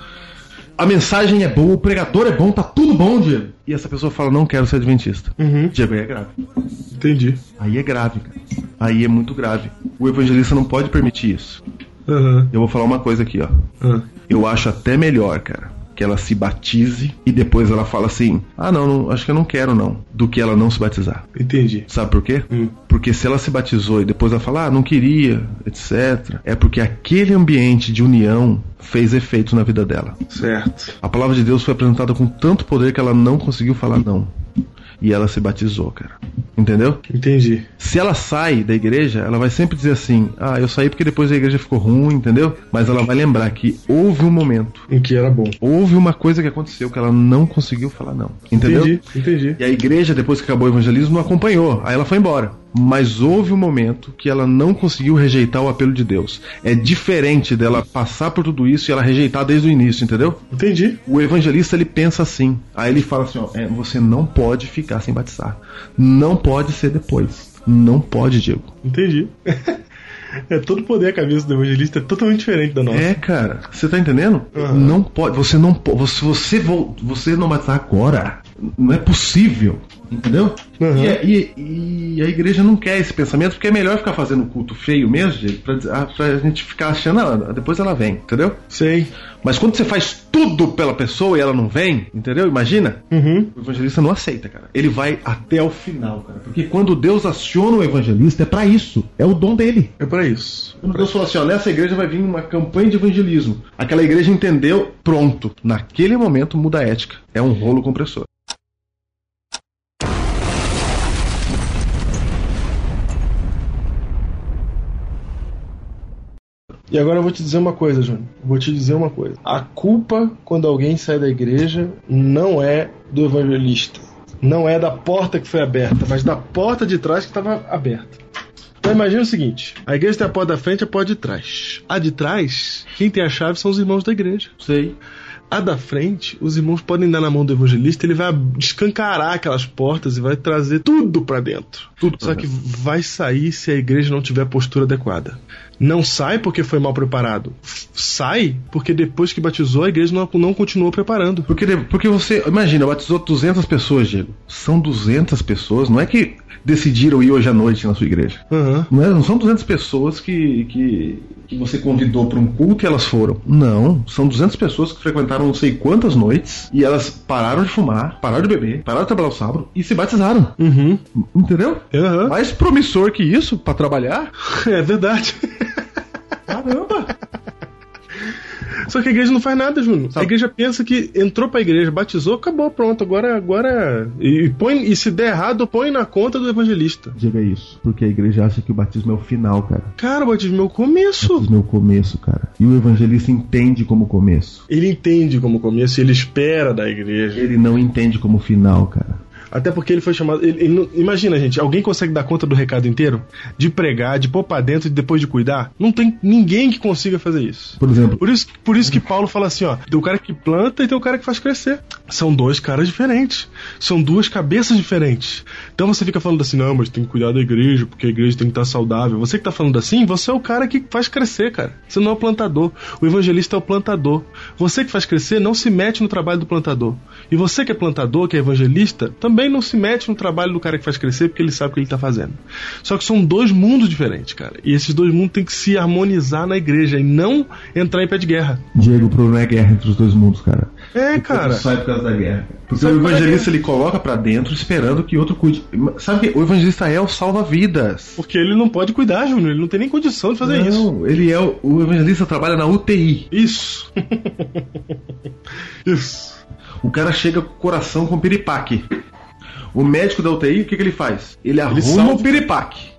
B: A mensagem é boa, o pregador é bom, tá tudo bom, Diego. E essa pessoa fala, não quero ser adventista. Diego, aí é grave.
C: Entendi.
B: Aí é grave, cara. Aí é muito grave. O evangelista não pode permitir isso.
C: Aham.
B: Eu vou falar uma coisa aqui, ó.
C: Ah.
B: Eu acho até melhor, cara, que ela se batize e depois ela fala assim: ah, não, não, acho que eu não quero, não. Do que ela não se batizar.
C: Entendi.
B: Sabe por quê?
C: Hum.
B: Porque se ela se batizou e depois ela fala, ah, não queria, etc., é porque aquele ambiente de união fez efeito na vida dela.
C: Certo.
B: A palavra de Deus foi apresentada com tanto poder que ela não conseguiu falar não. e ela se batizou, cara. Entendeu?
C: Entendi.
B: Se ela sai da igreja, ela vai sempre dizer assim: Ah, eu saí porque depois a igreja ficou ruim, entendeu? Mas ela vai lembrar que houve um momento,
C: Em que era bom.
B: houve uma coisa que aconteceu que ela não conseguiu falar não. Entendeu?
C: Entendi, entendi.
B: E a igreja, depois que acabou o evangelismo, não acompanhou. Aí ela foi embora. Mas houve um momento que ela não conseguiu rejeitar o apelo de Deus. É diferente dela passar por tudo isso e ela rejeitar desde o início, entendeu?
C: Entendi.
B: O evangelista ele pensa assim. Aí ele fala assim: ó, é, você não pode ficar sem batizar. Não pode ser depois. Não pode, Diego.
C: Entendi. É todo poder a cabeça do evangelista é totalmente diferente da nossa.
B: É, cara, você tá entendendo? Não pode, você não pode, se você, vo- você não batizar agora, não é possível, entendeu?
C: Uhum.
B: E, a- e- e a igreja não quer esse pensamento, porque é melhor ficar fazendo culto feio mesmo, gente, pra, dizer- ah, pra gente ficar achando, ah, depois ela vem, entendeu?
C: Sei.
B: Mas quando você faz tudo pela pessoa e ela não vem, entendeu? Imagina?
C: Uhum.
B: O evangelista não aceita, cara. Ele vai até o final, cara. Porque quando Deus aciona o evangelista, é pra isso. É o dom dele.
C: É pra isso.
B: Quando Deus falou assim, ó, nessa igreja vai vir uma campanha de evangelismo. Aquela igreja entendeu, pronto. Naquele momento muda a ética. É um rolo compressor.
C: E agora eu vou te dizer uma coisa, Júnior. Vou te dizer uma coisa. A culpa quando alguém sai da igreja não é do evangelista. Não é da porta que foi aberta, mas da porta de trás que estava aberta. Então imagina o seguinte: a igreja tem a porta da frente e a porta de trás. A de trás, quem tem a chave são os irmãos da igreja.
B: Sei.
C: A da frente, os irmãos podem dar na mão do evangelista, ele vai escancarar aquelas portas e vai trazer tudo pra dentro. Tudo. Só que vai sair se a igreja não tiver a postura adequada. Não sai porque foi mal preparado. F- Sai porque depois que batizou, a igreja não, não continuou preparando.
B: Porque, de- porque você, imagina, batizou 200 pessoas, Diego. São 200 pessoas, não é que decidiram ir hoje à noite na sua igreja.
C: Aham.
B: Não, é- não são 200 pessoas que, que, que você convidou para um culto e elas foram. Não, são 200 pessoas que frequentaram não sei quantas noites e elas pararam de fumar, pararam de beber, pararam de trabalhar o sábado e se batizaram.
C: Uhum.
B: Entendeu?
C: Aham.
B: Mais promissor que isso pra trabalhar?
C: É verdade.
B: Caramba!
C: Só que a igreja não faz nada, Júnior. A igreja pensa que entrou pra igreja, batizou, acabou, pronto. Agora, agora. é- E, e põe, e se der errado, põe na conta do evangelista.
B: Diga isso, porque a igreja acha que o batismo é o final, cara.
C: Cara, batismo é o começo.
B: Batismo é o começo, cara. E o evangelista entende como começo.
C: Ele entende como começo, ele espera da igreja.
B: Ele não entende como final, cara.
C: Até porque ele foi chamado. ele- ele não- imagina, gente, alguém consegue dar conta do recado inteiro? De pregar, de pôr pra dentro e depois de cuidar? Não tem ninguém que consiga fazer isso.
B: Por exemplo,
C: Por isso, por isso que Paulo fala assim, ó, tem o cara que planta e tem o cara que faz crescer. São dois caras diferentes. São duas cabeças diferentes. Então você fica falando assim, não, mas tem que cuidar da igreja, porque a igreja tem que estar saudável. Você que tá falando assim, você é o cara que faz crescer, cara. Você não é o plantador. O evangelista é o plantador. Você que faz crescer não se mete no trabalho do plantador. E você que é plantador, que é evangelista, também não se mete no trabalho do cara que faz crescer, porque ele sabe o que ele tá fazendo. Só que são dois mundos diferentes, cara. E esses dois mundos têm que se harmonizar na igreja e não entrar em pé de guerra.
B: Diego, o problema é a guerra entre os dois mundos, cara.
C: É,
B: Então,
C: cara.
B: Sai por causa da guerra. Porque
C: Sai
B: o
C: por causa
B: evangelista ele coloca pra dentro esperando que outro cuide. Sabe que o evangelista é o salva-vidas.
C: Porque ele não pode cuidar, Júnior. Ele não tem nem condição de fazer isso.
B: Não, ele é o, o evangelista trabalha na UTI.
C: Isso. isso.
B: O cara chega com o coração com piripaque. O médico da UTI, o que, que ele faz? Ele arruma
C: salva.
B: o piripaque.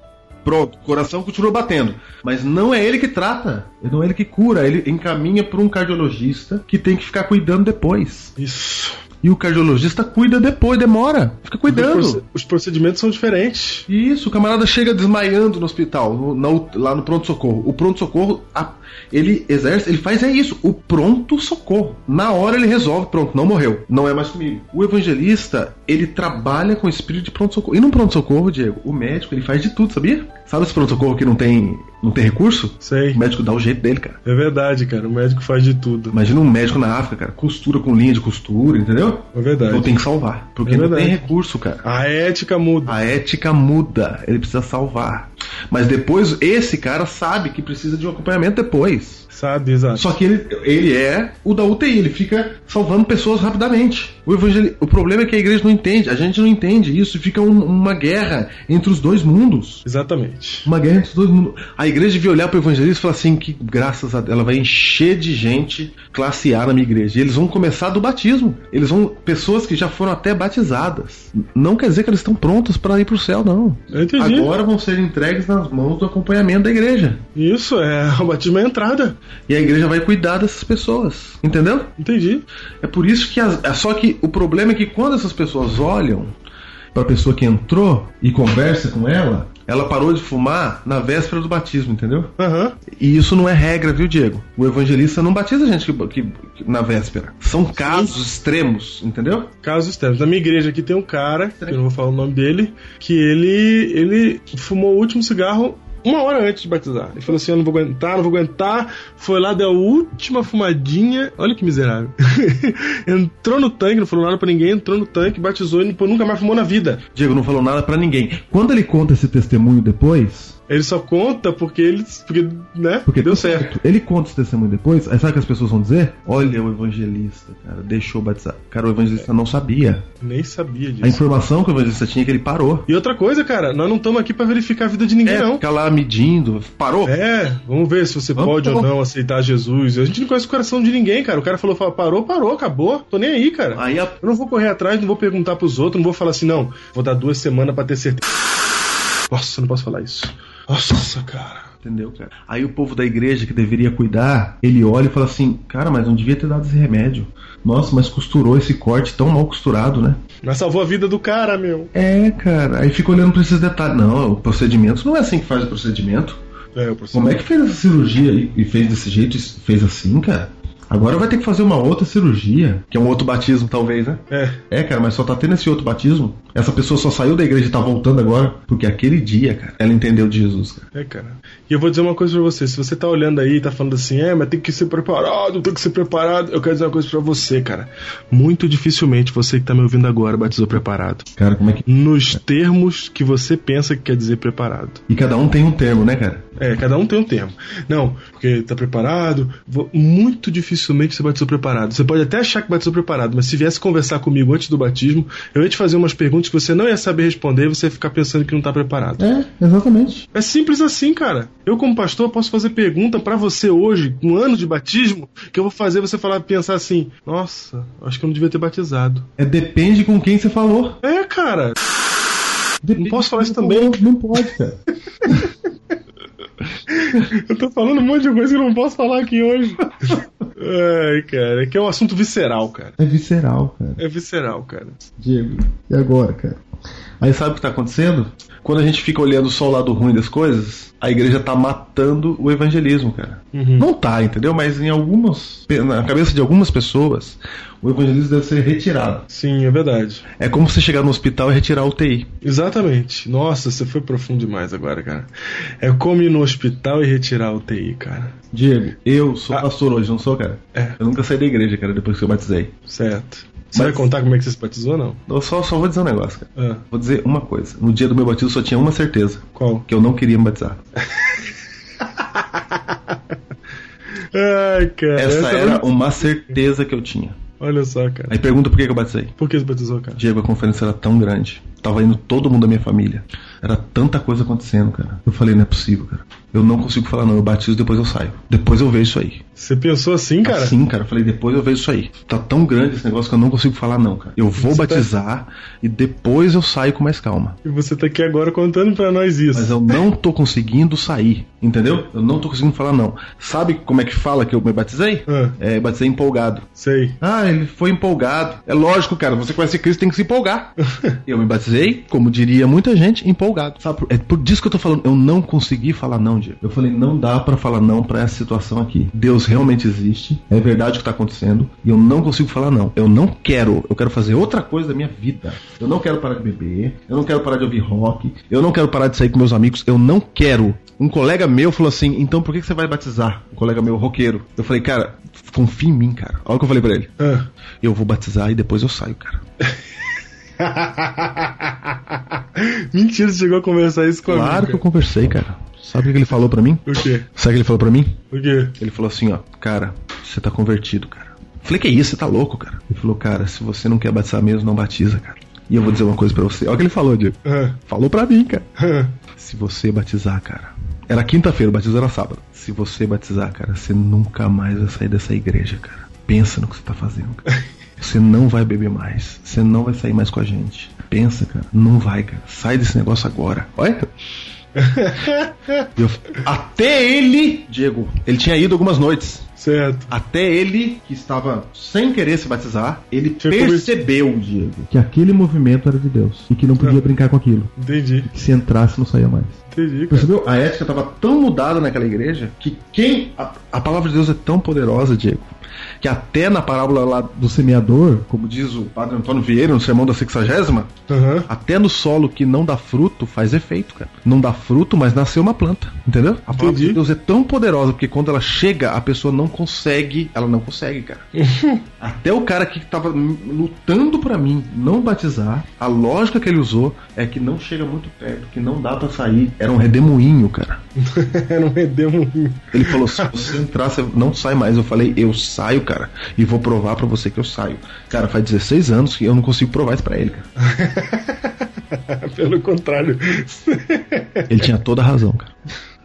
B: Pronto, o coração continua batendo. Mas não é ele que trata, não é ele que cura, ele encaminha para um cardiologista que tem que ficar cuidando depois.
C: Isso.
B: E o cardiologista cuida depois, demora, fica
C: Os
B: cuidando.
C: proce- Os procedimentos são diferentes.
B: Isso, o camarada chega desmaiando no hospital, no- na U- lá no pronto-socorro. O pronto-socorro, a- ele exerce, ele faz é isso, o pronto-socorro. Na hora ele resolve, pronto, não morreu, não é mais comigo. O evangelista, ele trabalha com o espírito de pronto-socorro. E no pronto-socorro, Diego, o médico, ele faz de tudo, sabia? Sabe esse pronto-socorro que não tem, não tem recurso?
C: Sei.
B: O médico dá o jeito dele, cara.
C: É verdade, cara. O médico faz de tudo.
B: Imagina um médico na África, cara, costura com linha de costura, entendeu?
C: É verdade.
B: Então tem que salvar, porque
C: É
B: não tem
C: verdade.
B: recurso, cara.
C: A ética muda.
B: A ética muda, ele precisa salvar. Mas depois, esse cara sabe que precisa de um acompanhamento depois.
C: Sabe, exato.
B: Só que ele, ele é o da UTI, ele fica salvando pessoas rapidamente. O, evangel... o problema é que a igreja não entende, a gente não entende isso, e fica um- uma guerra entre os dois mundos.
C: Exatamente.
B: Uma guerra entre os dois mundos. A igreja devia olhar para o evangelista e falar assim: que graças a Deus, ela vai encher de gente classe A na minha igreja. E eles vão começar do batismo. Eles vão. Pessoas que já foram até batizadas. Não quer dizer que eles estão prontos para ir para o céu, não.
C: Eu entendi.
B: Agora vão ser entregues nas mãos do acompanhamento da igreja.
C: Isso é o batismo é a entrada.
B: E a igreja vai cuidar dessas pessoas. Entendeu?
C: Entendi.
B: É por isso que. as- é só que o problema é que quando essas pessoas olham para a pessoa que entrou e conversa com ela, ela parou de fumar na véspera do batismo, entendeu?
C: Aham.
B: E isso não é regra, viu, Diego? O evangelista não batiza gente que, que- que- na véspera. São casos extremos, entendeu?
C: Casos extremos. Na minha igreja aqui tem um cara, que eu não vou falar o nome dele, que ele, ele fumou o último cigarro uma hora antes de batizar. Ele falou assim: Eu não vou aguentar, não vou aguentar. Foi lá, deu a última fumadinha. Olha que miserável. entrou no tanque, não falou nada pra ninguém, entrou no tanque, batizou e depois nunca mais fumou na vida.
B: Diego não falou nada pra ninguém. Quando ele conta esse testemunho depois,
C: Ele só conta porque ele. Porque, né?
B: Porque
C: deu certo.
B: Ele conta esse testemunho depois, aí sabe o que as pessoas vão dizer? Olha, o evangelista, cara, deixou batizar. Cara, o evangelista não sabia.
C: Nem sabia
B: A
C: disso.
B: informação que o evangelista tinha é que ele parou.
C: E outra coisa, cara, nós não estamos aqui pra verificar a vida de ninguém,
B: É,
C: não.
B: fica lá medindo, parou.
C: É, vamos ver se você
B: Vamos,
C: pode ou
B: vamos.
C: não aceitar Jesus. A gente não conhece o coração de ninguém, cara. O cara falou, fala, parou, parou, acabou. Tô nem aí, cara.
B: Aí a...
C: Eu não vou correr atrás, não vou perguntar pros outros, não vou falar assim, não. Vou dar duas semanas pra ter certeza. Nossa, eu não posso falar isso. Nossa, cara.
B: Entendeu, cara? Aí o povo da igreja que deveria cuidar, ele olha e fala assim, cara, mas não devia ter dado esse remédio. Nossa, mas costurou esse corte tão mal costurado, né?
C: Mas salvou a vida do cara, meu.
B: É, cara. Aí fica olhando pra esses detalhes. Não, o procedimento não é assim que faz o procedimento.
C: É, o professor.
B: Como é que fez essa cirurgia e- e fez desse jeito e fez assim, cara? Agora vai ter que fazer uma outra cirurgia, que é um outro batismo, talvez, né?
C: É,
B: É, cara, mas só tá tendo esse outro batismo. Essa pessoa só saiu da igreja e tá voltando agora, porque aquele dia, cara, ela entendeu de Jesus, cara.
C: é, cara. E eu vou dizer uma coisa pra você. Se você tá olhando aí e tá falando assim, é, mas tem que ser preparado, tem que ser preparado. Eu quero dizer uma coisa pra você, cara. Muito dificilmente você que tá me ouvindo agora batizou preparado.
B: Cara, como é que.
C: nos termos que você pensa que quer dizer preparado.
B: E cada um tem um termo, né, cara?
C: É, cada um tem um termo. Não, porque tá preparado. vo- Muito dificilmente você batizou preparado. Você pode até achar que batizou preparado, mas se viesse conversar comigo antes do batismo, eu ia te fazer umas perguntas que você não ia saber responder e você ia ficar pensando que não tá preparado.
B: É, exatamente.
C: É simples assim, cara. Eu, como pastor, posso fazer pergunta pra você hoje, um ano de batismo, que eu vou fazer você falar, pensar assim: nossa, acho que eu não devia ter batizado.
B: É depende com quem você falou.
C: É, cara.
B: Depende
C: posso falar isso
B: com quem
C: também?
B: falou. Não pode, cara.
C: Eu tô falando um monte de coisa que eu não posso falar aqui hoje. Ai, cara, é que é um assunto visceral, cara.
B: É visceral, cara.
C: É visceral, cara.
B: Diego, e agora, cara? Aí sabe o que tá acontecendo? Quando a gente fica olhando só o lado ruim das coisas, a igreja tá matando o evangelismo, cara.
C: Uhum.
B: Não tá, entendeu? Mas em algumas. Na cabeça de algumas pessoas, o evangelismo deve ser retirado.
C: Sim, é verdade.
B: É como você chegar no hospital e retirar a UTI.
C: Exatamente. Nossa, você foi profundo demais agora, cara. É como ir no hospital e retirar a UTI, cara.
B: Diego, eu sou pastor hoje, não sou, cara?
C: Ah. É.
B: Eu nunca saí da igreja, cara, depois que eu batizei.
C: Certo. Você vai contar como é que você se batizou ou não?
B: Eu só, só vou dizer um negócio, cara.
C: Ah,
B: Vou dizer uma coisa. No dia do meu batismo só tinha uma certeza:
C: qual?
B: que eu não queria me batizar.
C: Ai, cara. é
B: Essa era
C: olha-
B: uma certeza que eu tinha.
C: Olha só, cara.
B: Aí pergunta por que que eu batizei.
C: Por que se batizou, cara?
B: Diego, a conferência era tão grande. Tava indo todo mundo da minha família. Era tanta coisa acontecendo, cara. Eu falei, não é possível, cara. Eu não consigo falar, não. Eu batizo, depois eu saio. Depois eu vejo isso aí.
C: Você pensou assim, cara?
B: Sim, cara. Eu falei, depois eu vejo isso aí. Tá tão grande esse negócio que eu não consigo falar, não, cara. Eu vou
C: Você tá-
B: batizar e depois eu saio com mais calma.
C: E você tá aqui agora contando pra nós isso.
B: Mas eu não tô conseguindo sair, entendeu? Eu não tô conseguindo falar, não. Sabe como é que fala que eu me batizei?
C: Ah.
B: É, batizei empolgado.
C: Sei.
B: Ah, ele foi empolgado. É lógico, cara, você conhece Cristo tem que se empolgar. eu me batizei, como diria muita gente, empolgado. Sabe, por- é por disso que eu tô falando, eu não consegui falar não, Diego. Eu falei, não dá pra falar não pra essa situação aqui. Deus realmente existe, é verdade o que tá acontecendo, e eu não consigo falar não. Eu não quero, eu quero fazer outra coisa da minha vida. Eu não quero parar de beber, eu não quero parar de ouvir rock, eu não quero parar de sair com meus amigos, eu não quero. Um colega meu falou assim, então por que que você vai batizar? Um colega meu, roqueiro. Eu falei, cara, confia em mim, cara. Olha o que eu falei pra ele.
C: Ah.
B: Eu vou batizar e depois eu saio, cara.
C: Mentira, você chegou a conversar isso com a
B: Claro que eu
C: amiga.
B: conversei, cara. Sabe o que ele falou pra mim?
C: O quê?
B: Sabe o que ele falou pra mim?
C: O quê?
B: Ele falou assim, ó, cara, você tá convertido, cara. Falei, que isso, você tá louco, cara. Ele falou, cara, se você não quer batizar mesmo, não batiza, cara. E eu vou dizer uma coisa pra você. Olha o que ele falou, Diego.
C: Ah,
B: Falou pra mim, cara.
C: ah.
B: Se você batizar, cara. Era quinta-feira, o batismo era sábado. Se você batizar, cara, você nunca mais vai sair dessa igreja, cara. Pensa no que você tá fazendo, cara. Você não vai beber mais. Você não vai sair mais com a gente. Pensa, cara. Não vai, cara. Sai desse negócio agora. Olha. Eu- até ele, Diego, ele tinha ido algumas noites.
C: Certo.
B: Até ele, que estava sem querer se batizar, ele
C: Tinha
B: percebeu, Diego.
I: Que aquele movimento era de Deus e que não podia brincar com aquilo.
C: Entendi,
I: Que se entrasse não saía mais.
C: entendi, cara.
B: Percebeu? A ética estava tão mudada naquela igreja que quem. A, a palavra de Deus é tão poderosa, Diego, que até na parábola lá,
I: Do semeador,
B: como diz o padre Antônio Vieira, no sermão da sexagésima,
C: Aham.
B: até no solo que não dá fruto faz efeito, cara. Não dá fruto, mas nasceu uma planta. Entendeu? A palavra
C: Entendi.
B: de Deus é tão poderosa porque quando ela chega, a pessoa não consegue. Ela não consegue, cara. até o cara que tava m- lutando pra mim não batizar, a lógica que ele usou é que não chega muito perto, que não dá pra sair. Era um redemoinho, cara. É,
C: Era um redemoinho.
B: Ele falou: se você entrar, você não sai mais. Eu falei: eu saio, cara, e vou provar pra você que eu saio. Cara, faz 16 anos que eu não consigo provar isso pra ele, cara.
C: Pelo contrário.
B: Ele tinha toda a razão, cara.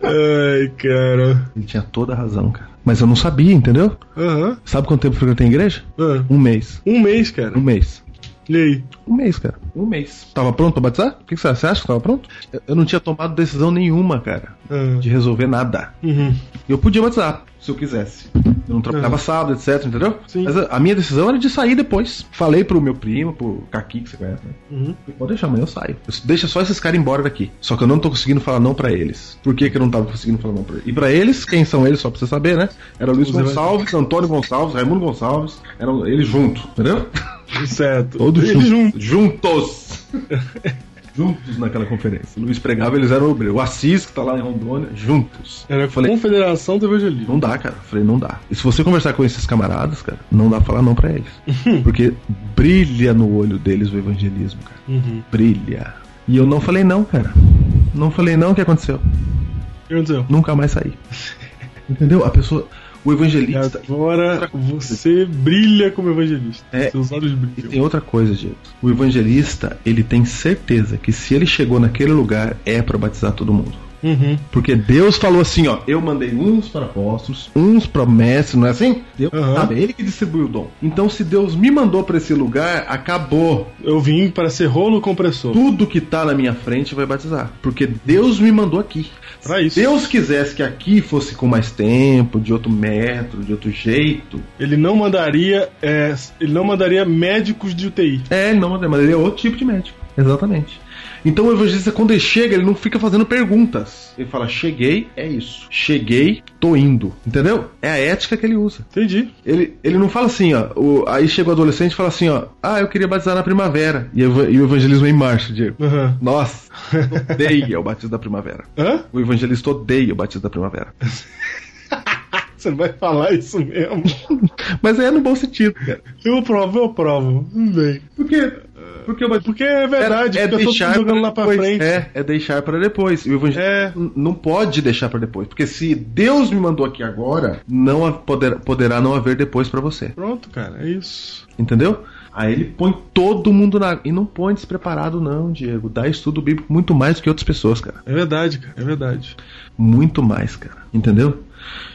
C: Ai, cara.
B: Ele tinha toda a razão, cara. Mas eu não sabia, entendeu?
C: Aham.
B: Sabe quanto tempo eu frequentei a igreja?
C: Ah,
B: Um mês.
C: Um mês, cara.
B: Um mês.
C: E aí?
B: Um mês, cara. Um mês. Tava pronto pra batizar? O que que você você acha que tava pronto? Eu- Eu não tinha tomado decisão nenhuma, cara,
C: Ah.
B: de resolver nada.
C: Uhum.
B: Eu podia batizar, se eu quisesse. Eu não trabalhava sábado, etc, entendeu?
C: Sim.
B: Mas a, a minha decisão era de sair depois. Falei pro meu primo, pro Kaki, que você conhece, né? Pode deixar, amanhã eu saio. Eu- deixa só esses caras embora daqui. Só que eu não tô conseguindo falar não pra eles. Por que, que eu não tava conseguindo falar não pra eles? E pra eles, quem são eles, só pra você saber, né? Era Luiz Gonçalves, Antônio Gonçalves, Raimundo Gonçalves. Eram eles juntos, entendeu?
C: Certo.
B: Todos
C: Eles juntos.
B: juntos. Juntos! juntos naquela conferência. Luiz pregava, eles eram obreiros. O Assis, que tá lá em Rondônia, juntos.
C: Era a
B: Falei-
C: Confederação do Evangelismo.
B: não dá, cara. Falei, não dá. E se você conversar com esses camaradas, cara, não dá pra falar não pra eles. Porque brilha no olho deles o evangelismo, cara. Brilha. E eu não falei não, cara. Não falei não, o que aconteceu?
C: O que aconteceu?
B: Nunca mais saí. Entendeu? A pessoa. O
C: E
B: evangelista.
C: agora você brilha como evangelista.
B: É.
C: Seus olhos
B: E
C: brilham.
B: tem outra coisa, Diego. O evangelista, ele tem certeza que se ele chegou naquele lugar, é pra batizar todo mundo.
C: Uhum.
B: Porque Deus falou assim, ó, eu mandei uns para apóstolos, uns para mestres, não é assim? Deus,
C: Aham.
B: sabe, ele que distribuiu o dom. Então se Deus me mandou para esse lugar, acabou.
C: Eu vim para ser rolo compressor.
B: Tudo que tá na minha frente vai batizar, porque Deus me mandou aqui.
C: Pra isso.
B: Se Deus quisesse que aqui fosse com mais tempo, de outro método, de outro jeito,
C: Ele não mandaria. é, ele não mandaria médicos de UTI.
B: É, ele não manda, mas ele é outro tipo de médico. Exatamente. Então o evangelista, quando ele chega, ele não fica fazendo perguntas. Ele fala: cheguei, é isso. Cheguei, tô indo. Entendeu? É a ética que ele usa.
C: Entendi.
B: Ele, ele não fala assim, ó. o- aí chega o adolescente e fala assim, ó. Ah, eu queria batizar na primavera. E, eva- e o evangelismo é em março, Diego.
C: Aham.
B: Nossa, odeia o batismo da primavera.
C: Hã?
B: O evangelista odeia o batismo da primavera.
C: Você vai falar isso mesmo?
B: Mas é no bom sentido, cara.
C: Eu provo, eu provo. Tudo Bem.
B: Por quê? Porque o batismo
C: Porque é verdade,
B: é
C: fica todo mundo
B: deixar
C: jogando
B: pra
C: lá pra
B: depois.
C: frente.
B: É, é deixar pra depois. E o evangelho
C: É.
B: n- não pode deixar pra depois, porque se Deus me mandou aqui agora, não ha- poder- poderá não haver depois pra você,
C: Pronto, cara, é isso.
B: entendeu? Aí ele põe todo mundo na e não põe despreparado não, Diego. Dá estudo bíblico muito mais que outras pessoas, cara.
C: É verdade, cara, é verdade.
B: Muito mais, cara. Entendeu?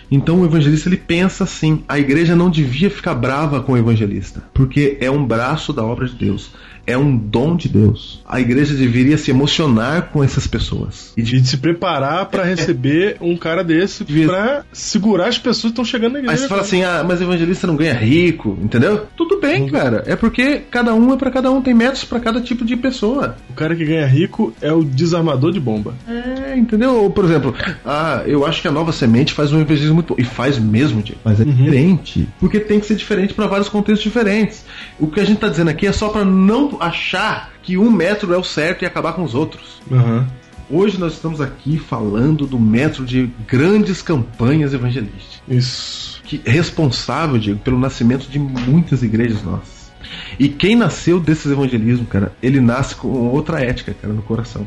B: Então o evangelista ele pensa assim: a igreja não devia ficar brava com o evangelista, porque é um braço da obra de Deus, é um dom de Deus. A igreja deveria se emocionar com essas pessoas.
C: E de se preparar pra receber um cara desse
B: Devia-
C: pra segurar as pessoas que estão chegando na
B: Aí
C: igreja.
B: você fala
C: cara.
B: assim: ah, mas evangelista não ganha rico, entendeu? Tudo bem, cara. É porque cada um é pra cada um, tem métodos pra cada tipo de pessoa.
C: O cara que ganha rico é o desarmador de bomba.
B: É, entendeu? Ou, Por exemplo, ah, eu acho que a nova semente faz um evangelismo muito bom. E faz mesmo, Diego.
I: mas é diferente.
B: Porque tem que ser diferente para vários contextos diferentes. O que a gente tá dizendo aqui é só para não achar que um método é o certo e acabar com os outros.
C: Aham.
B: Hoje nós estamos aqui falando do método de grandes campanhas evangelísticas,
C: Isso.
B: que é responsável, Diego, pelo nascimento de muitas igrejas nossas. E quem nasceu desses evangelismos, cara, ele nasce com outra ética, cara, no coração.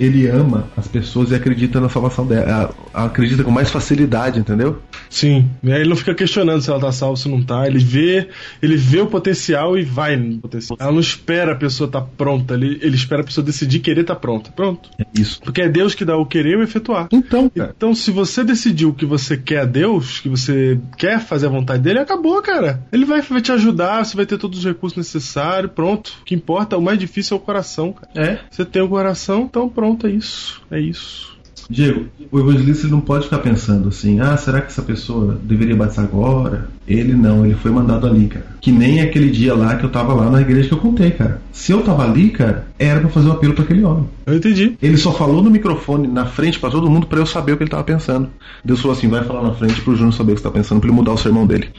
B: ele ama as pessoas e acredita na salvação dela. a- Acredita com mais facilidade, entendeu?
C: Sim. E aí ele não fica questionando se ela tá salva ou se não tá. Ele vê, ele vê o potencial e vai no potencial. Ela não espera a pessoa tá pronta, ele, ele espera a pessoa decidir querer tá pronta. Pronto.
B: É isso.
C: Porque é Deus que dá o querer e o efetuar.
B: Então, cara,
C: Então, se você decidiu que você quer a Deus, que você quer fazer a vontade dele, acabou, cara. Ele vai, vai te ajudar, você vai ter todos os recursos necessários, pronto. O que importa, o mais difícil é o coração, cara.
B: é.
C: Você tem o coração, então pronto, é isso. É isso.
B: Diego, o evangelista ele não pode ficar pensando assim, ah, será que essa pessoa deveria batizar agora? Ele não, ele foi mandado ali, cara. Que nem aquele dia lá que eu tava lá na igreja que eu contei, cara. Se eu tava ali, cara, era pra fazer um apelo pra aquele homem.
C: Eu entendi.
B: Ele só falou no microfone, na frente pra todo mundo, pra eu saber o que ele tava pensando. Deus falou assim, vai falar na frente pro Júnior saber o que você tá pensando, pra ele mudar o sermão dele.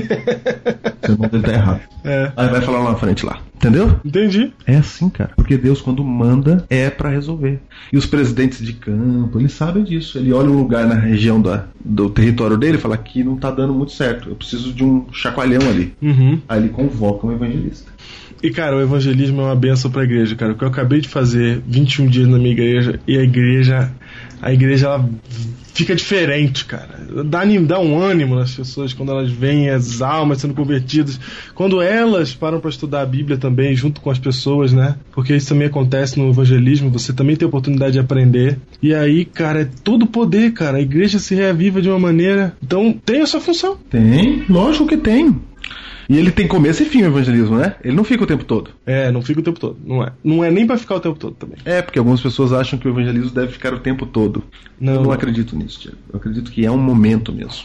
B: o sermão dele tá errado.
C: É.
B: Aí vai falar lá na frente lá. Entendeu?
C: Entendi.
B: É assim, cara. Porque Deus, quando manda, é pra resolver. E os presidentes de campo, eles sabem disso. Ele olha um lugar na região da, do território dele e fala que não tá dando muito certo. Eu preciso de um chacoalhão ali.
C: Uhum.
B: Aí ele convoca um evangelista.
C: E, cara, o evangelismo é uma benção pra igreja, cara. O que eu acabei de fazer 21 dias na minha igreja e a igreja. A igreja, ela fica diferente, cara. Dá, anim- dá um ânimo nas pessoas quando elas veem as almas sendo convertidas. Quando elas param pra estudar a Bíblia também, junto com as pessoas, né? Porque isso também acontece no evangelismo, você também tem a oportunidade de aprender. E aí, cara, é todo poder, cara. A igreja se reaviva de uma maneira. Então, tem a sua função.
B: Tem, lógico que tem. E ele tem começo e fim o evangelismo, né? Ele não fica o tempo todo.
C: É, não fica o tempo todo. Não é. Não é nem pra ficar o tempo todo também.
B: É, porque algumas pessoas acham que o evangelismo deve ficar o tempo todo. Eu não acredito nisso, Tiago. Eu acredito que é um momento mesmo.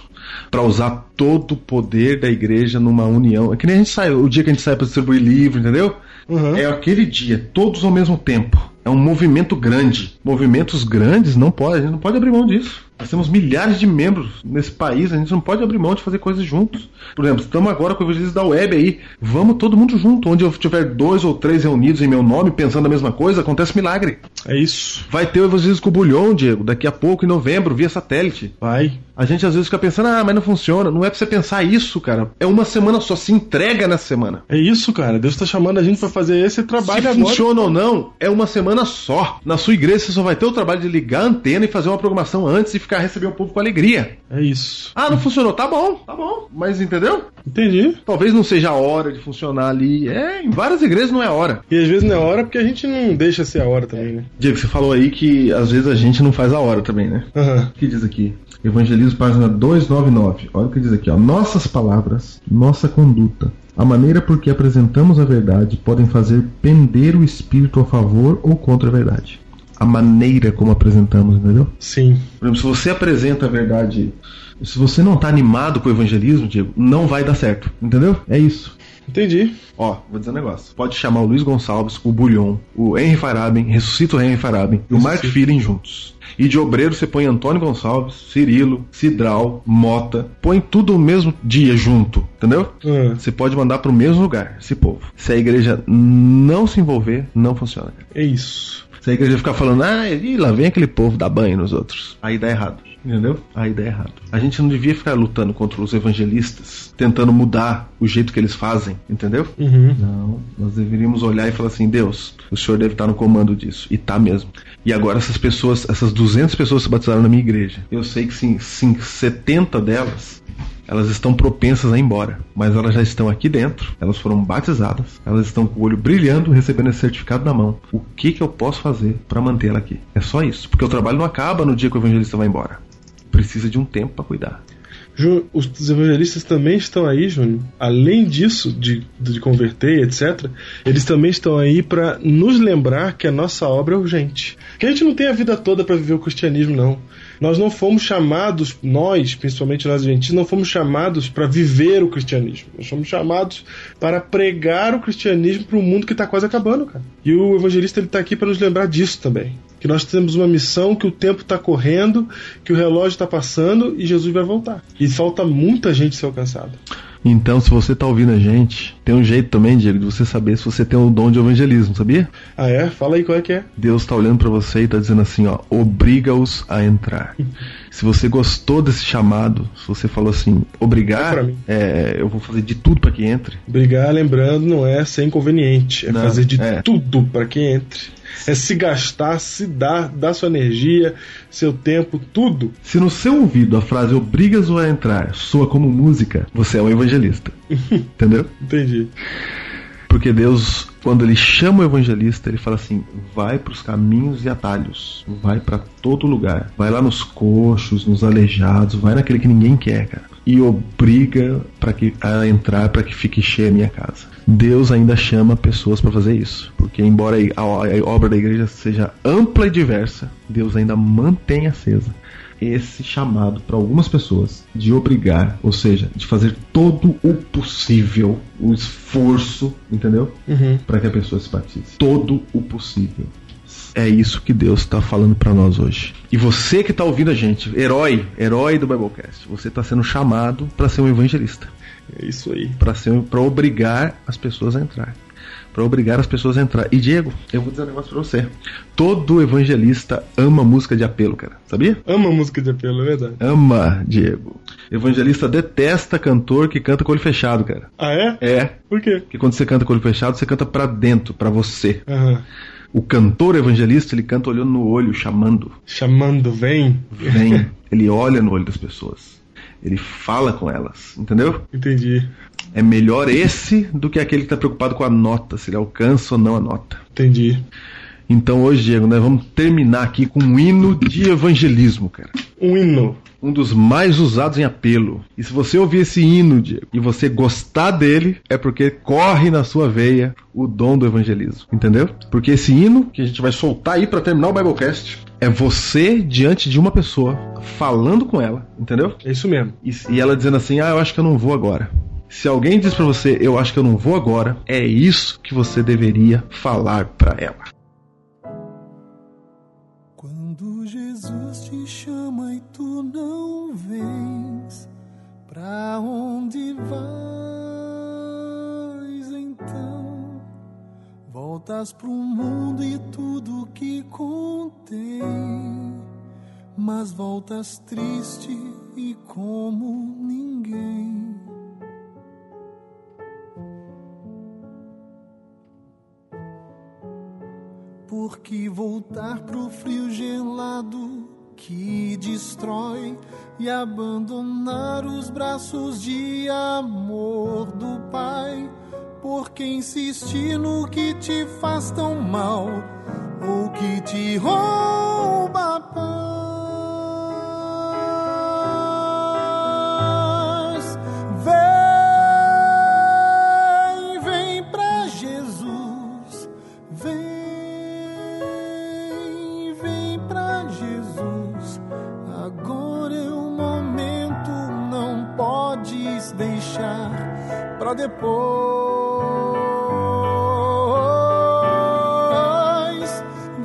B: Pra usar todo o poder da igreja numa união. É que nem a gente sai, o dia que a gente sai pra distribuir livro, entendeu?
C: Uhum.
B: É aquele dia, todos ao mesmo tempo. É um movimento grande. Movimentos grandes não pode, a gente não pode abrir mão disso. Nós temos milhares de membros nesse país, a gente não pode abrir mão de fazer coisas juntos. Por exemplo, estamos agora com o evangelista da web aí. Vamos todo mundo junto. Onde eu tiver dois ou três reunidos em meu nome, pensando a mesma coisa, acontece milagre.
C: É isso.
B: Vai ter o Evangelismo com o Bulhão, Diego, daqui a pouco, em novembro, via satélite.
C: Vai.
B: A gente às vezes fica pensando, ah, mas não funciona. Não é pra você pensar isso, cara. É uma semana só, se entrega nessa semana.
C: É isso, cara. Deus tá chamando a gente pra fazer esse trabalho
B: Se
C: agora.
B: funciona ou não, é uma semana só. Na sua igreja você só vai ter o trabalho de ligar a antena e fazer uma programação antes e ficar receber o povo com alegria.
C: É isso.
B: Ah, não funcionou. Tá bom, tá bom. Mas entendeu?
C: Entendi.
B: Talvez não seja a hora de funcionar ali. É, em várias igrejas não é a hora.
C: E às vezes não é hora porque a gente não deixa ser a hora também, né?
B: Diego, você falou aí que às vezes a gente não faz a hora também, né?
C: Aham.
B: O que diz aqui? Evangelismo, página 299. Olha o que diz aqui, ó. Nossas palavras, nossa conduta, a maneira por que apresentamos a verdade podem fazer pender o espírito a favor ou contra a verdade. A maneira como apresentamos, entendeu?
C: Sim.
B: Por exemplo, se você apresenta a verdade. Se você não tá animado com o evangelismo, Diego, não vai dar certo. Entendeu? É isso.
C: Entendi.
B: Ó, vou dizer um negócio. Pode chamar o Luiz Gonçalves, o Bulhon, o Henry Faraben, ressuscita o Henry Faraben e o Mark Feeling juntos. E de obreiro você põe Antônio Gonçalves, Cirilo, Cidral, Mota, põe tudo no mesmo dia junto, entendeu?
C: Ah,
B: Você pode mandar pro mesmo lugar, esse povo. Se a igreja não se envolver, não funciona. cara.
C: é isso.
B: Se a igreja ficar falando, ah, e lá vem aquele povo dar banho nos outros. Aí dá errado. Entendeu? Aí dá errado. A gente não devia ficar lutando contra os evangelistas, tentando mudar o jeito que eles fazem, entendeu?
C: Uhum.
B: Não, nós deveríamos olhar e falar assim: Deus, o senhor deve estar no comando disso. E tá mesmo. E agora essas pessoas, essas 200 pessoas se batizaram na minha igreja. Eu sei que sim, sim 70 delas. Elas estão propensas a ir embora, mas elas já estão aqui dentro, elas foram batizadas, elas estão com o olho brilhando, recebendo esse certificado na mão. O que, que eu posso fazer para mantê-la aqui? É só isso, porque o trabalho não acaba no dia que o evangelista vai embora. Precisa de um tempo para cuidar.
C: Ju, os evangelistas também estão aí, Júnior. Além disso, de, de converter, etc., eles também estão aí pra nos lembrar que a nossa obra é urgente. Que a gente não tem a vida toda pra viver o cristianismo, não. Nós não fomos chamados, nós, principalmente nós argentinos, não fomos chamados pra viver o cristianismo. Nós fomos chamados para pregar o cristianismo pro mundo que tá quase acabando, cara. E o evangelista ele tá aqui pra nos lembrar disso também. Que nós temos uma missão, que o tempo está correndo, que o relógio está passando e Jesus vai voltar. E falta muita gente ser alcançada.
B: Então, se você tá ouvindo a gente, tem um jeito também, Diego, de você saber se você tem o dom de evangelismo, sabia?
C: Ah, é? Fala aí qual é que é.
B: Deus tá olhando pra você e tá dizendo assim, ó, obriga-os a entrar. se você gostou desse chamado, se você falou assim,
C: É
B: obrigar,
C: pra mim.
B: é, eu vou fazer de tudo pra que entre.
C: Brigar, lembrando, não é ser inconveniente. É
B: Não,
C: fazer de
B: é.
C: tudo para que entre. É se gastar, se dar, dar sua energia, seu tempo, tudo.
B: Se no seu ouvido a frase obrigas-o a entrar soa como música, você é um evangelista. Entendeu?
C: Entendi.
B: Porque Deus, quando ele chama o evangelista, ele fala assim: vai para os caminhos e atalhos, vai para todo lugar, vai lá nos coxos, nos aleijados, vai naquele que ninguém quer, cara, e obriga para que a entrar para que fique cheia a minha casa. Deus ainda chama pessoas para fazer isso, porque embora a, a obra da igreja seja ampla e diversa, Deus ainda mantém acesa esse chamado para algumas pessoas de obrigar, ou seja, de fazer todo o possível, o esforço, entendeu? Para que a pessoa se batize. Todo o possível. É isso que Deus está falando para nós hoje. E você que está ouvindo a gente, herói, herói do Biblecast, você está sendo chamado para ser um evangelista,
C: É isso aí.
B: para ser, para obrigar as pessoas a entrar. Para obrigar as pessoas a entrar. E Diego, eu vou dizer um negócio pra você. Todo evangelista ama música de apelo, cara. Sabia?
C: Ama a música de apelo, é verdade.
B: Ama, Diego. Evangelista detesta cantor que canta com o olho fechado, cara.
C: Ah, é?
B: É.
C: Por quê?
B: Porque quando você canta com o olho fechado, você canta pra dentro, pra você.
C: Aham.
B: O cantor evangelista, ele canta olhando no olho, chamando.
C: Chamando, vem.
B: Vem. ele olha no olho das pessoas. Ele fala com elas, entendeu?
C: Entendi.
B: É melhor esse do que aquele que tá preocupado com a nota, se ele alcança ou não a nota.
C: Entendi.
B: Então hoje, Diego, nós vamos terminar aqui com um hino de evangelismo, cara.
C: Um hino.
B: um dos mais usados em apelo. E se você ouvir esse hino, Diego, e você gostar dele, é porque corre na sua veia o dom do evangelismo, entendeu? Porque esse hino que a gente vai soltar aí para terminar o Biblecast é você diante de uma pessoa falando com ela, entendeu?
C: É isso mesmo.
B: E, e ela dizendo assim: "Ah, eu acho que eu não vou agora". Se alguém diz para você: "Eu acho que eu não vou agora", é isso que você deveria falar para ela.
K: Quando Jesus te chama e tu não vens, pra onde vais então? Voltas pro mundo e tudo que contém, mas voltas triste e como ninguém. Porque voltar pro frio gelado que destrói e abandonar os braços de amor do Pai? Porque insistir no que te faz tão mal ou que te rouba a paz? Vem, vem pra Jesus. Vem, vem pra Jesus. Agora é o momento, não podes deixar pra depois.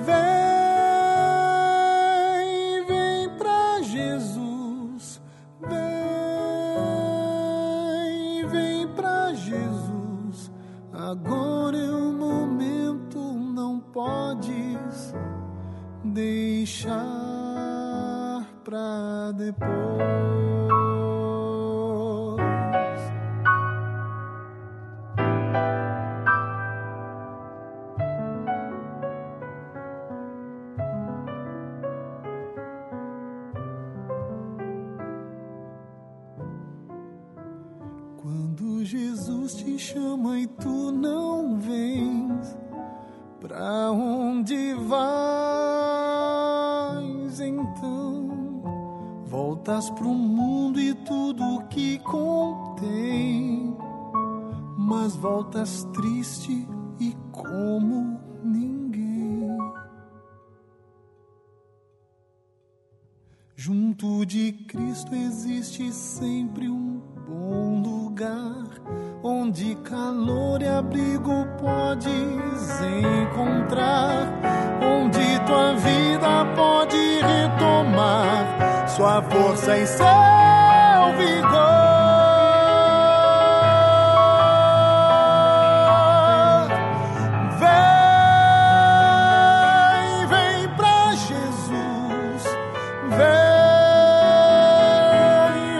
K: Vem, vem pra Jesus. Vem, vem pra Jesus. Agora é o momento, não podes deixar pra depois. Quando Jesus te chama e tu não vens, pra onde vais então? Voltas pro mundo e tudo que contém, mas voltas triste e como ninguém. Junto de Cristo existe sempre um bom lugar onde calor e abrigo podes encontrar, onde tua vida pode retomar sua força e seu vigor. Vem, vem pra Jesus.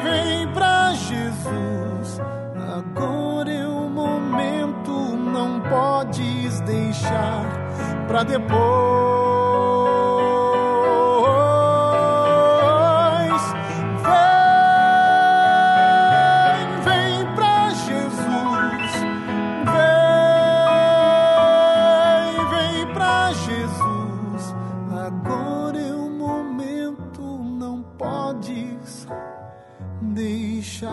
K: Vem, vem pra Jesus. Agora é o momento, não podes deixar pra depois. é deixar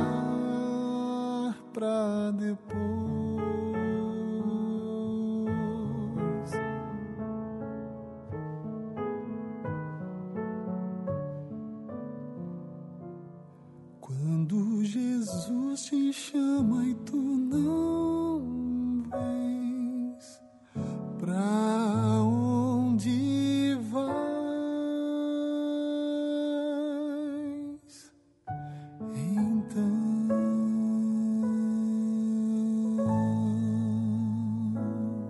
K: pra depois. Quando Jesus te chama e tu não vens, pra onde vais? Então.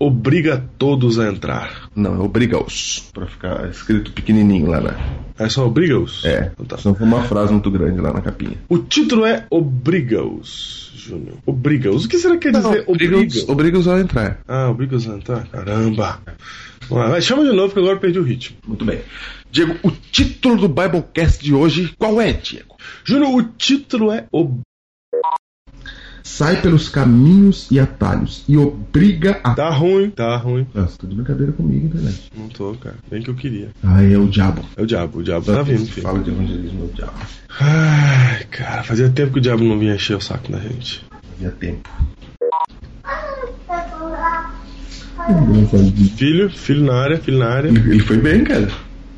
C: Obriga todos a entrar.
B: Não, é obriga-os. Pra ficar escrito pequenininho lá, né?
C: É só obriga-os?
B: É,
C: Então tá.
B: senão foi uma frase muito grande lá na capinha.
C: O título é Obriga-os, Júnior. Obriga-os. O que será que quer dizer obriga-os?
B: Obriga-os a entrar.
C: Ah, obriga-os a entrar? Caramba. Vamos lá, vai, chama de novo que agora eu perdi o ritmo.
B: Muito bem. Diego, o título do Biblecast de hoje, qual é, Diego?
C: Júnior, o título é Ob...
B: Sai pelos caminhos e atalhos e obriga a.
C: Tá ruim, tá ruim.
B: Nossa, tá de brincadeira comigo, internet.
C: Não tô, cara. Bem que eu queria.
B: Ai, é o diabo.
C: É o diabo, o diabo tá vindo, filho.
B: Fala de evangelismo, é o diabo.
C: Ai, cara, fazia tempo que o diabo não vinha encher o saco da gente.
B: Havia tempo.
C: Filho, filho na área, filho na área.
B: Ele foi bem, cara.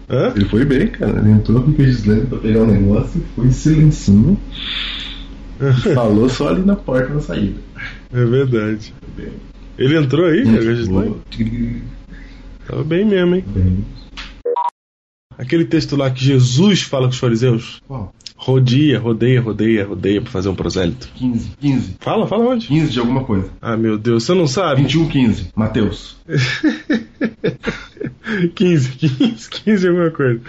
C: Hã?
B: Ele foi bem, cara. Ele entrou com o legislando pra pegar o negócio, foi em silencinho. Falou só ali na porta na saída.
C: É verdade. Ele entrou aí, cara, que a gente tá- Tava bem mesmo, hein?
B: Bem.
C: Aquele texto lá que Jesus fala com os fariseus.
B: Qual?
C: Rodia, rodeia, rodeia, rodeia pra fazer um prosélito.
B: 15, 15.
C: Fala, fala onde?
B: 15 de alguma coisa.
C: Ah, meu Deus, você não sabe?
B: 21, 15. Mateus.
C: 15, 15, 15 é alguma coisa.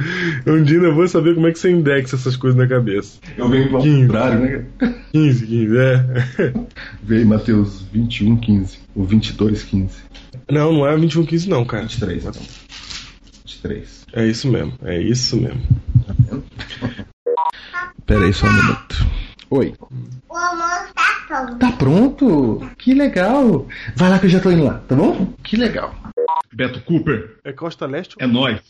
C: Um dia eu vou saber como é que você indexa essas coisas na cabeça.
B: Eu venho igual
C: 15.
B: ao contrário, né? cara?
C: 15, 15, é.
B: Veio Mateus 21, 15. Ou 22, 15.
C: Não, não é 21, 15 não, cara.
B: 23, então. 23.
C: É isso mesmo, é isso mesmo.
B: Pera aí só um minuto. Oi.
L: O almoço tá pronto.
B: Tá pronto? Que legal. Vai lá que eu já tô indo lá, tá bom? Que legal.
M: Beto Cooper,
H: É Costa Leste
M: é nóis.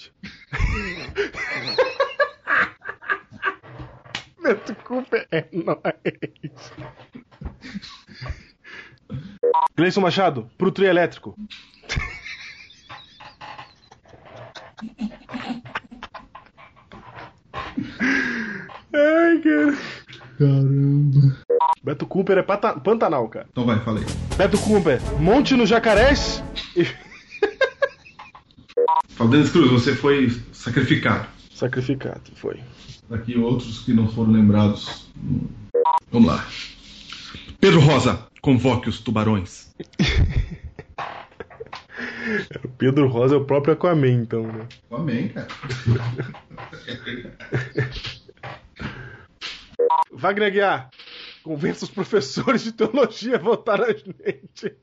H: Beto Cooper é nóis. Gleison Machado, pro trio elétrico.
C: Ai, cara.
H: Beto Cooper é Pata- Pantanal, cara.
I: Então vai, falei.
H: Beto Cooper, monte no jacarés. e-
M: Faldenes Cruz, você foi sacrificado.
C: Sacrificado, foi.
I: Daqui outros que não foram lembrados.
M: Vamos lá. Pedro Rosa, convoque os tubarões.
C: O Pedro Rosa é o próprio Aquaman, então, né?
I: Amém, cara.
H: Wagner Aguiar, convença os professores de teologia a votar nas gente.